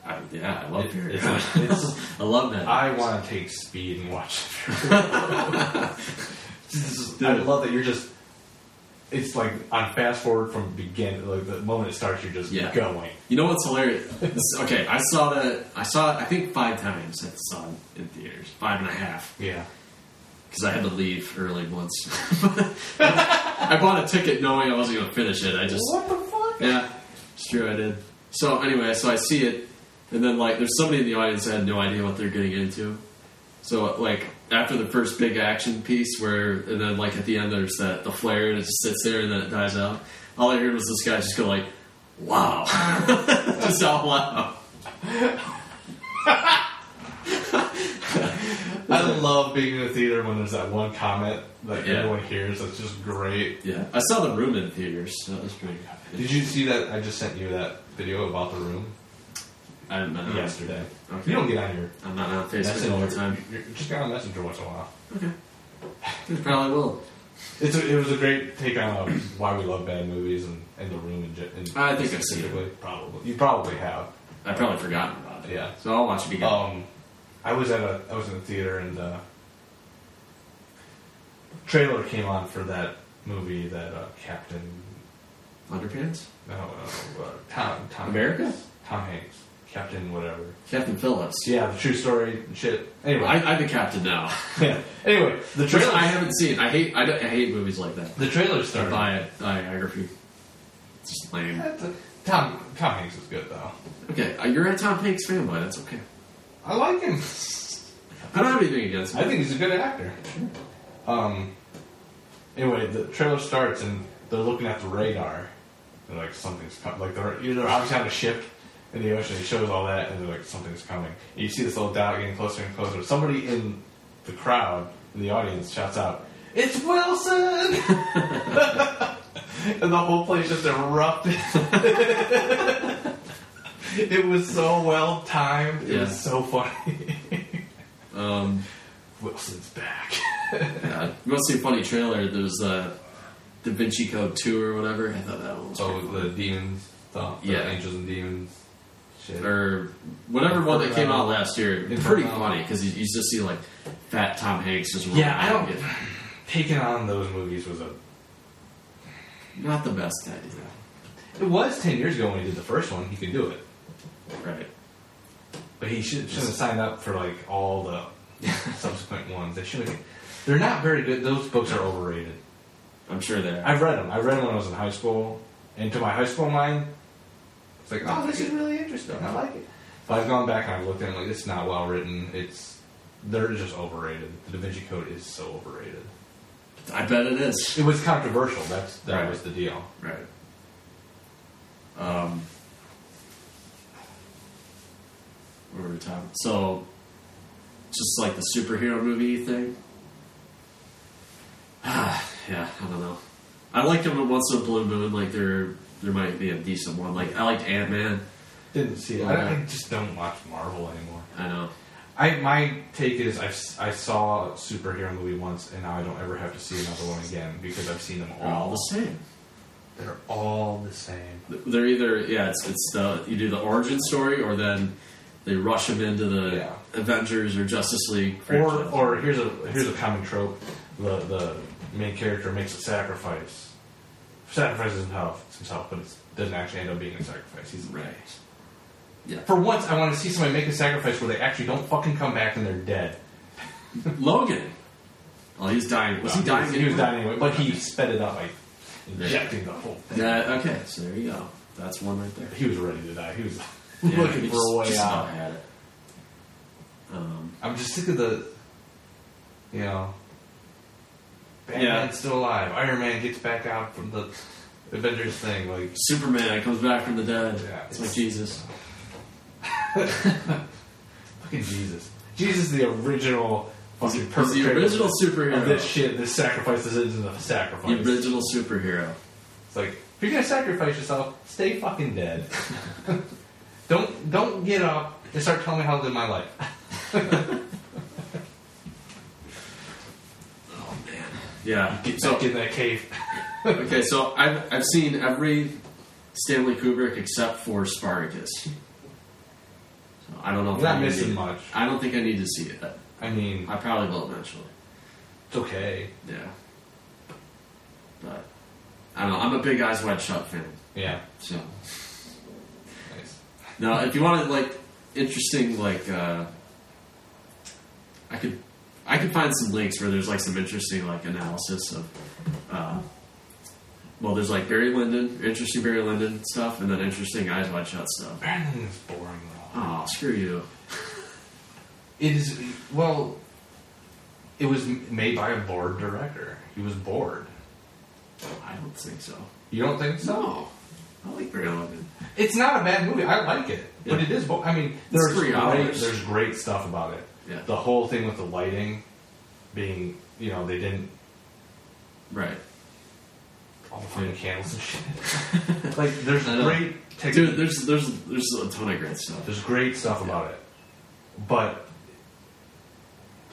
B: I, yeah, I love
D: It-
B: Fury Road.
D: it's- it's-
B: I love that.
D: I want to take speed and watch.
B: This is-
D: I love that you're just. it's like on fast forward from begin, like the moment it starts, you're just
B: Yeah.
D: going.
B: You know what's hilarious? This- okay, I saw that. I saw it. I think five times I saw it in theaters, five and a half,
D: Yeah.
B: because I had to leave early once. I bought a ticket knowing I wasn't going to finish it. I just
D: What the fuck?
B: yeah, it's true. I did. So anyway, so I see it, and then like there's somebody in the audience that had no idea what they're getting into. So like after the first big action piece, where and then like at the end there's that the flare and it just sits there and then it dies out. All I heard was this guy just go like, "Wow," just out loud.
D: I love being in the theater when there's that one comment that
B: Yeah.
D: everyone hears. That's just great.
B: Yeah, I saw the room in theaters. So that was pretty good.
D: Did you see that? I just sent you that video about the room
B: I don't know.
D: yesterday.
B: Uh-huh. Okay.
D: You don't get on your
B: I'm not on Facebook
D: messenger
B: all the time.
D: You're, just got on messenger once in a while.
B: Probably will.
D: It's a, it was a great take on uh, why we love bad movies and, and the room and, and
B: I think I've seen it.
D: Probably you probably have.
B: I probably forgotten about it.
D: Yeah.
B: So I'll watch it again.
D: Um, I was at a I was in a theater and uh, trailer came on for that movie that uh, Captain
B: Underpants.
D: no uh, uh, Tom Tom
B: America?
D: Tom Hanks Captain whatever
B: Captain Phillips.
D: yeah the true story and shit anyway
B: I, I'm the captain now.
D: yeah. anyway the
B: Which
D: trailer
B: I haven't seen. I hate. I, don't- I hate movies like that.
D: the trailer
B: The
D: started
B: bi- biography. It's just lame.
D: That's a- Tom Tom Hanks is good though
B: Okay, uh, you're a Tom Hanks fanboy. That's okay.
D: I like him
B: I don't have anything against
D: I
B: him.
D: think he's a good actor. Um. Anyway, the trailer starts and they're looking at the radar. They're like, something's coming. Like they're you know, they're obviously on a ship in the ocean. It shows all that, and they're like, something's coming. And you see this little dot getting closer and closer. Somebody in the crowd, in the audience, shouts out, "It's Wilson!" and the whole place just erupted. it was so well timed. It
B: Yeah.
D: was so funny.
B: Um,
D: Wilson's back.
B: yeah, you want to see a funny trailer? There's uh, Da Vinci Code Two or whatever. I thought that one was.
D: Oh,
B: pretty
D: the demons, stuff. the
B: Yeah. Er.
D: angels and demons. Shit.
B: funny. or whatever one that came out last year.
D: Inferno.
B: Pretty funny because you, you just see like fat Tom Hanks just
D: Yeah, I
B: running.
D: don't- Taking on those movies was a.
B: Not the best idea.
D: It was ten years ago when he did the first one. He could do it,
B: Right.
D: but he should should have signed up for like all the subsequent ones. They should have. They're not very good. Those books are overrated.
B: I'm sure they are.
D: I've read them. I read them when I was in high school, and to my high school mind, it's like, oh, this is really interesting. I like it. But I've gone back and I've looked at them like it's not well written. It's they're just overrated. The Da Vinci Code is so overrated.
B: I bet it is.
D: It was controversial. That's that
B: Right.
D: was the deal.
B: Right. Um, what were we talking? So, just like the superhero movie thing. yeah, I don't know. I like them once in a blue moon. Like there, there might be a decent one. Like I liked Ant Man.
D: Didn't see
B: it.
D: I, I just don't watch Marvel anymore.
B: I know.
D: I my take is I've, s- I saw a superhero movie once, and now I don't ever have to see another one again because I've seen them
B: They're all
D: all.
B: the same.
D: They're all the same.
B: They're either yeah, it's it's the you do the origin story or then they rush them into the
D: Yeah.
B: Avengers or Justice League.
D: Or
B: franchise.
D: or here's a here's a common trope: the the main character makes a sacrifice, sacrifices himself himself, but it doesn't actually end up being a sacrifice. He's
B: right.
D: for once, I want to see somebody make a sacrifice where they actually don't fucking come back and they're dead.
B: Logan. Oh, he's dying. Was he
D: Well,
B: dying?
D: was- He was
B: anyway?
D: dying anyway, but he sped it up by injecting the whole thing.
B: Yeah. Okay. So there you go. That's one right there.
D: He was ready to die. He was
B: Yeah,
D: looking
B: he
D: for a
B: just-
D: way
B: just
D: out.
B: about had it. Um,
D: I'm just sick of the, you know, Batman's
B: Yeah.
D: still alive. Iron Man gets back out from the Avengers thing. Like,
B: Superman comes back from the dead.
D: Yeah.
B: It's like Jesus.
D: fucking Jesus. Jesus, is the original fucking
B: He's the
D: perpetrator
B: original
D: of
B: superhero.
D: this shit. This sacrifice isn't a
B: the
D: sacrifice.
B: original superhero.
D: It's like if you're gonna sacrifice yourself, stay fucking dead. don't don't get up and start telling me how to live my life.
B: Oh man. Yeah.
D: Get
B: So
D: back in that cave.
B: okay. So I've I've seen every Stanley Kubrick except for Spartacus. So I don't know.
D: I'm
B: If
D: not
B: I need to-
D: missing much.
B: I don't think I need to see it.
D: I mean,
B: I probably will eventually.
D: it's okay.
B: Yeah. But I don't know. I'm a big Eyes Wide Shut fan.
D: Yeah.
B: So
D: Nice.
B: now, if you wanted like interesting, like uh, I could I could find some links where there's like some interesting like analysis of. Uh, well, there's like Barry Lyndon, interesting Barry Lyndon stuff, and then interesting Eyes Wide Shut stuff.
D: Brandon is boring though.
B: Oh, screw you.
D: It is well. It was m- made by a bored director. He was bored.
B: I don't think so.
D: You don't think so?
B: No, I like Barry Lyndon.
D: It's not a bad movie. I like it, but
B: Yeah.
D: it is. Bo- I mean,
B: It's
D: there's
B: three
D: great,
B: hours.
D: There's great stuff about it.
B: Yeah.
D: The whole thing with the lighting being, you know, they didn't
B: Right.
D: all the fucking candles and shit. like, there's
B: I know.
D: great. Tech-
B: Dude, there's there's there's a ton of great stuff.
D: There's great stuff about it, but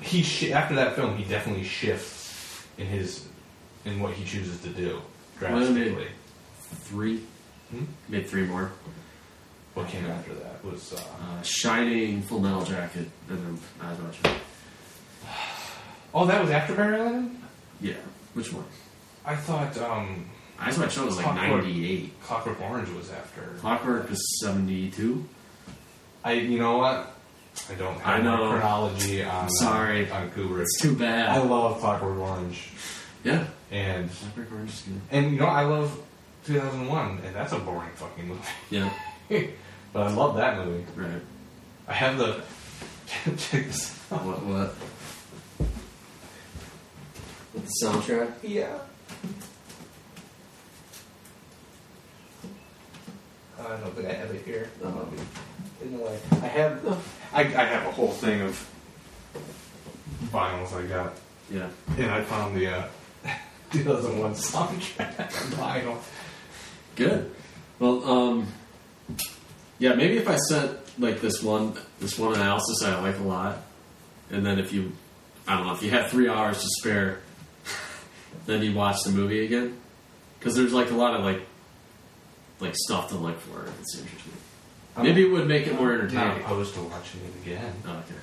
D: he sh- after that film, he definitely shifts in his in what he chooses to do
B: Well, I mean-
D: drastically.
B: Three,
D: Hmm?
B: made three more.
D: What came after that was uh,
B: Uh, Shining, Full Metal Jacket, and then Eyes Wide Shut.
D: oh, that was after Barry Lyndon.
B: Yeah, which one?
D: I thought um,
B: Eyes Wide Shut was like
D: Clockwork.
B: '98.
D: Clockwork Orange was after.
B: Clockwork was '72.
D: I you know what? I don't have
B: I know.
D: my chronology on uh,
B: Sorry.
D: on Kubrick.
B: It's too
D: I
B: bad.
D: love Clockwork Orange
B: Yeah,
D: and
B: Clockwork Orange is good.
D: and you know I love 2001 and that's a boring fucking
B: Yeah,
D: movie. but I love that movie.
B: right.
D: I have the check this out.
B: What? What? With the soundtrack.
D: Yeah. I don't think I have it here.
B: Um,
D: In the way. I have I, I have a whole thing of vinyls I got
B: yeah.
D: and I found the uh, 2001 soundtrack vinyl.
B: Good. Well, um, yeah, maybe if I sent like this one, this one analysis I like a lot, and then if you, I don't know, if you had three hours to spare, then you watch the movie again, because there's like a lot of like, like stuff to look for. It's interesting. maybe it would make it more
D: not
B: entertaining.
D: opposed to watching it again.
B: Oh, okay.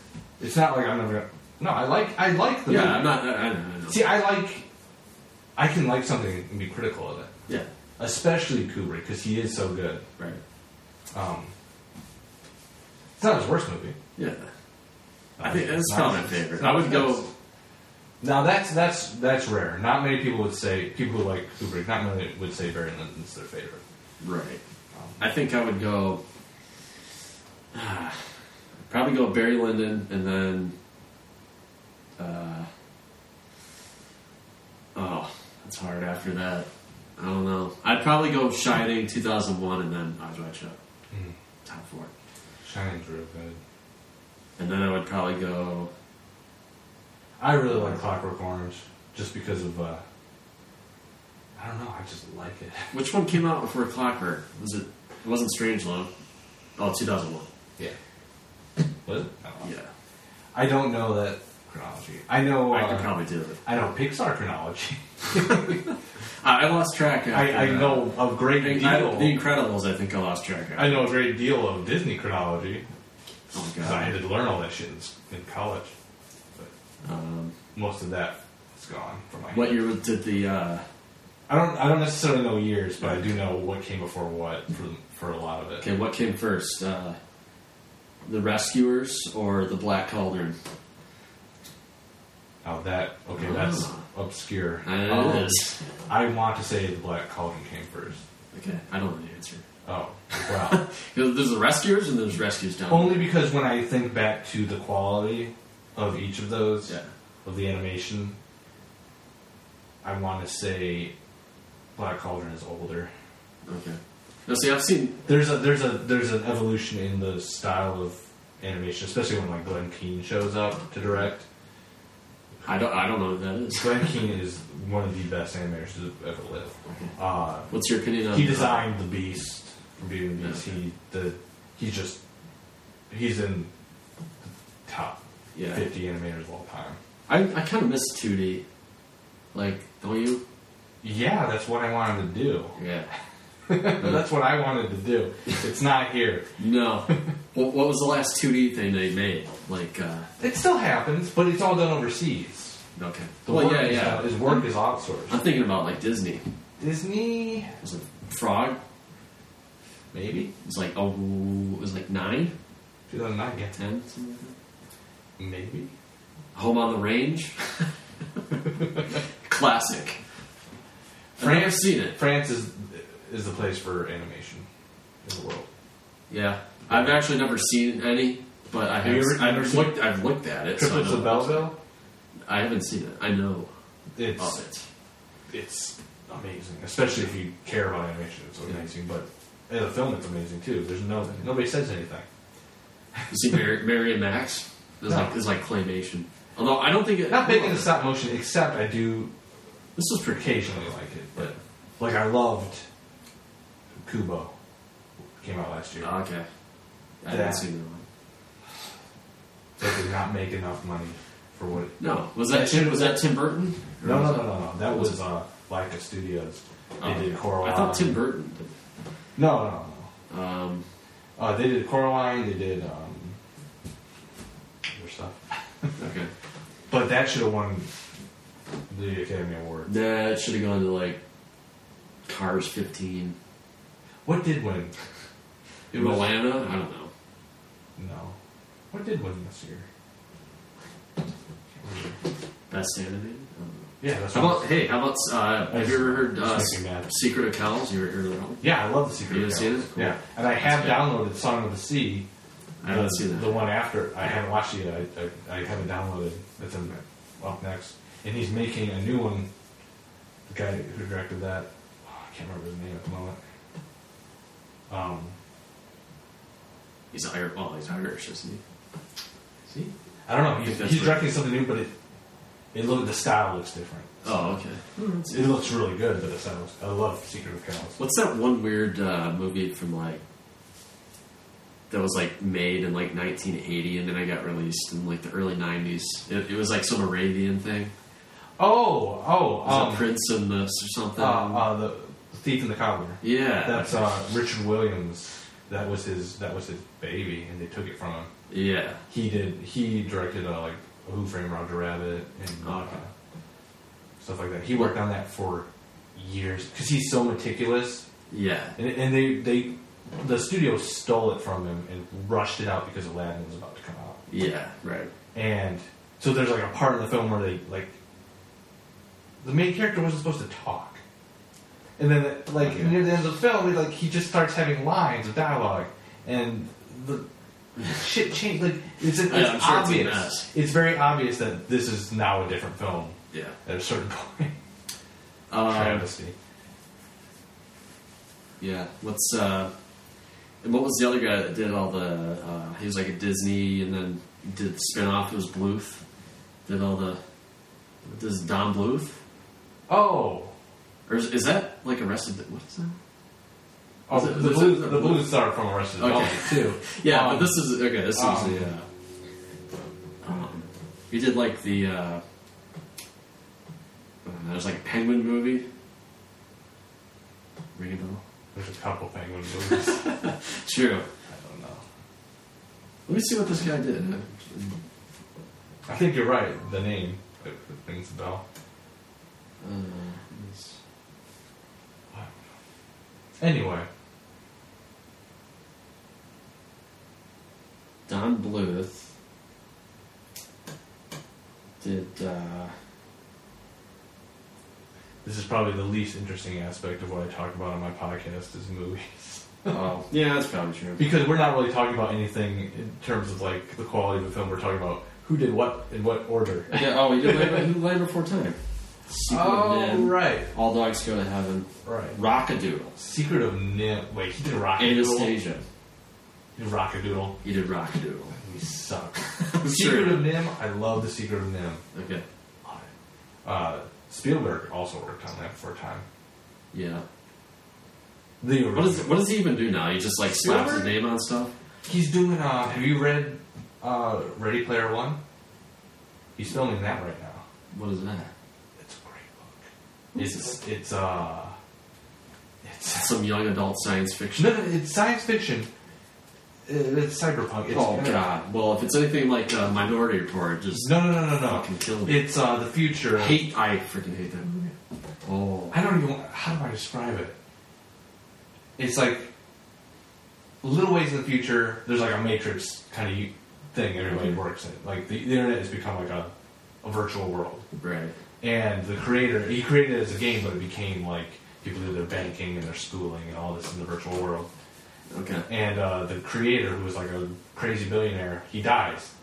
D: It's not like I'm never. Gonna, no, I like I like the.
B: Yeah,
D: movie.
B: I'm not. I, I know. I know.
D: See, I like. I can like something and be critical of it,
B: Yeah.
D: especially Kubrick because he is so good.
B: Right.
D: Um, it's not his worst movie.
B: Yeah. I think that's
D: Not
B: probably my
D: his-
B: favorite.
D: it's not
B: I would
D: his
B: go.
D: best. Now that's that's that's rare. Not many people would say people who like Kubrick. Not many would say Barry Lyndon's their favorite.
B: Right. I think I would go. ah, probably go Barry Lyndon and then. Uh, oh, that's hard after that. I don't know. I'd probably go Shining 2001 and then Eyes Wide Shut.
D: Mm.
B: Top four.
D: Shining's real good.
B: And then I would probably go.
D: I really like Clockwork Orange just because of. Uh, I don't know. I just like it.
B: Which one came out before Clockwork? Was it? It wasn't Strange Love. Oh, 2001.
D: Yeah. What?
B: Yeah,
D: I don't know that chronology. I know.
B: I could
D: Uh,
B: probably do it.
D: I know Pixar chronology.
B: I, I lost track.
D: I,
B: after uh,
D: I
B: that.
D: know a
B: I
D: great
B: think-
D: deal.
B: I- the Incredibles. I think I lost track.
D: I
B: Of.
D: know a great deal of Disney chronology
B: Oh
D: because I
B: god.
D: had to learn all that shit in, s- in college. But
B: Um,
D: most of that is gone from my.
B: What year was- did the? Uh,
D: I don't. I don't necessarily know years, but I do know what came before what for for a lot of it.
B: okay, what came first, uh, the Rescuers or the Black Cauldron?
D: Now that okay,
B: Ah.
D: that's obscure.
B: I
D: Um,
B: know it is.
D: I want to say the Black Cauldron came first.
B: Okay, I don't know the answer.
D: Oh wow.
B: 'Cause There's the Rescuers and there's Rescues down.
D: Only because when I think back to the quality of each of those,
B: Yeah.
D: of the animation, I want to say Black Cauldron is older.
B: Okay. No, see, I've seen.
D: There's a there's a there's an evolution in the style of animation, especially when like Glenn Keane shows up to direct.
B: I don't. I don't know what that is.
D: Glenn Keane is one of the best animators to ever live.
B: Okay.
D: Uh,
B: What's your opinion on?
D: he designed the Beast from Beauty and the Beast.
B: Yeah.
D: He the he's just he's in the top
B: Yeah,
D: fifty animators of all time.
B: I, I kind of miss 2D. Like, don't you?
D: Yeah, that's what I wanted to do.
B: Yeah.
D: that's what I wanted to do. It's not here.
B: No. what, what was the last 2D thing they made? Like, uh,
D: It still happens, but it's all done overseas.
B: okay.
D: The
B: well,
D: work
B: yeah,
D: is,
B: yeah.
D: His work is outsourced.
B: I'm thinking about like Disney.
D: Disney,
B: It was a frog.
D: maybe
B: It was like oh, it was like nine,
D: 2009. Yeah,
B: ten, something like that.
D: maybe.
B: Home on the Range. Classic. I've never
D: France,
B: seen it.
D: France is is the place for animation in the world.
B: Yeah, I've actually never seen any, but I
D: Have
B: have.
D: you ever-
B: I've
D: ever seen-
B: looked. I've looked at it. So I,
D: Triplets
B: know
D: of Belleville.
B: I haven't seen it. I know
D: It's
B: of it.
D: it's amazing, especially if you care about animation. It's amazing, but as a film, it's amazing too. There's no nobody says anything.
B: You see, Mary, Mary and Max is like is like claymation. Although I don't think it.
D: Not big into stop motion, except I do
B: This is pretty.
D: occasionally like it. But like I loved Kubo, came out last year.
B: Oh, okay. I
D: Yeah.
B: haven't seen that one.
D: They did not make enough money for what. It,
B: No, was
D: Yeah,
B: that
D: should-
B: Tim, was that Tim Burton? Or
D: no, no,
B: was
D: no,
B: that-
D: no, no. That was uh, Leica Studios. They
B: Oh,
D: did Coraline.
B: I thought Tim Burton. Did.
D: No, no, no.
B: Um,
D: Uh, they did Coraline. They did um, other stuff.
B: okay,
D: But that should have won the Academy Award.
B: that should have gone to like Cars 15.
D: What did win? It was-
B: Moana. I don't know.
D: No. What did win this year?
B: Best animated. I don't know.
D: Yeah, that's
B: How
D: what
B: about hey? How about uh, have you ever heard uh,
D: Just making mad.
B: Secret of Cows? You ever heard of that one?
D: Yeah, I love the Secret
B: You
D: of
B: haven't seen
D: Cows.
B: it? Cool.
D: Yeah, and I have
B: That's
D: downloaded Song of the Sea.
B: I haven't
D: the,
B: seen that.
D: The one after I haven't watched it. yet. I, I, I haven't downloaded. It's in, up next, and he's making a new one. The guy who directed that, oh, I can't remember his name at the moment. Um,
B: He's Irish. Well, he's Irish, isn't he?
D: see, I don't know.
B: I
D: He's,
B: think that's
D: he's
B: right.
D: directing something new, but it it look the style looks different.
B: Oh, okay.
D: It looks really good, but the style. looks- I love Secret of Cows.
B: What's that one weird uh, movie from like that was like made in like 1980 and then I got released in like the early 90s? It, it was like some Arabian thing.
D: Oh, oh,
B: Was
D: um,
B: that Prince and this or something?
D: uh, uh, the Thief and the Cobbler.
B: yeah,
D: That's uh, Richard Williams. That was his. That was his baby, and they took it from him.
B: yeah.
D: He did. He directed uh, like Who Framed Roger Rabbit and uh,
B: Okay.
D: stuff like that. He worked on that for years because he's so meticulous,
B: Yeah,
D: and, and they they the studio stole it from him and rushed it out because Aladdin was about to come out,
B: yeah, right.
D: and so there's like a part in the film where they like the main character wasn't supposed to talk. And then, like
B: Okay.
D: near the end of the film, he, like he just starts having lines of dialogue, and the shit changed. Like it's, it's
B: Yeah, I'm sure it's a
D: obvious.
B: mess.
D: It's very obvious that this is now a different film
B: Yeah.
D: at a certain point.
B: Um,
D: Travesty.
B: Yeah. What's uh, and what was the other guy that did all the? Uh, he was like at Disney, and then did the spinoff. It was Bluth. Did all the? This is Don Bluth,
D: Oh,
B: or is, is that like Arrested? What is that?
D: oh
B: it-
D: the
B: is
D: blues.
B: it the
D: The blues are from Arrested
B: Okay.
D: Development too.
B: Yeah,
D: Um,
B: but this is okay. This
D: um,
B: is yeah. Um, he did like the. Uh, uh, there's like a penguin movie. Ring a bell.
D: There's a couple penguin movies. I
B: True.
D: don't know.
B: Let me see what this guy did.
D: I think you're right. The name it, it rings a bell.
B: Uh, it's-
D: Anyway,
B: Don Bluth did uh,
D: this is probably the least interesting aspect of what I talk about on my podcast is movies.
B: oh yeah that's probably true
D: Because we're not really talking about anything in terms of like the quality of the film. We're talking about who did what in what order.
B: yeah oh he did Land, he Land Before Time Secret of Nim,
D: Oh, right,
B: All Dogs Go to Heaven
D: right.
B: Rockadoodle
D: Secret of Nim. Wait, he did Rockadoodle.
B: Anastasia
D: He did Rockadoodle.
B: he did Rockadoodle
D: We suck.
B: I'm
D: Secret
B: sure
D: of Nim. I love the Secret of Nim.
B: okay
D: Uh, Spielberg also worked on that for a time.
B: yeah
D: The original.
B: what, is, what does he even do now he just like slaps his
D: Spielberg?
B: name on stuff
D: He's doing. Uh, have you read uh, Ready Player One? He's filming that right now.
B: what is that
D: It's a great book. It's it's uh, it's
B: some young adult science fiction
D: No, no, it's science fiction. Uh, It's cyberpunk. It's
B: oh god well if it's anything like uh, Minority Report just
D: No, no, no, no, no.
B: fucking kill me
D: It's uh, the future.
B: hate I freaking hate that movie Oh.
D: I don't even. want- How do I describe it? It's like a little ways in the future. There's like a matrix kind of thing everybody
B: Mm-hmm.
D: works in. Like the, the internet has become like a, a virtual world.
B: Right.
D: And the creator, he created it as a game, but it became like people did their banking and their schooling and all this in the virtual world.
B: Okay.
D: And uh, the creator, who was like a crazy billionaire, he dies.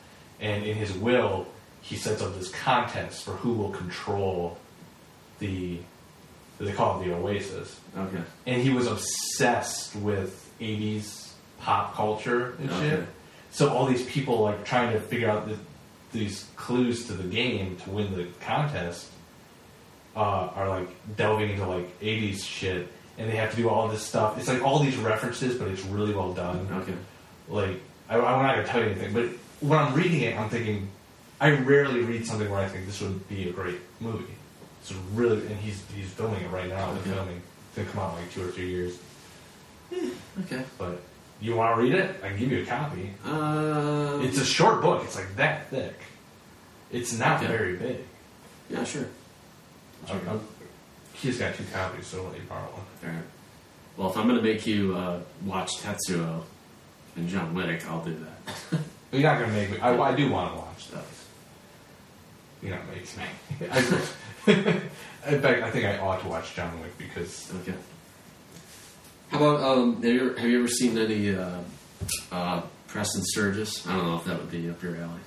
D: And in his will, he sets up this contest for who will control the. They call it the Oasis.
B: Okay.
D: And he was obsessed with 80s pop culture and
B: Okay.
D: shit. So all these people like trying to figure out the, these clues to the game to win the contest uh, are like delving into like 80s shit. And they have to do all this stuff. It's like all these references, but it's really well done
B: Okay.
D: like I, I'm not gonna tell you anything, but when I'm reading it, I'm thinking I rarely read something where I think this would be a great movie. It's really, and he's he's filming it right now. They're
B: Okay.
D: filming. It's gonna come out in like two or three years.
B: Okay.
D: But you want to read it? I can give you a copy.
B: Uh,
D: It's a short book. It's like that thick. It's not
B: Okay.
D: very big.
B: yeah, sure.
D: I- I'm- he's got two copies, so I'll let you borrow one.
B: All right. Well, if I'm gonna make you uh, watch Tetsuo and John Wick, I'll do that.
D: But you're not gonna make me. I, I do want to watch those. You're not making me. I, in fact, I think I ought to watch John Wick because
B: Okay. How about um? Have you ever, have you ever seen any uh, uh, Preston Sturges? I don't know if that would be up your alley.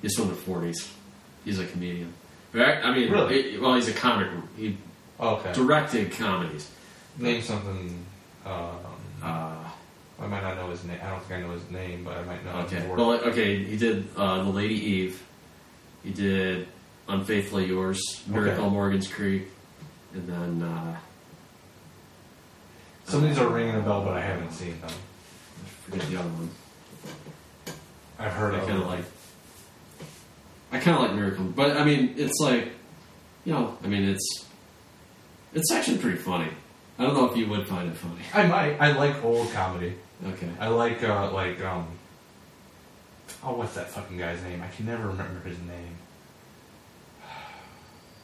B: He's from the '40s. He's a comedian. Right? I mean,
D: Really?
B: he- well, he's a comic. He
D: okay.
B: directed comedies.
D: Name something. Um,
B: Uh,
D: I might not know his name. I don't think I know his name, but I might know. his
B: okay.
D: work.
B: Well, okay. He did uh, The Lady Eve. He did Unfaithfully Yours, Miracle
D: Okay.
B: on Morgan's Creek, and then uh,
D: Some of these are ringing a bell, but I haven't seen them.
B: I forget the other one.
D: I've heard
B: I
D: of.
B: kind
D: them.
B: of like. I kind of like Miracle, but I mean, it's like, you know, I mean, it's it's actually pretty funny. I don't know if you would find it funny.
D: I might. I like old comedy.
B: Okay.
D: I like uh, like um. Oh, what's that fucking guy's name? I can never remember his name.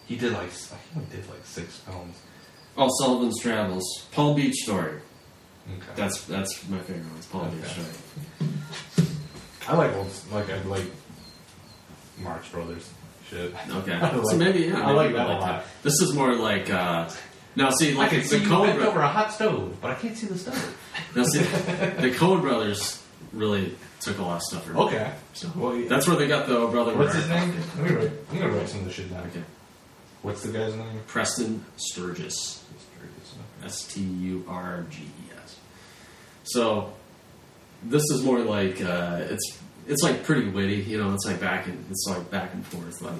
D: He did like s- I think he did like six films.
B: Oh, Sullivan's Travels, Palm Beach Story.
D: Okay.
B: That's that's my favorite one. It's Palm Beach
D: Okay.
B: Story.
D: I like old like I like Marx Brothers shit.
B: Okay.
D: I like-
B: so maybe yeah,
D: I like
B: maybe
D: that
B: I
D: a lot.
B: This is more like uh, now see
D: I
B: like
D: can
B: the
D: see you
B: Coen
D: bent
B: Bro-
D: over a hot stove, but I can't see the stove.
B: now see the Coen Brothers really took a lot of stuff from.
D: Okay.
B: So
D: Well, yeah.
B: that's where they got the oh, brother.
D: What's
B: Where
D: his
B: Art Thou
D: name?
B: Art.
D: Let me write. I'm gonna write some of this shit down.
B: Okay.
D: What's the guy's name?
B: Preston Sturgis. S T U R G E S. So this is more like uh, it's it's like pretty witty, you know. It's like back and it's like back and forth, like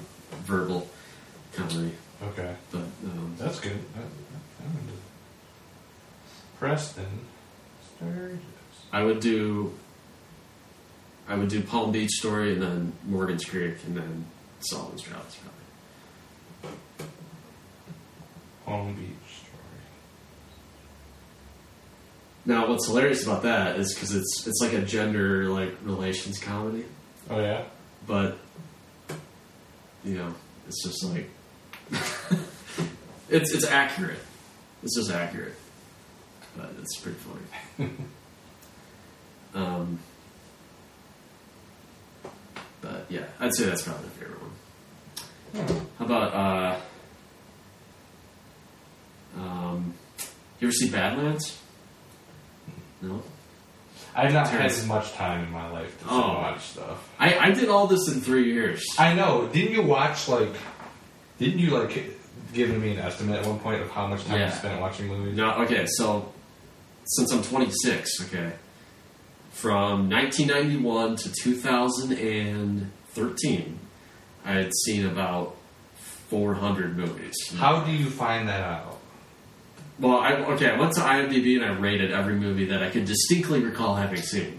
B: verbal comedy.
D: Okay,
B: But um,
D: that's good. That- that- that one did. Preston Sturgis.
B: I would do I would do Palm Beach Story and then Morgan's Creek and then Solomon's Travels. Probably.
D: Palm Beach Story.
B: Now, what's hilarious about that is because it's it's like a gender like relations comedy.
D: Oh yeah.
B: but you know, it's just like it's it's accurate. It's just accurate, but it's pretty funny. um, but yeah, I'd say that's probably my favorite one. How about uh, um, you ever see Badlands? No,
D: I've not had
B: Terrence.
D: as much time in my life to sit
B: Oh.
D: and watch stuff.
B: I I did all this in three years.
D: I know. Didn't you watch like? Didn't you like giving me an estimate at one point of how much time you
B: Yeah.
D: spent watching movies?
B: No, okay, so since I'm 26, okay, from 1991 to 2013, I had seen about 400 movies.
D: How do you find that out?
B: Well, I, okay, I went to IMDb and I rated every movie that I could distinctly recall having seen.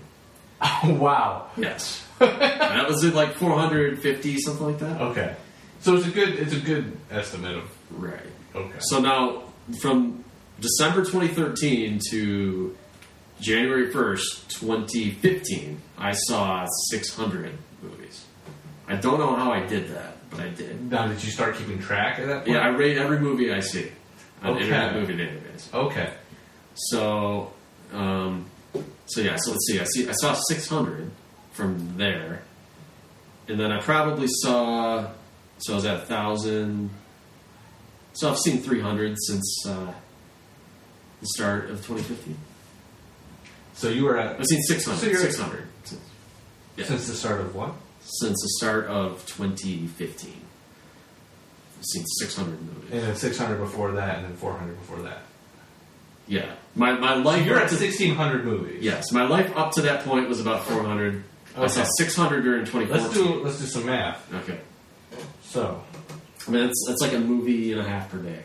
D: Oh, wow.
B: Yes. and that was at like 450, something like that.
D: Okay. So it's a good it's a good estimate of
B: Right.
D: okay.
B: So now, from December 2013 to January 1st, 2015, I saw 600 movies. I don't know how I did that, but I did.
D: Now, did you start keeping track at that point?
B: Yeah, I rate every movie I see on
D: Okay.
B: Internet Movie Database.
D: Okay.
B: So, um, so yeah. So let's see. I see. I saw 600 from there, and then I probably saw. So I was at thousand. So I've seen 300 since uh, the start of 2015.
D: So you were at
B: I've seen 600.
D: So you're-
B: 600 since, yeah.
D: since the start of what?
B: since the start of 2015. I've seen 600
D: And
B: movies.
D: then 600 before that, and then 400 before that.
B: Yeah, my my life.
D: So you're
B: up
D: at
B: to-
D: 1600 movies.
B: Yes, my life up to that point was about 400. I saw
D: Okay.
B: 600 during 2014.
D: Let's do let's do some math.
B: Okay.
D: So
B: I mean, it's, it's like a movie and a half per day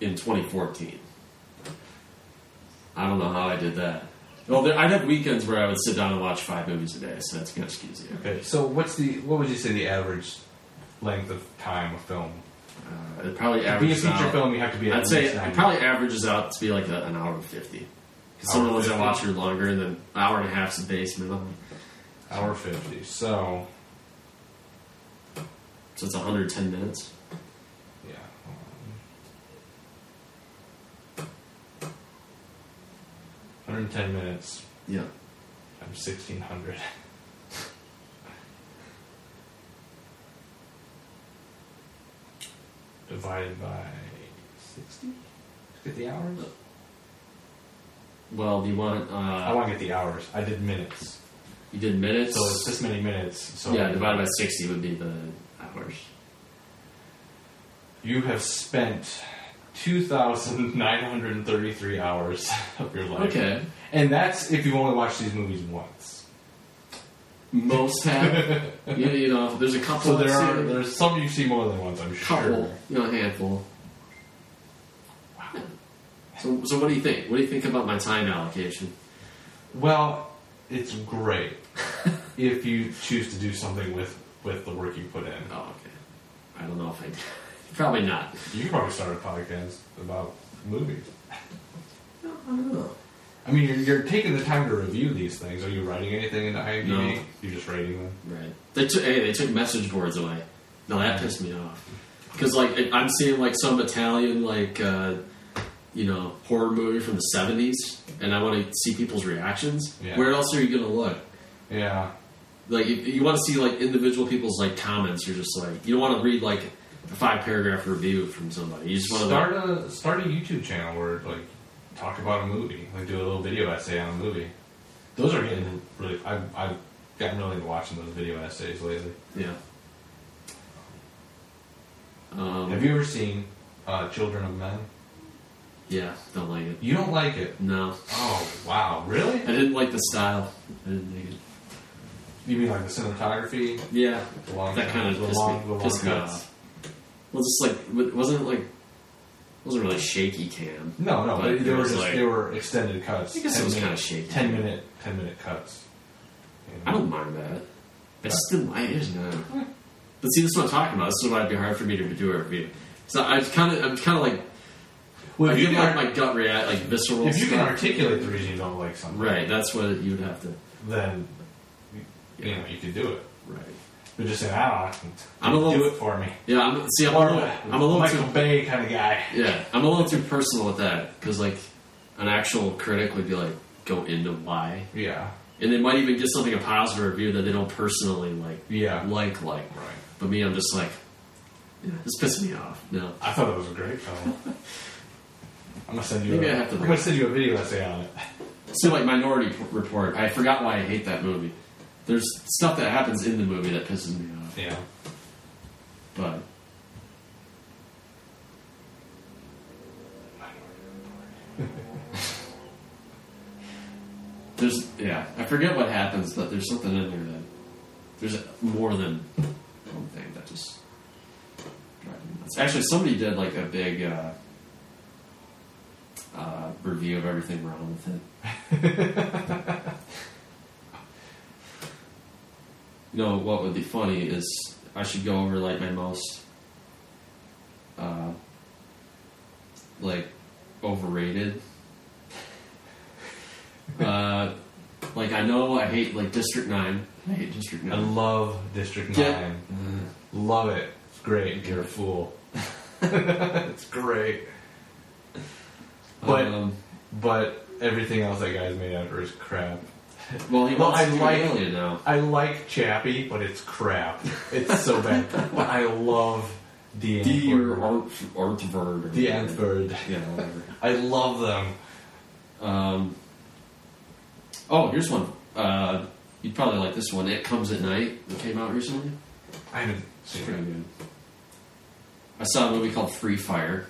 B: in 2014. I don't know how I did that. Well, there, I'd have weekends where I would sit down and watch five movies a day, so that's kind of skews you.
D: okay. So what's the what would you say the average length of time of film?
B: Uh, it probably
D: To be a
B: averages
D: feature
B: out.
D: film, you have to be. At
B: I'd say
D: least
B: it
D: 90.
B: probably averages out to be like a, an hour and 50. Because some of the
D: Hour
B: ones
D: 50.
B: I watch are longer than an hour and a half's the base minimum.
D: hour 50. So
B: So it's 110 minutes.
D: yeah. Hundred and ten minutes
B: Yeah.
D: times sixteen hundred. Divided by sixty? Get the hours?
B: Well, do you want.
D: I
B: Uh,
D: want to get the hours. I did minutes.
B: you did minutes?
D: So it's this many minutes. So
B: yeah, divided by 60 would be the hours.
D: You have spent 2,933 hours of your life.
B: Okay.
D: And that's if you've only watched these movies once.
B: Most have. you, you know, there's a
D: So
B: couple.
D: there
B: I've
D: are
B: seen.
D: there's some you see more than once, I'm
B: couple.
D: sure.
B: You know, a handful. So, so what do you think? What do you think about my time allocation?
D: Well, it's great if you choose to do something with, with the work you put in.
B: Oh, okay. I don't know if I. Probably not.
D: You could probably start a podcast about movies.
B: I don't know.
D: I mean, you're, you're taking the time to review these things. Are you writing anything into IMDb?
B: No.
D: You're just rating them.
B: Right. They took hey, they took message boards away. No, that pissed me off. Because like I- I'm seeing like some Italian like uh, you know horror movie from the '70s, and I want to see people's reactions.
D: Yeah.
B: Where else are you gonna look?
D: Yeah.
B: Like you, you want to see like individual people's like comments. You're just like you don't want to read like a five paragraph review from somebody. You just want to
D: Start a start a YouTube channel where like talk about a movie, like do a little video essay on a movie. Those are getting really. I've, I've gotten really into watching those video essays lately.
B: yeah. Um,
D: Have you ever seen uh, Children of Men?
B: yeah, don't like it.
D: You don't like it.
B: No,
D: Oh wow, really?
B: I didn't like the style. I didn't like it.
D: You mean like the cinematography,
B: Yeah,
D: the long,
B: That kind of
D: the
B: pissed
D: long,
B: me,
D: the long
B: pissed me
D: cuts?
B: off. Well, just like w- wasn't it like wasn't really shaky cam.
D: No, no,
B: But
D: they,
B: it
D: they were
B: was
D: just
B: like-
D: they were extended cuts.
B: I guess it
D: 10
B: was
D: minute-
B: kinda shaky.
D: Ten minute, ten minute cuts. You know?
B: I don't mind that. I just didn't like it. No. But see, this is what I'm talking about. This is why it'd be hard for me to do a review. So I kind of, I'm kind of like,
D: Well,
B: I
D: if you
B: didn't
D: can
B: like
D: art-
B: my gut react, like visceral
D: if you can
B: stuff.
D: articulate the reason you don't like something,
B: right, that's what you'd have to.
D: then you know you could do it.
B: Right.
D: They're just saying, I don't know,
B: I'm a little-
D: do it for me.
B: Yeah. I'm, see, I'm a
D: Or
B: little, I'm a little
D: Michael
B: too,
D: Bay kind of guy.
B: yeah, I'm a little too personal with that because like an actual critic would be like, go into why
D: Yeah,
B: and they might even give something a positive review that they don't personally like
D: Yeah.
B: like like
D: right.
B: but me i'm just like yeah, this pissed me off no
D: I thought that was a great film. I'm gonna send you.
B: Maybe
D: a,
B: I have to
D: I'm
B: read
D: gonna
B: it.
D: send you a video essay on it.
B: so like minority P- report i forgot why i hate that movie there's stuff that happens in the movie that pisses me off
D: Yeah.
B: but there's yeah i forget what happens but there's something in there that there's more than one thing that just drives me nuts. actually somebody did like a big uh, uh, review of everything wrong with it you know what would be funny is i should go over like my most uh, like overrated uh, like I know I hate like District Nine. I hate District
D: I
B: Nine.
D: love District Nine.
B: Yeah.
D: Love it. It's great. You're a fool. it's great. But
B: um,
D: but everything else that guy's made after is crap.
B: well, he
D: well,
B: wants
D: I
B: to be
D: like-
B: an alien now.
D: I like Chappie, but it's crap. It's so bad. but I love the
B: D or
D: Antwoord.
B: Art Artford. or
D: the
B: whatever.
D: Antwoord.
B: Yeah, whatever.
D: I love them.
B: Um, oh, here's one. Uh, you'd probably like this one. It comes at night. It came out recently.
D: I haven't
B: It's
D: seen
B: pretty
D: it.
B: good. I saw a movie called Free Fire.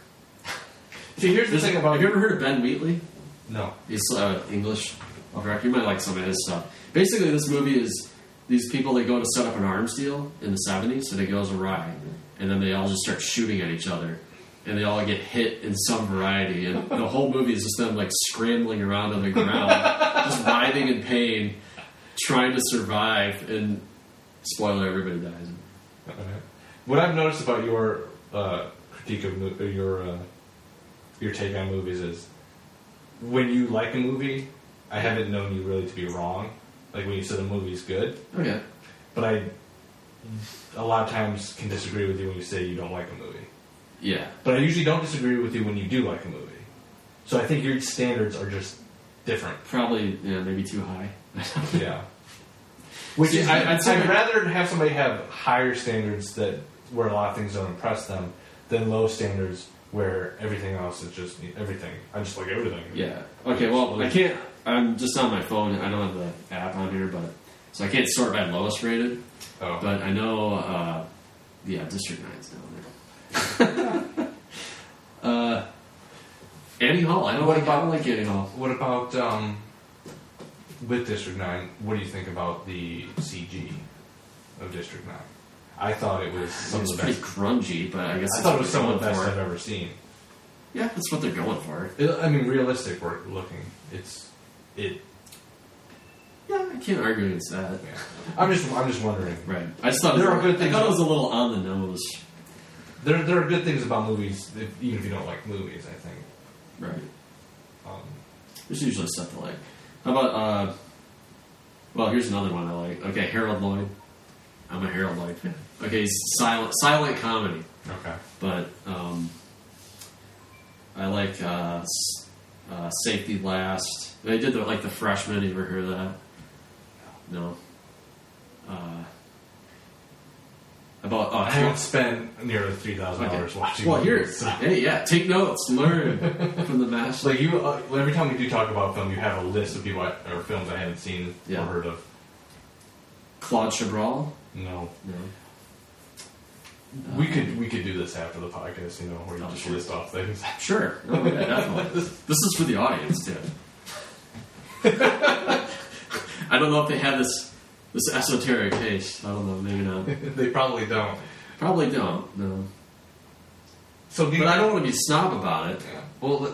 D: See, here's the
B: This-
D: thing about
B: have you ever heard of Ben Wheatley?
D: no.
B: He's uh, English director. You might like some of his stuff. Basically, this movie is these people they go to set up an arms deal in the '70s, and it goes awry, and then they all just start shooting at each other, and they all get hit in some variety, and the whole movie is just them like scrambling around on the ground, just writhing in pain, trying to survive. And spoiler: everybody dies.
D: Alright. What I've noticed about your uh, critique of mo- or your uh, your take on movies is when you like a movie, I haven't known you really to be wrong. Like when you said a movie's good,
B: Okay.
D: but I a lot of times can disagree with you when you say you don't like a movie.
B: Yeah.
D: But I usually don't disagree with you when you do like a movie. So I think your standards are just different.
B: Probably, yeah, maybe too high.
D: Yeah. Which
B: See,
D: is,
B: I-
D: I,
B: I'd
D: I'd,
B: say my-
D: rather have somebody have higher standards that where a lot of things don't impress them than low standards where everything else is just everything. I just like everything.
B: Yeah. Okay. Well, I can't. I'm just on my phone. I don't have the app on here, but so I can't sort by lowest rated.
D: Oh.
B: But I know. Uh, yeah, District Nine's down there. uh, Annie Hall. I don't
D: What
B: like. I don't
D: about-
B: like Annie Hall.
D: what about um, with District Nine? What do you think about the CG of District Nine? I thought it was some
B: It's
D: of the
B: pretty
D: best.
B: grungy, but I guess
D: I
B: that's
D: thought it
B: what
D: was
B: they're
D: some of the
B: going
D: best
B: for.
D: I've ever seen.
B: Yeah, that's what they're going for.
D: It, I mean, realistic work looking. It's it.
B: Yeah, I can't argue against that.
D: Yeah. I'm just I'm just wondering.
B: Right. I just thought
D: There
B: it
D: are
B: was,
D: good
B: I
D: things
B: thought it
D: about-
B: was a little on the nose.
D: There there are good things about movies, if, even if you don't like movies. I think.
B: Right.
D: Um,
B: There's usually stuff to like. How about uh well here's another one I like. Okay, Harold Lloyd. I'm a Harold Lloyd fan. Okay, he's silent silent comedy.
D: okay.
B: But um I like uh, s- uh Safety Last. They did the like the freshman, you ever hear that? No. Uh about
D: I
B: uh,
D: haven't spent nearly three thousand
B: Okay.
D: hours watching.
B: well, here,
D: movies, so-
B: hey, yeah, take notes, learn from the master.
D: like you, uh, every time we do talk about film, you have a list of people I, or films I haven't seen
B: Yeah.
D: or heard of.
B: Claude Chabrol.
D: No,
B: No.
D: we could we could do this after the podcast, you know, where you
B: Oh,
D: just
B: sure.
D: list off things.
B: Sure. Oh, yeah, definitely. this is for the audience too. I don't know if they have this this esoteric taste. I don't know. Maybe not.
D: they probably don't.
B: Probably don't. No.
D: So, do you,
B: But I don't want to be snob about it.
D: Yeah. Well, let-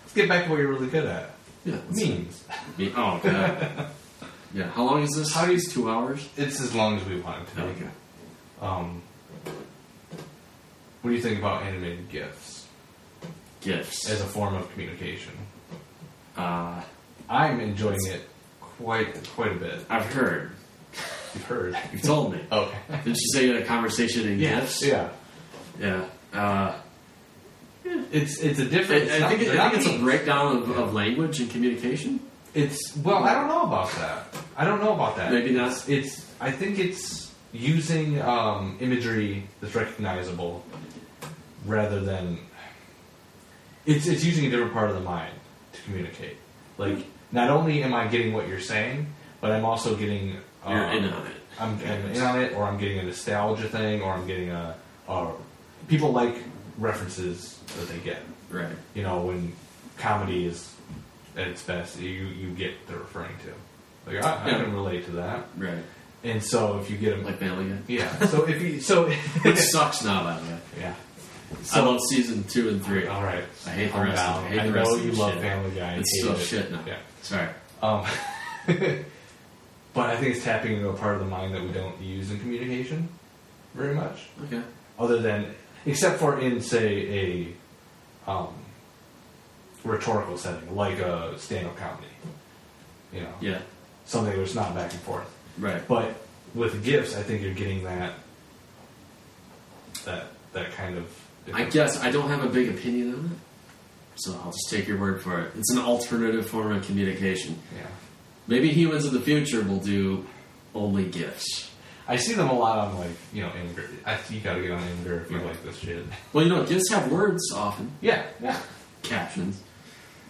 D: let's get back to what you're really good at.
B: Yeah. that's
D: Memes.
B: Me. Oh god. Yeah. How long is this?
D: How do you-
B: It's two hours?
D: It's as long as we want it to. be. Um, what do you think about animated gifs
B: Gifts.
D: as a form of communication?
B: Uh,
D: I'm enjoying it quite quite a bit.
B: I've heard.
D: You've heard.
B: You've told me.
D: Okay.
B: Did she say you had a conversation in gifts?
D: Yeah.
B: Yeah. Uh,
D: It's it's a
B: I, I
D: different.
B: think, I think it's a breakdown of, of language and communication.
D: It's well, I don't know about that. I don't know about that.
B: Maybe not.
D: It's, it's I think it's using um, imagery that's recognizable rather than it's it's using a different part of the mind to communicate. Like not only am I getting what you're saying, but I'm also getting uh,
B: You're in on it.
D: I'm, I'm in on it, or I'm getting a nostalgia thing, or I'm getting a, a people like references that they get
B: Right.
D: you know, when comedy is at its best, you you get what they're referring to. Like I, I
B: Yeah.
D: can relate to that.
B: Right.
D: And so if you get them,
B: Like Family Guy.
D: yeah. So if you so
B: Which sucks now, by the way.
D: yeah.
B: I love season two and three.
D: All right.
B: I hate the
D: I'm
B: rest of
D: down.
B: it. I hate
D: I
B: the
D: know
B: rest of
D: you
B: the
D: love
B: shit.
D: Family Guy. I
B: it's
D: hate
B: still
D: it.
B: shit now.
D: Yeah.
B: Sorry.
D: Um, but I think it's tapping into a part of the mind that we don't use in communication very much.
B: Okay.
D: other than except for in say a um, rhetorical setting like a stand-up comedy you know
B: Yeah.
D: something where it's not back and forth.
B: Right.
D: But with gifts, I think you're getting that that that kind of.
B: I guess I don't have a big opinion on it, so I'll just take your word for it. It's an alternative form of communication.
D: Yeah.
B: Maybe humans of the future will do only gifts.
D: I see them a lot on like you know Imgur. I you gotta get on Imgur if you like this shit.
B: Well, you know, gifts have words often,
D: Yeah, yeah.
B: captions.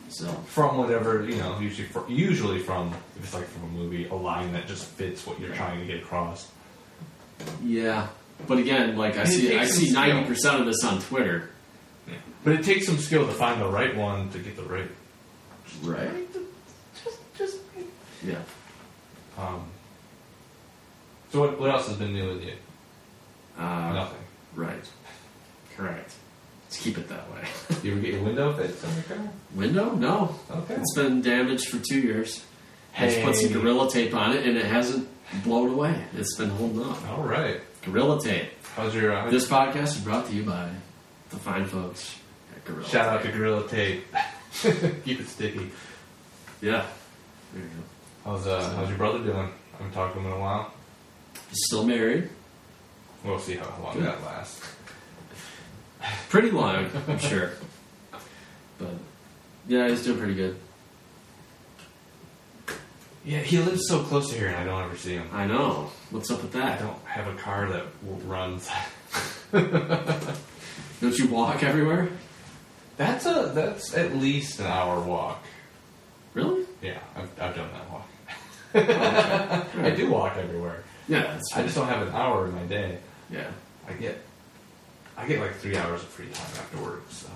B: So
D: From whatever you know, usually fr usually from if it's like from a movie, a line that just fits what you're trying to get across.
B: yeah, but again, like I
D: And it
B: see, I
D: takes
B: see
D: some skill.
B: ninety percent of this on Twitter.
D: But it takes some skill to find the right one to get the right.
B: Right.
D: Just, just.
B: Yeah.
D: Um. So what, what else has been new with you?
B: Uh,
D: Nothing.
B: Right. Correct. Let's keep it that way.
D: You ever get your window fixed? Okay.
B: Window? No.
D: Okay.
B: It's been damaged for two years. I just put
D: Hey.
B: some Gorilla Tape on it and it hasn't blown away. It's been holding up.
D: All right.
B: Gorilla Tape.
D: How's your uh,
B: This podcast is brought to you by the fine folks at Gorilla
D: shout out to
B: Tape.
D: Gorilla Tape? Keep it sticky.
B: Yeah. There you go.
D: How's uh, how's your brother doing? I haven't talked to him in a while.
B: He's still married.
D: We'll see how long
B: Good.
D: that lasts.
B: Pretty long, I'm sure. But yeah, he's doing pretty good.
D: Yeah, he lives so close to here, and I don't ever see him.
B: I know. What's up with
D: I
B: that?
D: don't have a car that w- runs.
B: Don't you walk everywhere?
D: That's a that's at least an hour walk.
B: Really?
D: Yeah, I've, I've done that walk. I
B: Right.
D: do walk everywhere.
B: Yeah, that's
D: I
B: right.
D: just don't have an hour in my day.
B: Yeah.
D: I get I get like three hours of free time after work, so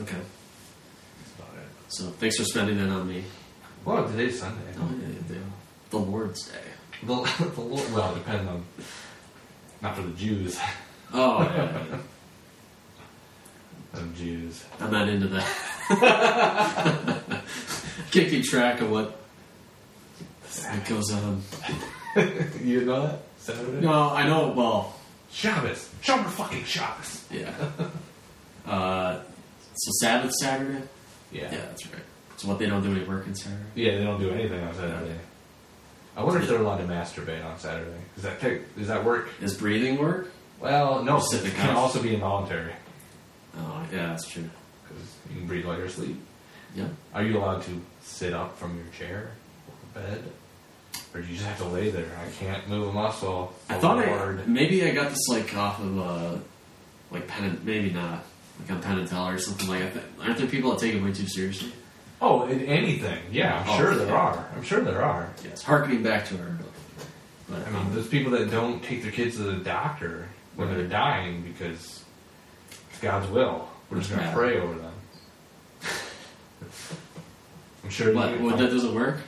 B: Okay.
D: that's about it.
B: So thanks for spending that on me.
D: Well, today's Sunday.
B: Oh, yeah, yeah, yeah. The Lord's Day.
D: The, the Lord, well, depend on not for the Jews.
B: Oh, yeah, yeah.
D: The Jews.
B: I'm not into that. Can't keep track of what what goes on.
D: you know that Saturday?
B: No, I know. Well,
D: Shabbos. Shabbat fucking Shabbos.
B: yeah. Uh, so Sabbath Saturday.
D: Yeah.
B: Yeah, that's right. So what they don't do any work on Saturday.
D: Yeah, they don't do anything on Saturday. I wonder if they're allowed to masturbate on Saturday. Does that take, does that work?
B: Is breathing work?
D: Well, no.
B: Sit in
D: It
B: the
D: can
B: couch.
D: also be involuntary
B: Oh, yeah, that's true.
D: because you can breathe while you're asleep.
B: Yeah.
D: Are you allowed to sit up from your chair or bed, or do you just have to lay there? I can't move a muscle.
B: I thought I
D: Lord.
B: maybe I got this like off of uh, like Penn and maybe not like on Penn and Teller or something like that. Aren't there people that take it way too seriously?
D: Oh, in anything? Yeah, I'm
B: Oh,
D: sure there
B: yeah.
D: are. I'm sure there are.
B: Yes, harkening back to her. But
D: I mean, there's people that don't take their kids to the doctor when they're dying because it's God's will. We're just going to
B: Yeah.
D: pray over them. I'm sure
B: what,
D: you-
B: what, that doesn't work.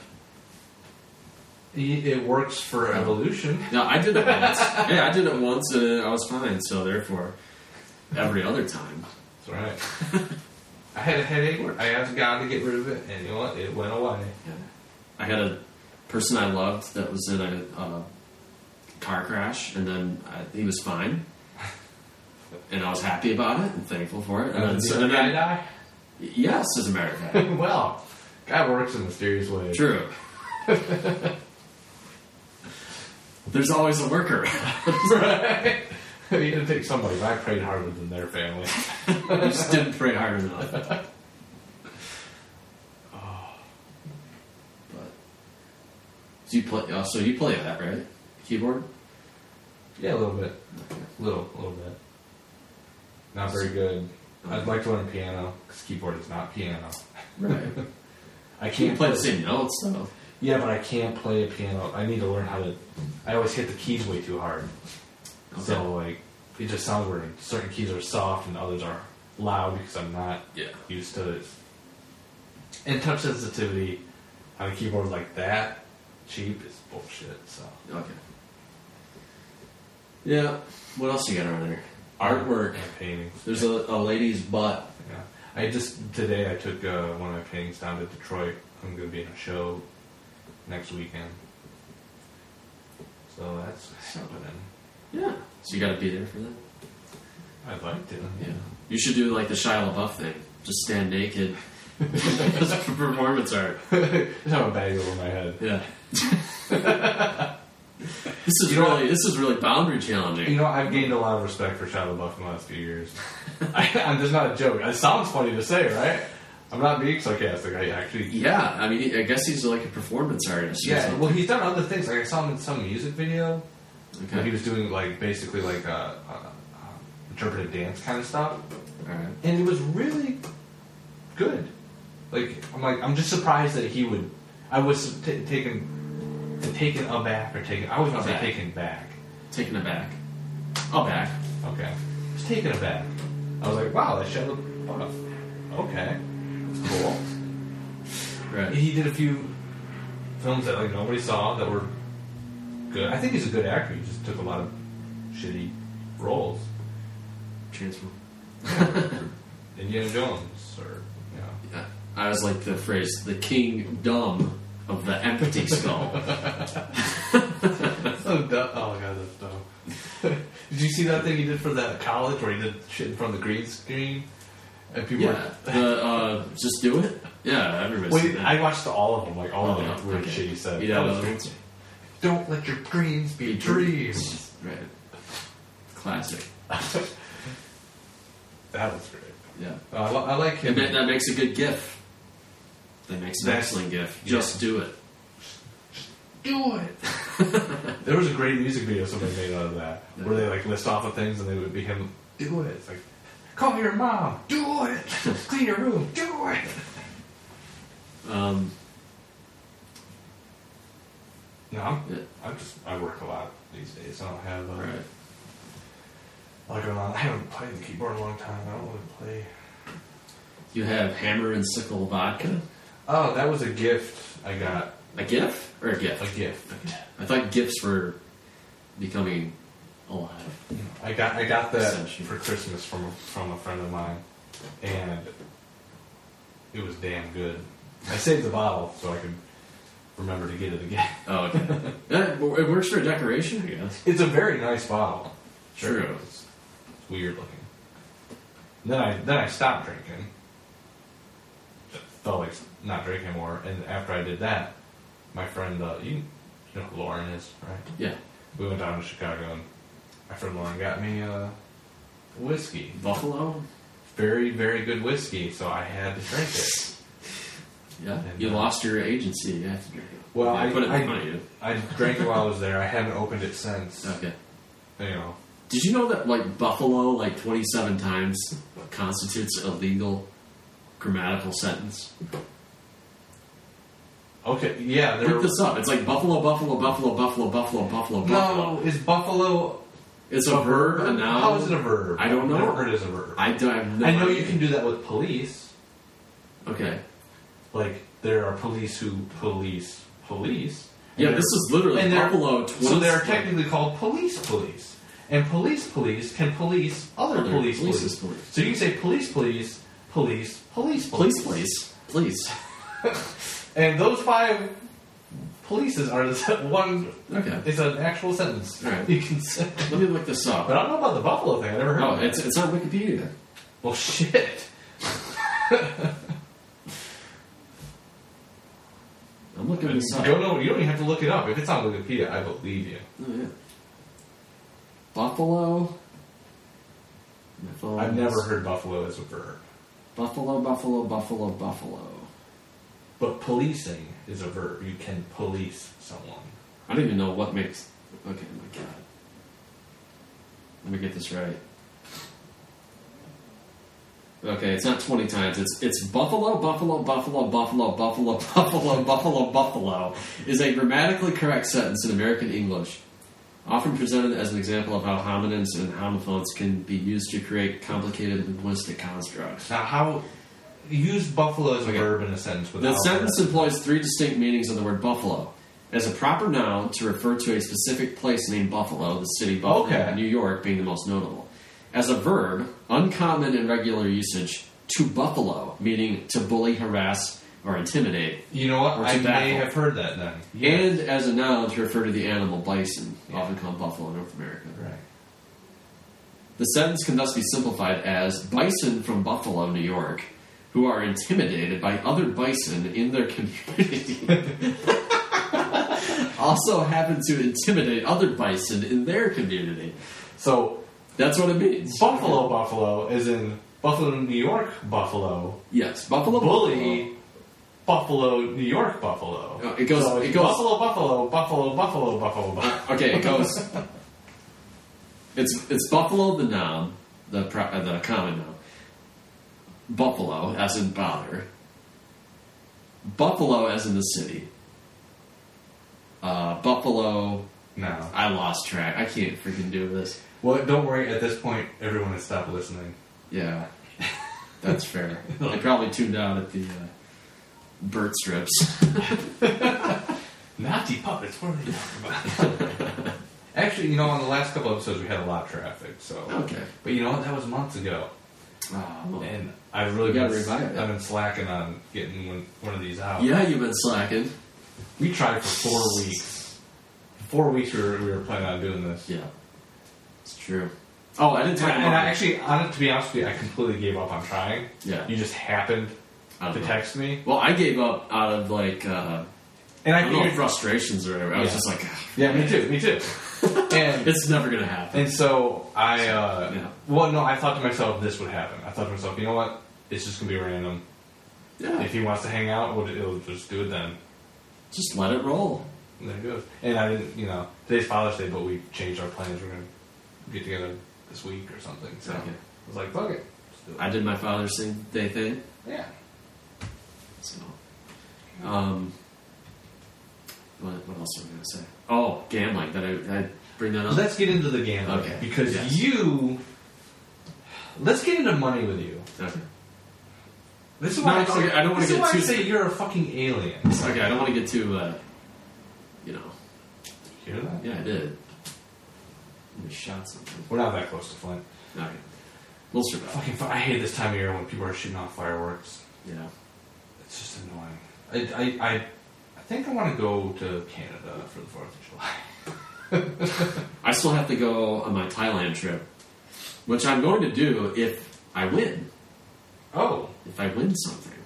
D: it it works for evolution.
B: No, I did it once. yeah, I did it once and I was fine. So therefore, every other time,
D: That's right. I had a headache. I asked God to get rid of it, and you know what? It went away.
B: yeah. I had a person I loved that was in a uh, car crash, and then I, he was fine, and I was happy about it and thankful for it. And then,
D: Did
B: so,
D: the
B: and
D: guy
B: then,
D: die?
B: yes, as a matter of fact.
D: well, God works in mysterious ways.
B: True. There's always a worker.
D: Right? you gotta take somebody. I prayed harder than their family.
B: I just didn't pray hard enough. But so you play. Uh, so you play that right? Keyboard.
D: Yeah, a little bit.
B: Okay.
D: little, little bit. Not very good. I'd like to learn piano because keyboard is not piano.
B: Right.
D: I
B: Can you
D: can't
B: play the same notes though?
D: Yeah, but I can't play a piano. I need to learn how to. I always hit the keys way too hard, so like it just sounds weird. Certain keys are soft and others are loud because I'm not
B: Yeah.
D: used to it. And touch sensitivity on a keyboard like that cheap is bullshit. So
B: Okay. Yeah. What else you got on there? Artwork.
D: and paintings.
B: There's a, a lady's butt.
D: Yeah. I just today I took uh, one of my paintings down to Detroit. I'm gonna be in a show next weekend. So that's something.
B: Yeah. So you got to be there for that.
D: I'd like to.
B: Yeah. You should do like the Shia LaBeouf thing. Just stand naked It's performance art.
D: Just have a bag over my head.
B: Yeah. this is
D: You know
B: really this is really boundary
D: You
B: challenging.
D: know, I've gained a lot of respect for Shia LaBeouf in the last few years. I, I'm just not a joke. It sounds funny to say, right? I'm not being sarcastic. I actually.
B: Yeah, I mean, I guess he's like a performance artist. or
D: Yeah,
B: something.
D: well, he's done other things. Like I saw him in some music video.
B: Okay.
D: where He was doing like basically like uh, uh, uh, interpretive dance kind of stuff,
B: All right.
D: and it was really good. Like I'm like I'm just surprised that he would. I was t- taken taken aback or taken. I was not
B: Aback.
D: taken back.
B: Taken aback. Oh, back.
D: Okay. Just taken aback. I was like, wow, that shit looked buff. Okay. Cool.
B: Right.
D: He did a few films that like nobody saw that were good. I think he's a good actor. He just took a lot of shitty roles.
B: Transform.
D: Indiana Jones or yeah.
B: Yeah. I was like the phrase the kingdom of the empty skull.
D: So dumb. Oh god, that's dumb. did you see that thing he did for that college where he did shit in front of the green screen? And people
B: yeah. The, uh, just do it. Yeah, everybody's seen
D: Wait,
B: that.
D: I watched all of them, like all
B: Oh,
D: of the weird
B: okay.
D: shit he said.
B: You know,
D: That was
B: those-
D: great. Don't let your dreams be dreams.
B: Right. Classic.
D: That was great.
B: Yeah.
D: Uh, I, li- I like him.
B: And that, that makes a good GIF. That makes an
D: That's-
B: excellent GIF.
D: yeah.
B: Just do it.
D: do it. there was a great music video somebody made out of that, where they like list off of things and they would be him. Do it. It's like, call your mom. Do it. Clean your room. Do it.
B: Um,
D: No, I'm,
B: yeah,
D: I'm just I work a lot these days. I don't have uh,
B: all right.
D: like I'm not, I haven't played the keyboard in a long time. I don't really play.
B: You have hammer and sickle vodka.
D: Oh, that was a gift I got.
B: A GIF or a
D: A
B: GIF?
D: gift.
B: I thought GIFs were becoming alive.
D: I got I got that
B: Essentially.
D: for Christmas from a, from a friend of mine, and it was damn good. I saved the bottle so I could remember to get it again.
B: Oh, okay. yeah, it wor- it works for decoration, I guess.
D: It's a very nice bottle.
B: True.
D: It's, it's weird looking. Then I then I stopped drinking. Felt like not drinking anymore, and after I did that, my friend uh, you, you know who Lauren is right.
B: Yeah.
D: We went down to Chicago, and my friend Lauren got me uh, whiskey.
B: Buffalo.
D: very, very good whiskey, so I had to drink it.
B: Yeah.
D: And,
B: you
D: uh,
B: lost your agency. You have to drink it.
D: Well,
B: Yeah,
D: I-
B: put it
D: I-
B: in front of you.
D: I drank it while I was there. I haven't opened it since.
B: Okay.
D: You know,
B: Did you know that like buffalo like 27 times constitutes a legal grammatical sentence?
D: okay, yeah, there.
B: Look this up. It's like buffalo, buffalo, buffalo, buffalo, buffalo, buffalo, buffalo.
D: no, is buffalo
B: It's a verb, a noun.
D: How is it a verb?
B: I don't know.
D: I've never heard it as a verb.
B: I don't I have no
D: I know
B: idea.
D: you can do that with police.
B: Okay.
D: Like there are police who police police.
B: Yeah,
D: And
B: this
D: there-
B: is literally
D: and there-
B: buffalo 20.
D: so they are technically called police police, and police police can police other,
B: Other
D: police
B: police
D: police.
B: is police.
D: So you can say police police police police
B: Please, please. Please.
D: And those five polices are the one.
B: Okay.
D: It's an actual sentence.
B: Alright.
D: You can say.
B: Let me look this
D: But
B: up.
D: I don't know about the buffalo thing. I never heard.
B: Oh,
D: of it.
B: it's, it's on Wikipedia.
D: well, shit.
B: I'm looking this up.
D: Go no. You don't even have to look it up. If it's on Wikipedia, I believe you.
B: Oh, yeah. Buffalo. Buffalo.
D: I've never heard buffalo as a verb,
B: Buffalo, buffalo, buffalo, buffalo.
D: but policing is a verb. You can police someone.
B: I don't even know what makes. Okay, my god. Let me get this right. Okay, it's not twenty times. It's it's buffalo, buffalo, buffalo, buffalo, buffalo, buffalo, buffalo, buffalo is a grammatically correct sentence in American English, often presented as an example of how homonyms and homophones can be used to create complicated linguistic constructs.
D: Now, how use buffalo as a
B: Okay.
D: verb in a sentence without
B: The sentence employs three distinct meanings of the word buffalo. As a proper noun, to refer to a specific place named Buffalo, the city Buffalo,
D: Okay.
B: New York being the most notable. As a verb, uncommon in regular usage, to buffalo, meaning to bully, harass, or intimidate.
D: You know what?
B: Or
D: I may
B: tobacco.
D: have heard that then.
B: And as a noun, to refer to the animal bison, often called buffalo in North America.
D: Right.
B: The sentence can thus be simplified as Bison from Buffalo, New York, who are intimidated by other bison in their community. also happen to intimidate other bison in their community.
D: So
B: That's what it means.
D: Buffalo, Buffalo, is in Buffalo, New York, Buffalo.
B: Yes, Buffalo
D: Bully, Buffalo, New York, Buffalo.
B: No, it goes-
D: So it's
B: it goes- Uh,
D: Buffalo, Buffalo, Buffalo, Buffalo, Buffalo. Buffalo.
B: Buffalo. Okay, it goes. it's it's Buffalo the noun, the pro, uh, the common noun. Buffalo as in bother. Buffalo as in the city. Uh, Buffalo.
D: No.
B: I lost track. I can't freaking do this.
D: Well, don't worry. At this point, everyone has stopped listening.
B: Yeah, that's fair. They probably tuned out at the uh, bird strips.
D: Nazi puppets. What are they talking about? Actually, you know, on the last couple episodes, we had a lot of traffic. So,
B: Okay.
D: but you know what? That was months ago,
B: Ah, well.
D: and I've really
B: You
D: been,
B: gotta revive it.
D: I've been slacking on getting one, one of these out.
B: Yeah, you've been slacking.
D: We tried for four weeks. Four weeks we were, we were planning on doing this.
B: Yeah, it's true. Oh, I didn't
D: And,
B: talk about
D: and I
B: it.
D: actually, on, to be honest with you, I completely gave up on trying.
B: Yeah.
D: You just happened
B: I don't
D: to
B: know.
D: text me,
B: Well, I gave up out of like uh,
D: and
B: I
D: I
B: don't know
D: figured,
B: frustrations or whatever. I was
D: Yeah.
B: just like, "Ah,
D: yeah, me too, me too. and
B: it's never gonna happen.
D: And so I, uh,
B: Yeah.
D: well, no, I thought to myself this would happen. I thought to myself, you know what? It's just gonna be random.
B: Yeah,
D: If he wants to hang out, we'll, he'll just do it then.
B: just let it roll.
D: And there it goes. And I didn't, you know, today's Father's Day, but we changed our plans. We're gonna get together this week or something. So
B: Okay.
D: I was like, fuck it. Let's do it.
B: I did my Father's Day thing.
D: yeah.
B: So, um, what, what else am I gonna say? Oh, gambling. That I, did I bring that up.
D: Let's get into the gambling
B: Okay.
D: because
B: Yes.
D: you. Let's get into money with you.
B: okay.
D: This is why
B: No,
D: I, say,
B: okay, I don't wanna
D: this is
B: get
D: why I
B: too-
D: say you're a fucking alien.
B: okay, I don't want to get too, uh, you know.
D: Hear that?
B: Yeah, I did. We shot something.
D: We're not that close to Flint.
B: Okay, we'll survive.
D: Fucking, I hate this time of year when people are shooting off fireworks.
B: Yeah.
D: It's just annoying. I, I, I, I think I want to go to Canada for the 4th of July.
B: I still have to go on my Thailand trip, which I'm going to do if I win.
D: Oh,
B: If I win something,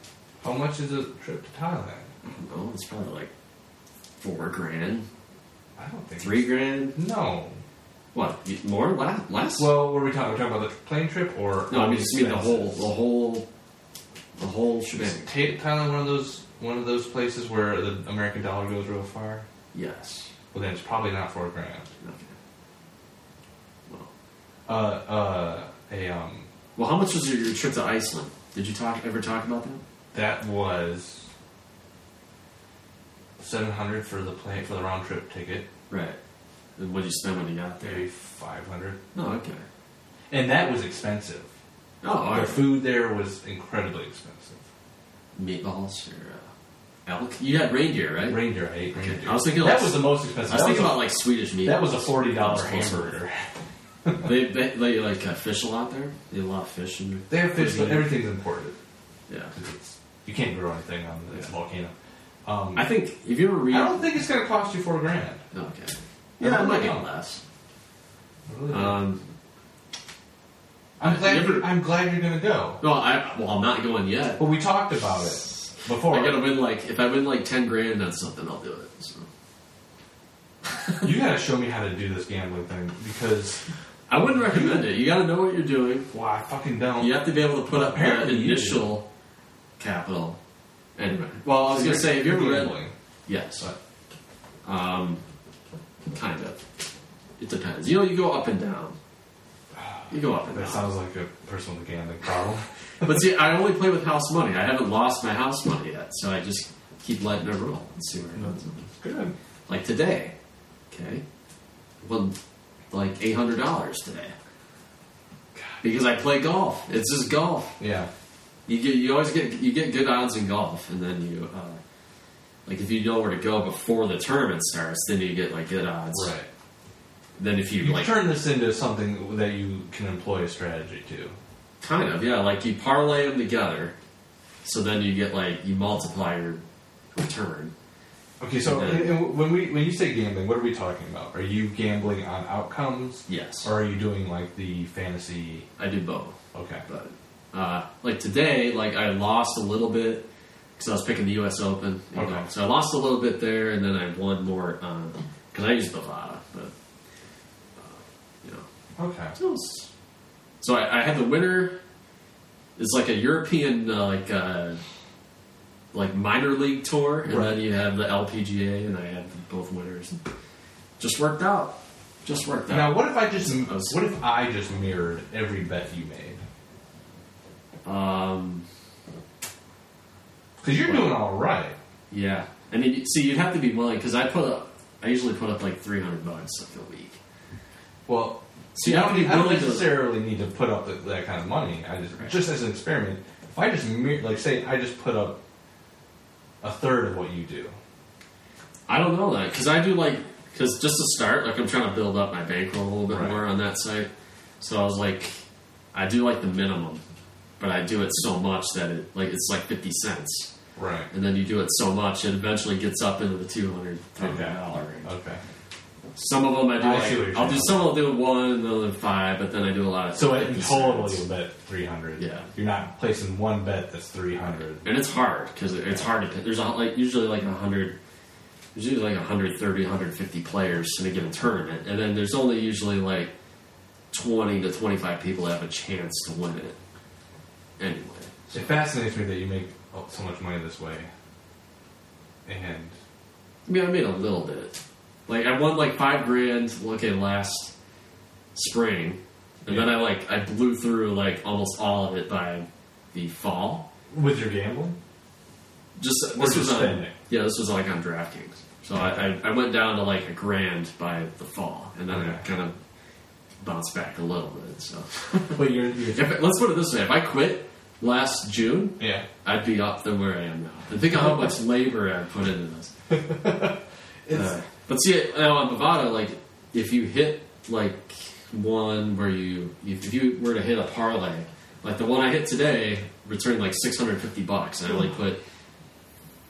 D: how much is a trip to Thailand?
B: I don't know, it's probably like four grand,
D: I don't think
B: three grand.
D: it's- No.
B: What you- more? La- Less?
D: Well, what are we talking? We're talking about the plane trip or
B: no, I mean just mean the whole,
D: expenses?
B: the whole, the whole shebang.
D: Is Ta- Thailand one of those one of those places where the American dollar goes real far?
B: Yes.
D: Well, then it's probably not four grand.
B: Okay. Well,
D: Uh, uh, a um,
B: well, how much was your, your trip to Iceland? Did you talk ever talk about that?
D: that was. 700 for the plane for the round trip ticket,
B: Right. And what did you spend when you got there?
D: maybe 500.
B: No, Oh, okay.
D: And that was expensive.
B: Oh, all
D: The
B: right.
D: food there was incredibly expensive.
B: Meatballs or uh, elk? You had reindeer, right?
D: Reindeer, I ate
B: Okay,
D: reindeer.
B: I was thinking
D: that
B: like-
D: was the most expensive.
B: I was
D: that,
B: thinking
D: was
B: about like Swedish
D: a,
B: meat.
D: that was a forty dollar
B: That was close.
D: hamburger.
B: they, they they like uh, fish a lot there. They have a lot of fish in
D: They
B: there.
D: have fish, but
B: Yeah.
D: everything's imported.
B: Yeah,
D: 'Cause It's, you can't grow anything on the
B: Yeah.
D: volcano. Um,
B: I think if you ever read, Oh,
D: I don't think it's going to cost you four grand.
B: okay,
D: Yeah,
B: yeah, it might be
D: no.
B: less.
D: I really don't.
B: Um,
D: I'm
B: I
D: glad.
B: never-
D: You're, I'm glad you're going to go.
B: well, I well, I'm not going yet.
D: But we talked about it before.
B: I gotta win like if I win like ten grand on something, I'll do it. So.
D: you got to show me how to do this gambling thing because
B: I wouldn't recommend it. You gotta know what you're doing.
D: well, I fucking don't.
B: You have to be able to put up the
D: Apparently you do.
B: initial capital. Anyway, well, I was gonna say if you
D: you're
B: ever read,
D: gambling,
B: yes,
D: but
B: Um, kind of. It depends. You know, you go up and down. You go up and
D: that
B: down.
D: sounds like a person with a gambling problem.
B: But see, I only play with house money. I haven't lost my house money yet, so I just keep letting it roll and see where it goes.
D: Good.
B: Like today, okay, well, like eight hundred dollars today because I play golf. It's just golf.
D: Yeah.
B: You get you always get you get good odds in golf, and then you uh, like if you know where to go before the tournament starts, then you get like good odds.
D: Right.
B: Then if you,
D: You
B: like
D: turn this into something that you can employ a strategy to.
B: Kind of, yeah. Like you parlay them together, so then you get like you multiply your return.
D: Okay, so
B: Okay.
D: and- and when we when you say gambling, what are we talking about? Are you gambling on outcomes,
B: Yes,
D: or are you doing like the fantasy?
B: I do both,
D: Okay,
B: but Uh, like today, like I lost a little bit because I was picking the U.S. Open. you
D: Okay.
B: know. So I lost a little bit there, and then I won more on because I used Bovada, but uh, you know,
D: Okay.
B: so, it's- so I, I had the winner. It's like a European uh, like uh, like minor league tour, and then you have the LPGA, and I had both winners. Just worked out. Just worked out.
D: Now, what if I just
B: I was-
D: what if I just mirrored every bet you made?
B: Um,
D: Because you're doing all right.
B: yeah, I mean, see, you'd have to be willing because I put up. I usually put up like three hundred bucks like a week.
D: Well,
B: See,
D: I
B: I would
D: don't,
B: be
D: I don't
B: willing to-
D: necessarily need to put up th- that kind of money. I just
B: Right.
D: just as an experiment. If I just mir- like say I just put up a third of what you do.
B: I don't know that because I do like because just to start, like I'm trying to build up my bankroll a little bit
D: Right.
B: more on that site. So I was like, I do like the minimum, but I do it so much that it like it's like fifty cents,
D: Right.
B: and then you do it so much, it eventually gets up into the two hundred
D: Okay.
B: dollar range.
D: Okay.
B: Some of them I do
D: I see what
B: like
D: you're
B: I'll do
D: saying.
B: some I'll do one, another five, but then I do a lot of
D: So in
B: 50
D: total,
B: cents.
D: you'll bet three hundred.
B: Yeah.
D: You're not placing one bet that's three hundred.
B: and it's hard because it's hard to pick. There's a, like usually like a hundred, there's usually like 130, 150 players in a given tournament, and then there's only usually like 20 to 25 people that have a chance to win it. Anyway,
D: It fascinates me that you make oh, so much money this way. And
B: I mean, I made a little bit. Like I won like five grand looking last spring, and then
D: Yeah.
B: I like I blew through like almost all of it by the fall.
D: with your gambling,
B: Just
D: Or
B: this was
D: just
B: on,
D: spending.
B: yeah, this was like on DraftKings. So I, I, I went down to like a grand by the fall, and then I
D: Okay.
B: kind of bounced back a little bit. So
D: but you're, you're
B: if, let's put it this way: if I quit last June,
D: yeah.
B: I'd be up than where I am now. And think of how much labor I put into this. Uh, but see, now on Bovada, like if you hit like one where you if you were to hit a parlay, like the one I hit today returned like six hundred fifty bucks, and I only put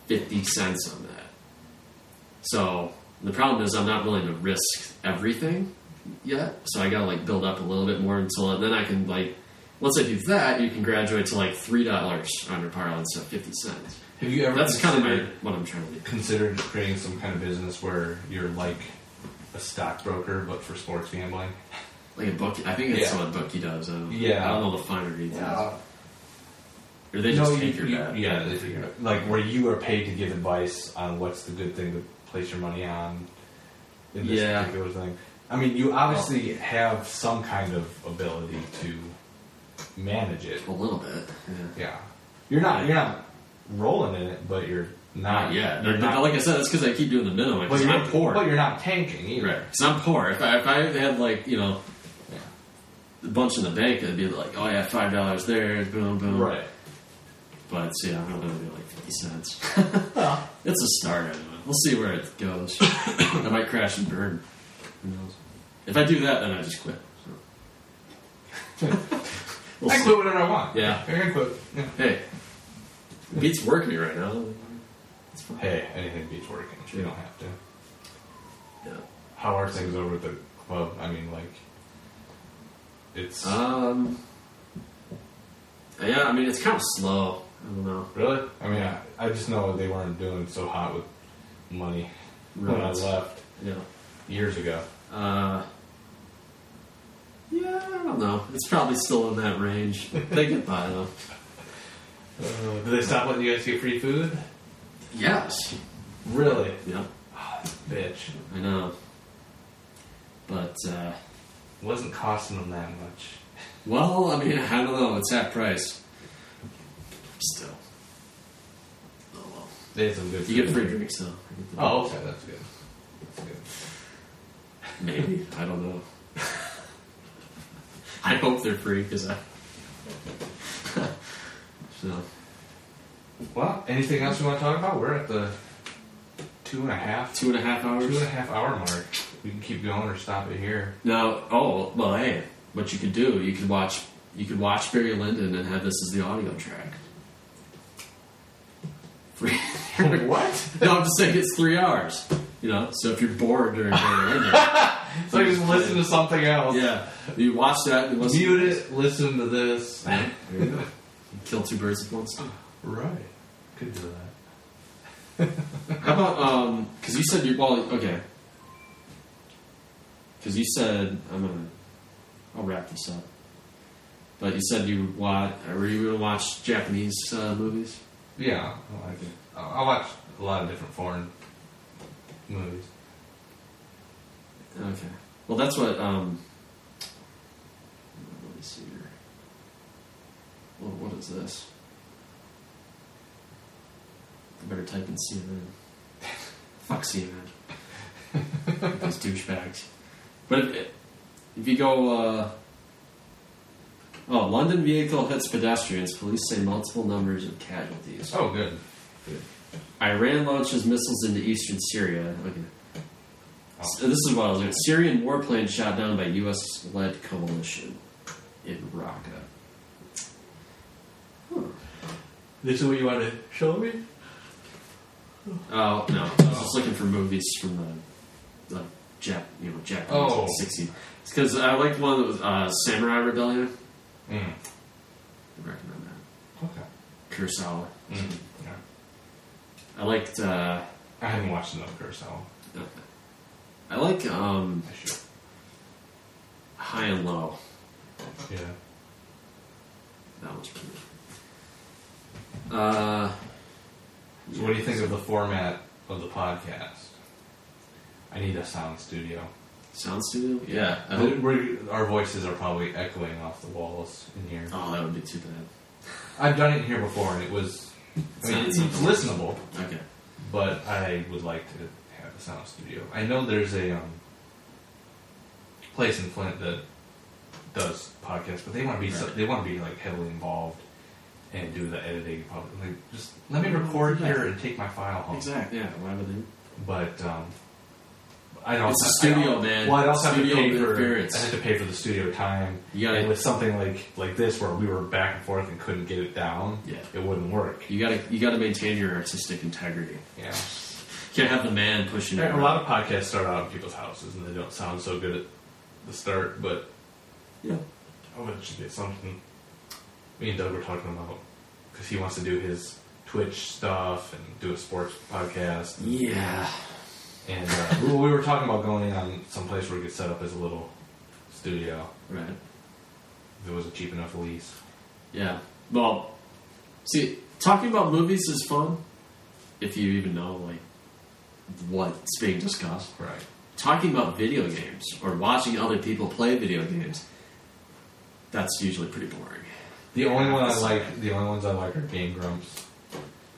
B: fifty cents on that. So the problem is I'm not willing to risk everything yet, so I gotta like build up a little bit more until and then I can like. Once I do that, you can graduate to like three dollars on your parlay instead of fifty cents.
D: have you ever
B: That's kind of my,
D: considered-
B: what I'm trying to do.
D: considered creating some kind of business where you're like a stockbroker but for sports gambling?
B: Like a book, I think that's
D: Yeah.
B: what Bookie does. I don't,
D: Yeah.
B: I don't know the finer details. Or they just take your bet.
D: Yeah, they figure it. like where you are paid to give advice on what's the good thing to place your money on in this
B: Yeah.
D: particular thing. I mean, you obviously have some kind of ability to manage it.
B: A little bit. Yeah.
D: Yeah, you're not you're not rolling in it, but you're not
B: Not yet.
D: You're
B: But
D: not,
B: like I said, that's because I keep doing the minimum.
D: but
B: Because
D: you're
B: I'm poor.
D: But you're not tanking either.
B: Right. Because I'm poor. If I, if I had like you know
D: Yeah.
B: a bunch in the bank, I'd be like, oh yeah, five dollars there, boom, boom.
D: Right.
B: But yeah, I'm gonna do like fifty cents. it's a start anyway. We'll see where it goes. I might crash and burn. Who knows? If I do that, then I just quit. So. We'll
D: I
B: see.
D: quit whatever I want.
B: Yeah.
D: I can quit. Yeah.
B: Hey, it beats working right now. It's fine.
D: Hey, anything beats working. You don't have to.
B: Yeah.
D: How are things over at the club? I mean, like, it's
B: Um. Yeah, I mean it's kind of slow. I don't know.
D: really. I mean, I, I just know they weren't doing so hot with money when I
B: Right.
D: left
B: Yeah.
D: years ago.
B: Uh. Yeah, I don't know. It's probably still in that range. they get by though.
D: Uh, did they stop letting you guys get free food?
B: Yes.
D: Really,
B: Yeah,
D: bitch.
B: I know. But uh,
D: Wasn't costing them that much.
B: well, I mean, I don't know. It's half price. Still. Oh well.
D: They had some good.
B: You get
D: food.
B: free drinks though. I get the-
D: Oh, okay, that's good. That's good.
B: Maybe. I don't know. I hope they're free because I. so,
D: Well, anything else you want to talk about? We're at the two and a half, two
B: two and a half
D: two
B: hours?
D: and a half hour mark. We can keep going or stop it here.
B: No. Oh, well, hey. What you could do, you could watch. You could watch Barry Lyndon and have this as the audio track. Free.
D: what?
B: no, I'm just saying it's three hours. You know, so if you're bored during Barry Lyndon,
D: so I just listen to something else.
B: Yeah, you watch that. You listen
D: Mute it, listen to this.
B: There you go. Kill two birds with one stone.
D: Right. Could do that.
B: How about um? Because you said you well, okay. Because you said I'm gonna, I'll wrap this up. But you said you watch. Were you gonna watch Japanese uh, movies?
D: Yeah, I like it. I I watch a lot of different foreign movies.
B: Okay. Well, that's what. Um, let me see here. Well, what is this? I better type in CNN. Fuck CNN. Those douchebags. But if, if you go. Uh, oh, London vehicle hits pedestrians. Police say multiple numbers of casualties.
D: Oh, good.
B: Iran launches missiles into eastern Syria. Okay. So this is what I was going Syrian warplane shot down by U.S. led coalition in Raqqa.
D: This is what you want to show me?
B: Oh no, I was just looking for movies from the, the Jap, you know, Japanese
D: Oh.
B: sixty. Because I liked one that was uh, Samurai Rebellion.
D: Mm.
B: I recommend that.
D: Okay.
B: Kurosawa.
D: Mm. Yeah.
B: I liked. Uh,
D: I haven't watched enough Kurosawa.
B: I like um,
D: I should.
B: High and Low.
D: Yeah.
B: That was pretty. good. Uh,
D: So, what do you think of the format of the podcast? I need a sound studio.
B: Sound Studio? Yeah. I hope.
D: We're, our voices are probably echoing off the walls in here.
B: Oh, that would be too bad.
D: I've done it here before, and it was. I mean, it's,
B: Sounds-
D: it's listenable,
B: Okay.
D: but I would like to have a sound studio. I know there's a um, place in Flint that does podcasts, but they want to be so,
B: Right.
D: they want to be like heavily involved and do the editing. Probably like, just let me
B: Mm,
D: record here and take my file home.
B: Exactly. Yeah. Why would they?
D: But um, I don't.
B: It's a
D: I don't-
B: studio, man.
D: Well, I'd also have
B: Studio
D: to pay for.
B: interference.
D: I had to pay for the studio time.
B: You gotta-
D: and with something like like this, where we were back and forth and couldn't get it down,
B: Yeah.
D: it wouldn't work.
B: You gotta you gotta maintain your artistic integrity.
D: Yeah.
B: You can't have the man pushing you.
D: A
B: around.
D: lot of podcasts start out in people's houses, and they don't sound so good at the start. But
B: Yeah.
D: I would should get something. Me and Doug were talking about because he wants to do his Twitch stuff and do a sports podcast.
B: Yeah.
D: And uh, we- we were talking about going on someplace where we could set up as a little studio.
B: Right.
D: If it was a cheap enough lease.
B: Yeah. Well, see, talking about movies is fun if you even know like what's being discussed.
D: Right.
B: Talking about video games or watching other people play video games, that's usually pretty boring.
D: The only one I like, the only ones I like are Game Grumps.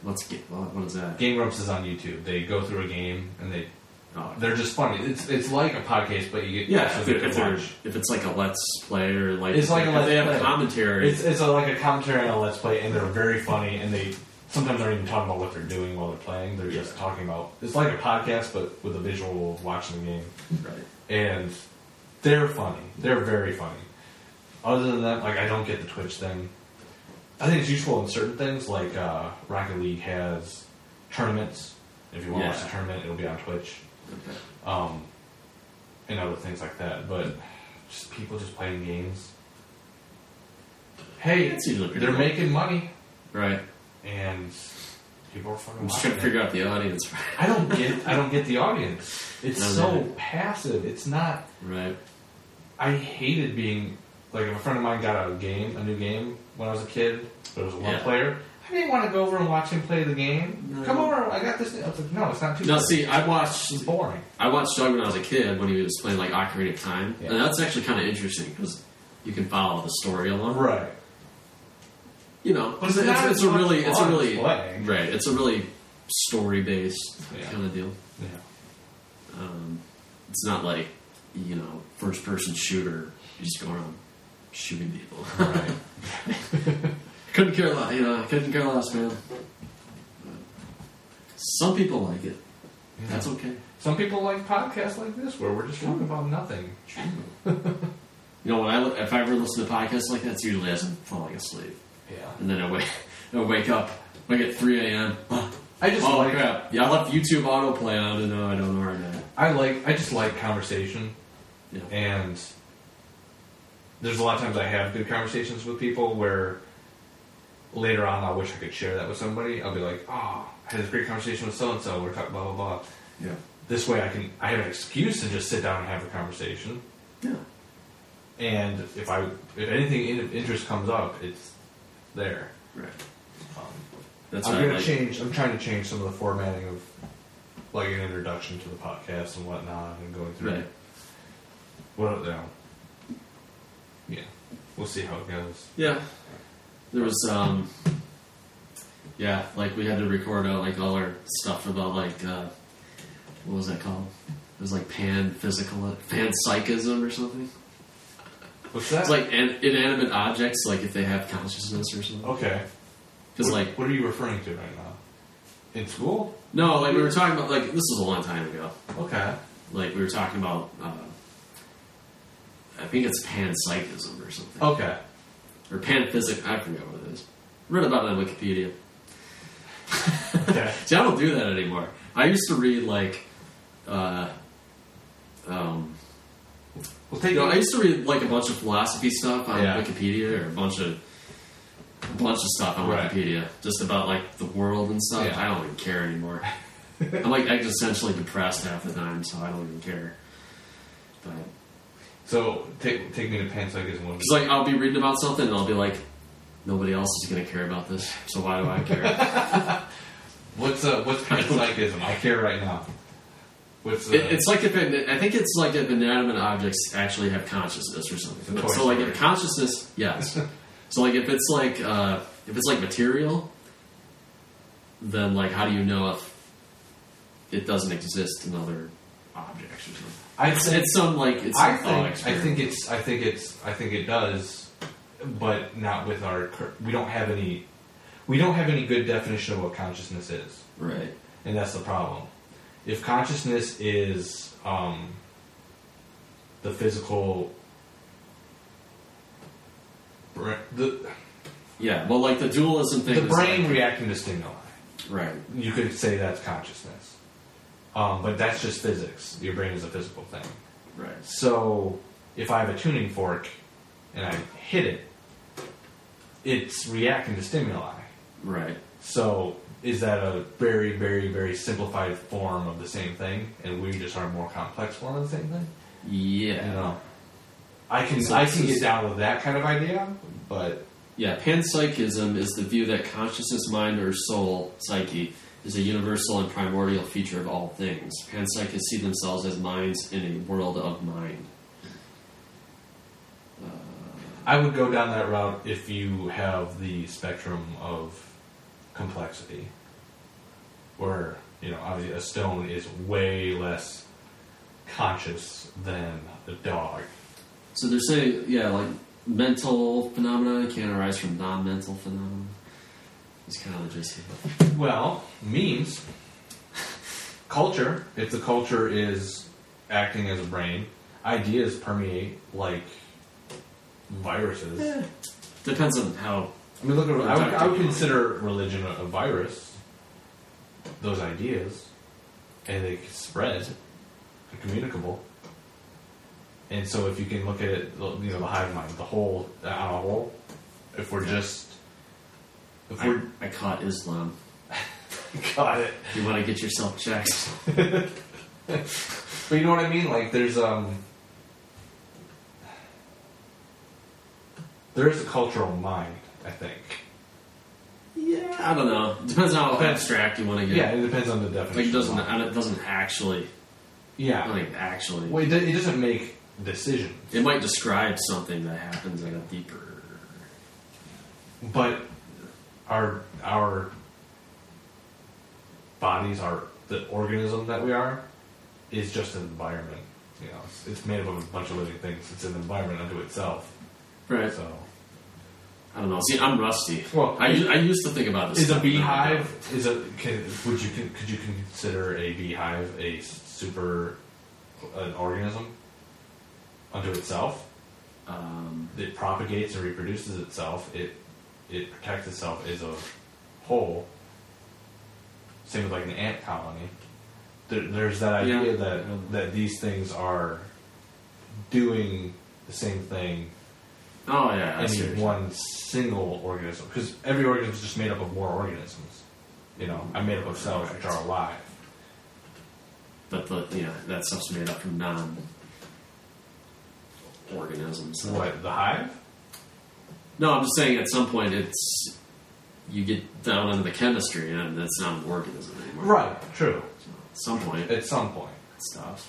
B: Let's get what, what is that?
D: Game Grumps is on YouTube. They go through a game and they
B: Oh,
D: they're just funny. It's it's like a podcast, but you get
B: yeah,
D: so
B: if,
D: they
B: they're-
D: can
B: if, they're-
D: watch.
B: if it's like a let's play or like
D: It's like a
B: if
D: Let's
B: they have
D: Play.
B: commentary,
D: It's it's a, like a commentary on a Let's Play, and they're very funny. And they sometimes aren't even talking about what they're doing while they're playing. They're just
B: Yeah.
D: talking about it's like a podcast, but with a visual of watching the game.
B: right?
D: and they're funny. They're very funny. Other than that, like I don't get the Twitch thing. I think it's useful in certain things, like uh, Rocket League has tournaments. If you want to watch
B: Yeah.
D: the tournament, it'll be on Twitch,
B: Okay.
D: um, and other things like that. But just people just playing games. Hey,
B: That's usually pretty
D: they're
B: cool.
D: making money,
B: Right.
D: and people are fucking.
B: I'm just
D: watching
B: trying
D: it.
B: to figure out the audience.
D: I don't get. I don't get the audience. It's
B: No,
D: so
B: neither.
D: passive. It's not.
B: Right.
D: I hated being like if a friend of mine got a game, a new game when I was a kid, but it was a one
B: Yeah.
D: player. I didn't want to go over and watch him play the game.
B: No.
D: Come over, I got this. I was like, no, it's not too.
B: Now,
D: bad.
B: see, I watched
D: it's boring.
B: I watched Doug when I was a kid when he was playing like Ocarina of Time,
D: Yeah.
B: and that's actually kind of interesting because you can follow the story along.
D: Right.
B: You know,
D: But
B: it's,
D: it's
B: it's,
D: not
B: it's
D: as
B: a
D: much
B: really, it's a
D: fun
B: really
D: as playing.
B: right. It's a really story based
D: Yeah.
B: kind of deal.
D: Yeah.
B: Um, it's not like you know first person shooter. You just go around shooting people.
D: Right.
B: couldn't care less. You know, couldn't care less, man. Some people like it.
D: Yeah.
B: That's okay.
D: Some people like podcasts like this where we're just talking about nothing.
B: You know, when I if I ever listen to podcasts like that, it's usually as I'm falling asleep,
D: Yeah.
B: and then I wake, I wake up like at 3 a.m. Oh,
D: I just like
B: crap! Yeah, I left YouTube autoplay on, and now I don't know where I'm at.
D: I like I just like conversation.
B: Yeah.
D: and there's a lot of times I have good conversations with people where later on I wish I could share that with somebody. I'll be like, oh, I had this great conversation with so and so. We're talking blah blah blah.
B: Yeah.
D: This way I can I have an excuse to just sit down and have a conversation.
B: Yeah.
D: And if I if anything in- of interest comes up, it's there.
B: Right.
D: Um,
B: That's
D: I'm
B: why I
D: gonna
B: like-
D: change. I'm trying to change some of the formatting of like an introduction to the podcast and whatnot, and going through.
B: Right.
D: Well, yeah. Yeah. We'll see how it goes.
B: Yeah. There was um yeah, like we had to record out like all our stuff about like uh what was that called? It was like pan physical pan psychism or something.
D: What's that?
B: It's like an, inanimate objects like if they have consciousness or something.
D: okay.
B: Cuz
D: What-
B: like
D: what are you referring to right now? In school?
B: no, like we were talking about like this was a long time ago.
D: Okay.
B: Like we were talking about uh, I think it's pan psychism or something.
D: Okay.
B: Or panphysic I forget what it is. Read about it on Wikipedia.
D: Okay.
B: See, I don't do that anymore. I used to read like, uh, um,
D: Well,
B: you
D: take
B: know, I
D: it.
B: used to read like a bunch of philosophy stuff on
D: Yeah.
B: Wikipedia or a bunch of a bunch of stuff on
D: Right.
B: Wikipedia, just about like the world and stuff.
D: Yeah.
B: I don't even care anymore. I'm like existentially depressed half the time, so I don't even care. But
D: So take take me to panpsychism. What-
B: it's like I'll be reading about something and I'll be like, nobody else is gonna care about this, so why do I care?
D: What's uh, what's panpsychism? I care right now. What's uh,
B: It, it's like if it, I think it's like if inanimate objects actually have consciousness or something.
D: It's a
B: But- so
D: toy
B: like
D: story.
B: if consciousness, yes. so like if it's like uh, if it's like material, then like how do you know if it doesn't exist in other objects or something?
D: I'd
B: It's,
D: say
B: it's some like it's
D: I
B: some thought
D: think I
B: experiment.
D: think it's I think it's I think it does, but not with our cur- we don't have any we don't have any good definition of what consciousness is,
B: right.
D: and that's the problem. If consciousness is um, the physical, bra- the
B: Yeah. Well, like the dualism thing.
D: the
B: is
D: brain
B: like-
D: reacting to stimuli,
B: right.
D: you could say that's consciousness, um, but that's just physics. Your brain is a physical thing.
B: Right.
D: So if I have a tuning fork and I hit it, it's reacting to stimuli.
B: Right.
D: So is that a very, very, very simplified form of the same thing, and we just are a more complex form of the same thing?
B: Yeah.
D: You know, I can
B: So
D: I
B: this
D: can
B: is-
D: get down with that kind of idea, but
B: Yeah, panpsychism is the view that consciousness, mind, or soul, psyche, is a universal and primordial feature of all things. Panpsychists see themselves as minds in a world of mind.
D: I would go down that route if you have the spectrum of complexity, where you know obviously a stone is way less conscious than a dog.
B: So they're saying, yeah, like mental phenomena can arise from non-mental phenomena. It's kind of logistic.
D: Well, memes, culture. If the culture is acting as a brain, ideas permeate like viruses.
B: Depends on how.
D: I mean, look at I would, I would
B: Doctor.
D: consider religion a, a virus. Those ideas, and they can spread, they're communicable. And so, if you can look at it, the- you know, the hive mind, the whole on a whole, if we're just, if
B: I,
D: we're
B: I caught Islam.
D: got it,
B: You want to get yourself checked?
D: but you know what I mean. Like, there's um, there is a cultural mind. I think.
B: yeah, I don't know. Depends on how
D: Depends.
B: abstract you want to
D: Yeah,
B: get.
D: it depends on the
B: like
D: definition.
B: it doesn't.
D: of mind.
B: It doesn't actually.
D: Yeah.
B: Like actually.
D: Well, it, do- it doesn't make decisions,
B: It might describe something that happens at a deeper.
D: but our our bodies are the organism that we are is just an environment. You know, it's, it's made up of a bunch of living things. It's an environment unto itself.
B: Right.
D: So,
B: I don't know. See, I'm rusty.
D: Well,
B: I, u- I used to think about this.
D: is a
B: stuff, but I don't know.
D: beehive is a can, would you con- could you consider a beehive a s- super an organism unto itself?
B: Um,
D: it propagates and reproduces itself. It it protects itself as a whole. Same with like an ant colony. There, there's that idea
B: Yeah.
D: that that these things are doing the same thing
B: Oh yeah, I
D: any
B: see.
D: one single organism because every organism is just made up of more organisms. You know, I'm made up of cells which are alive.
B: But the yeah, that stuff's made up from non organisms.
D: What the hive?
B: No, I'm just saying at some point it's you get down into the chemistry and that's not an organism anymore.
D: Right. True.
B: At some point it
D: At some point.
B: stops.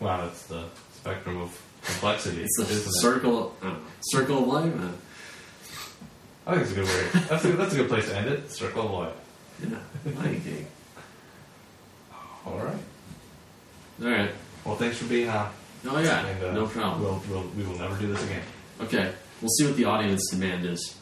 D: Wow, that's the spectrum of complexity.
B: It's the
D: isn't it?
B: circle I don't know, circle of life. Uh,
D: I think it's a good way. That's a, that's a good place to end it. Circle of life.
B: yeah, Lion King.
D: All right.
B: All right.
D: Well, thanks for being on.
B: Oh yeah,
D: And, uh,
B: no problem.
D: We'll, we'll, we will never do this again.
B: Okay, we'll see what the audience demand is.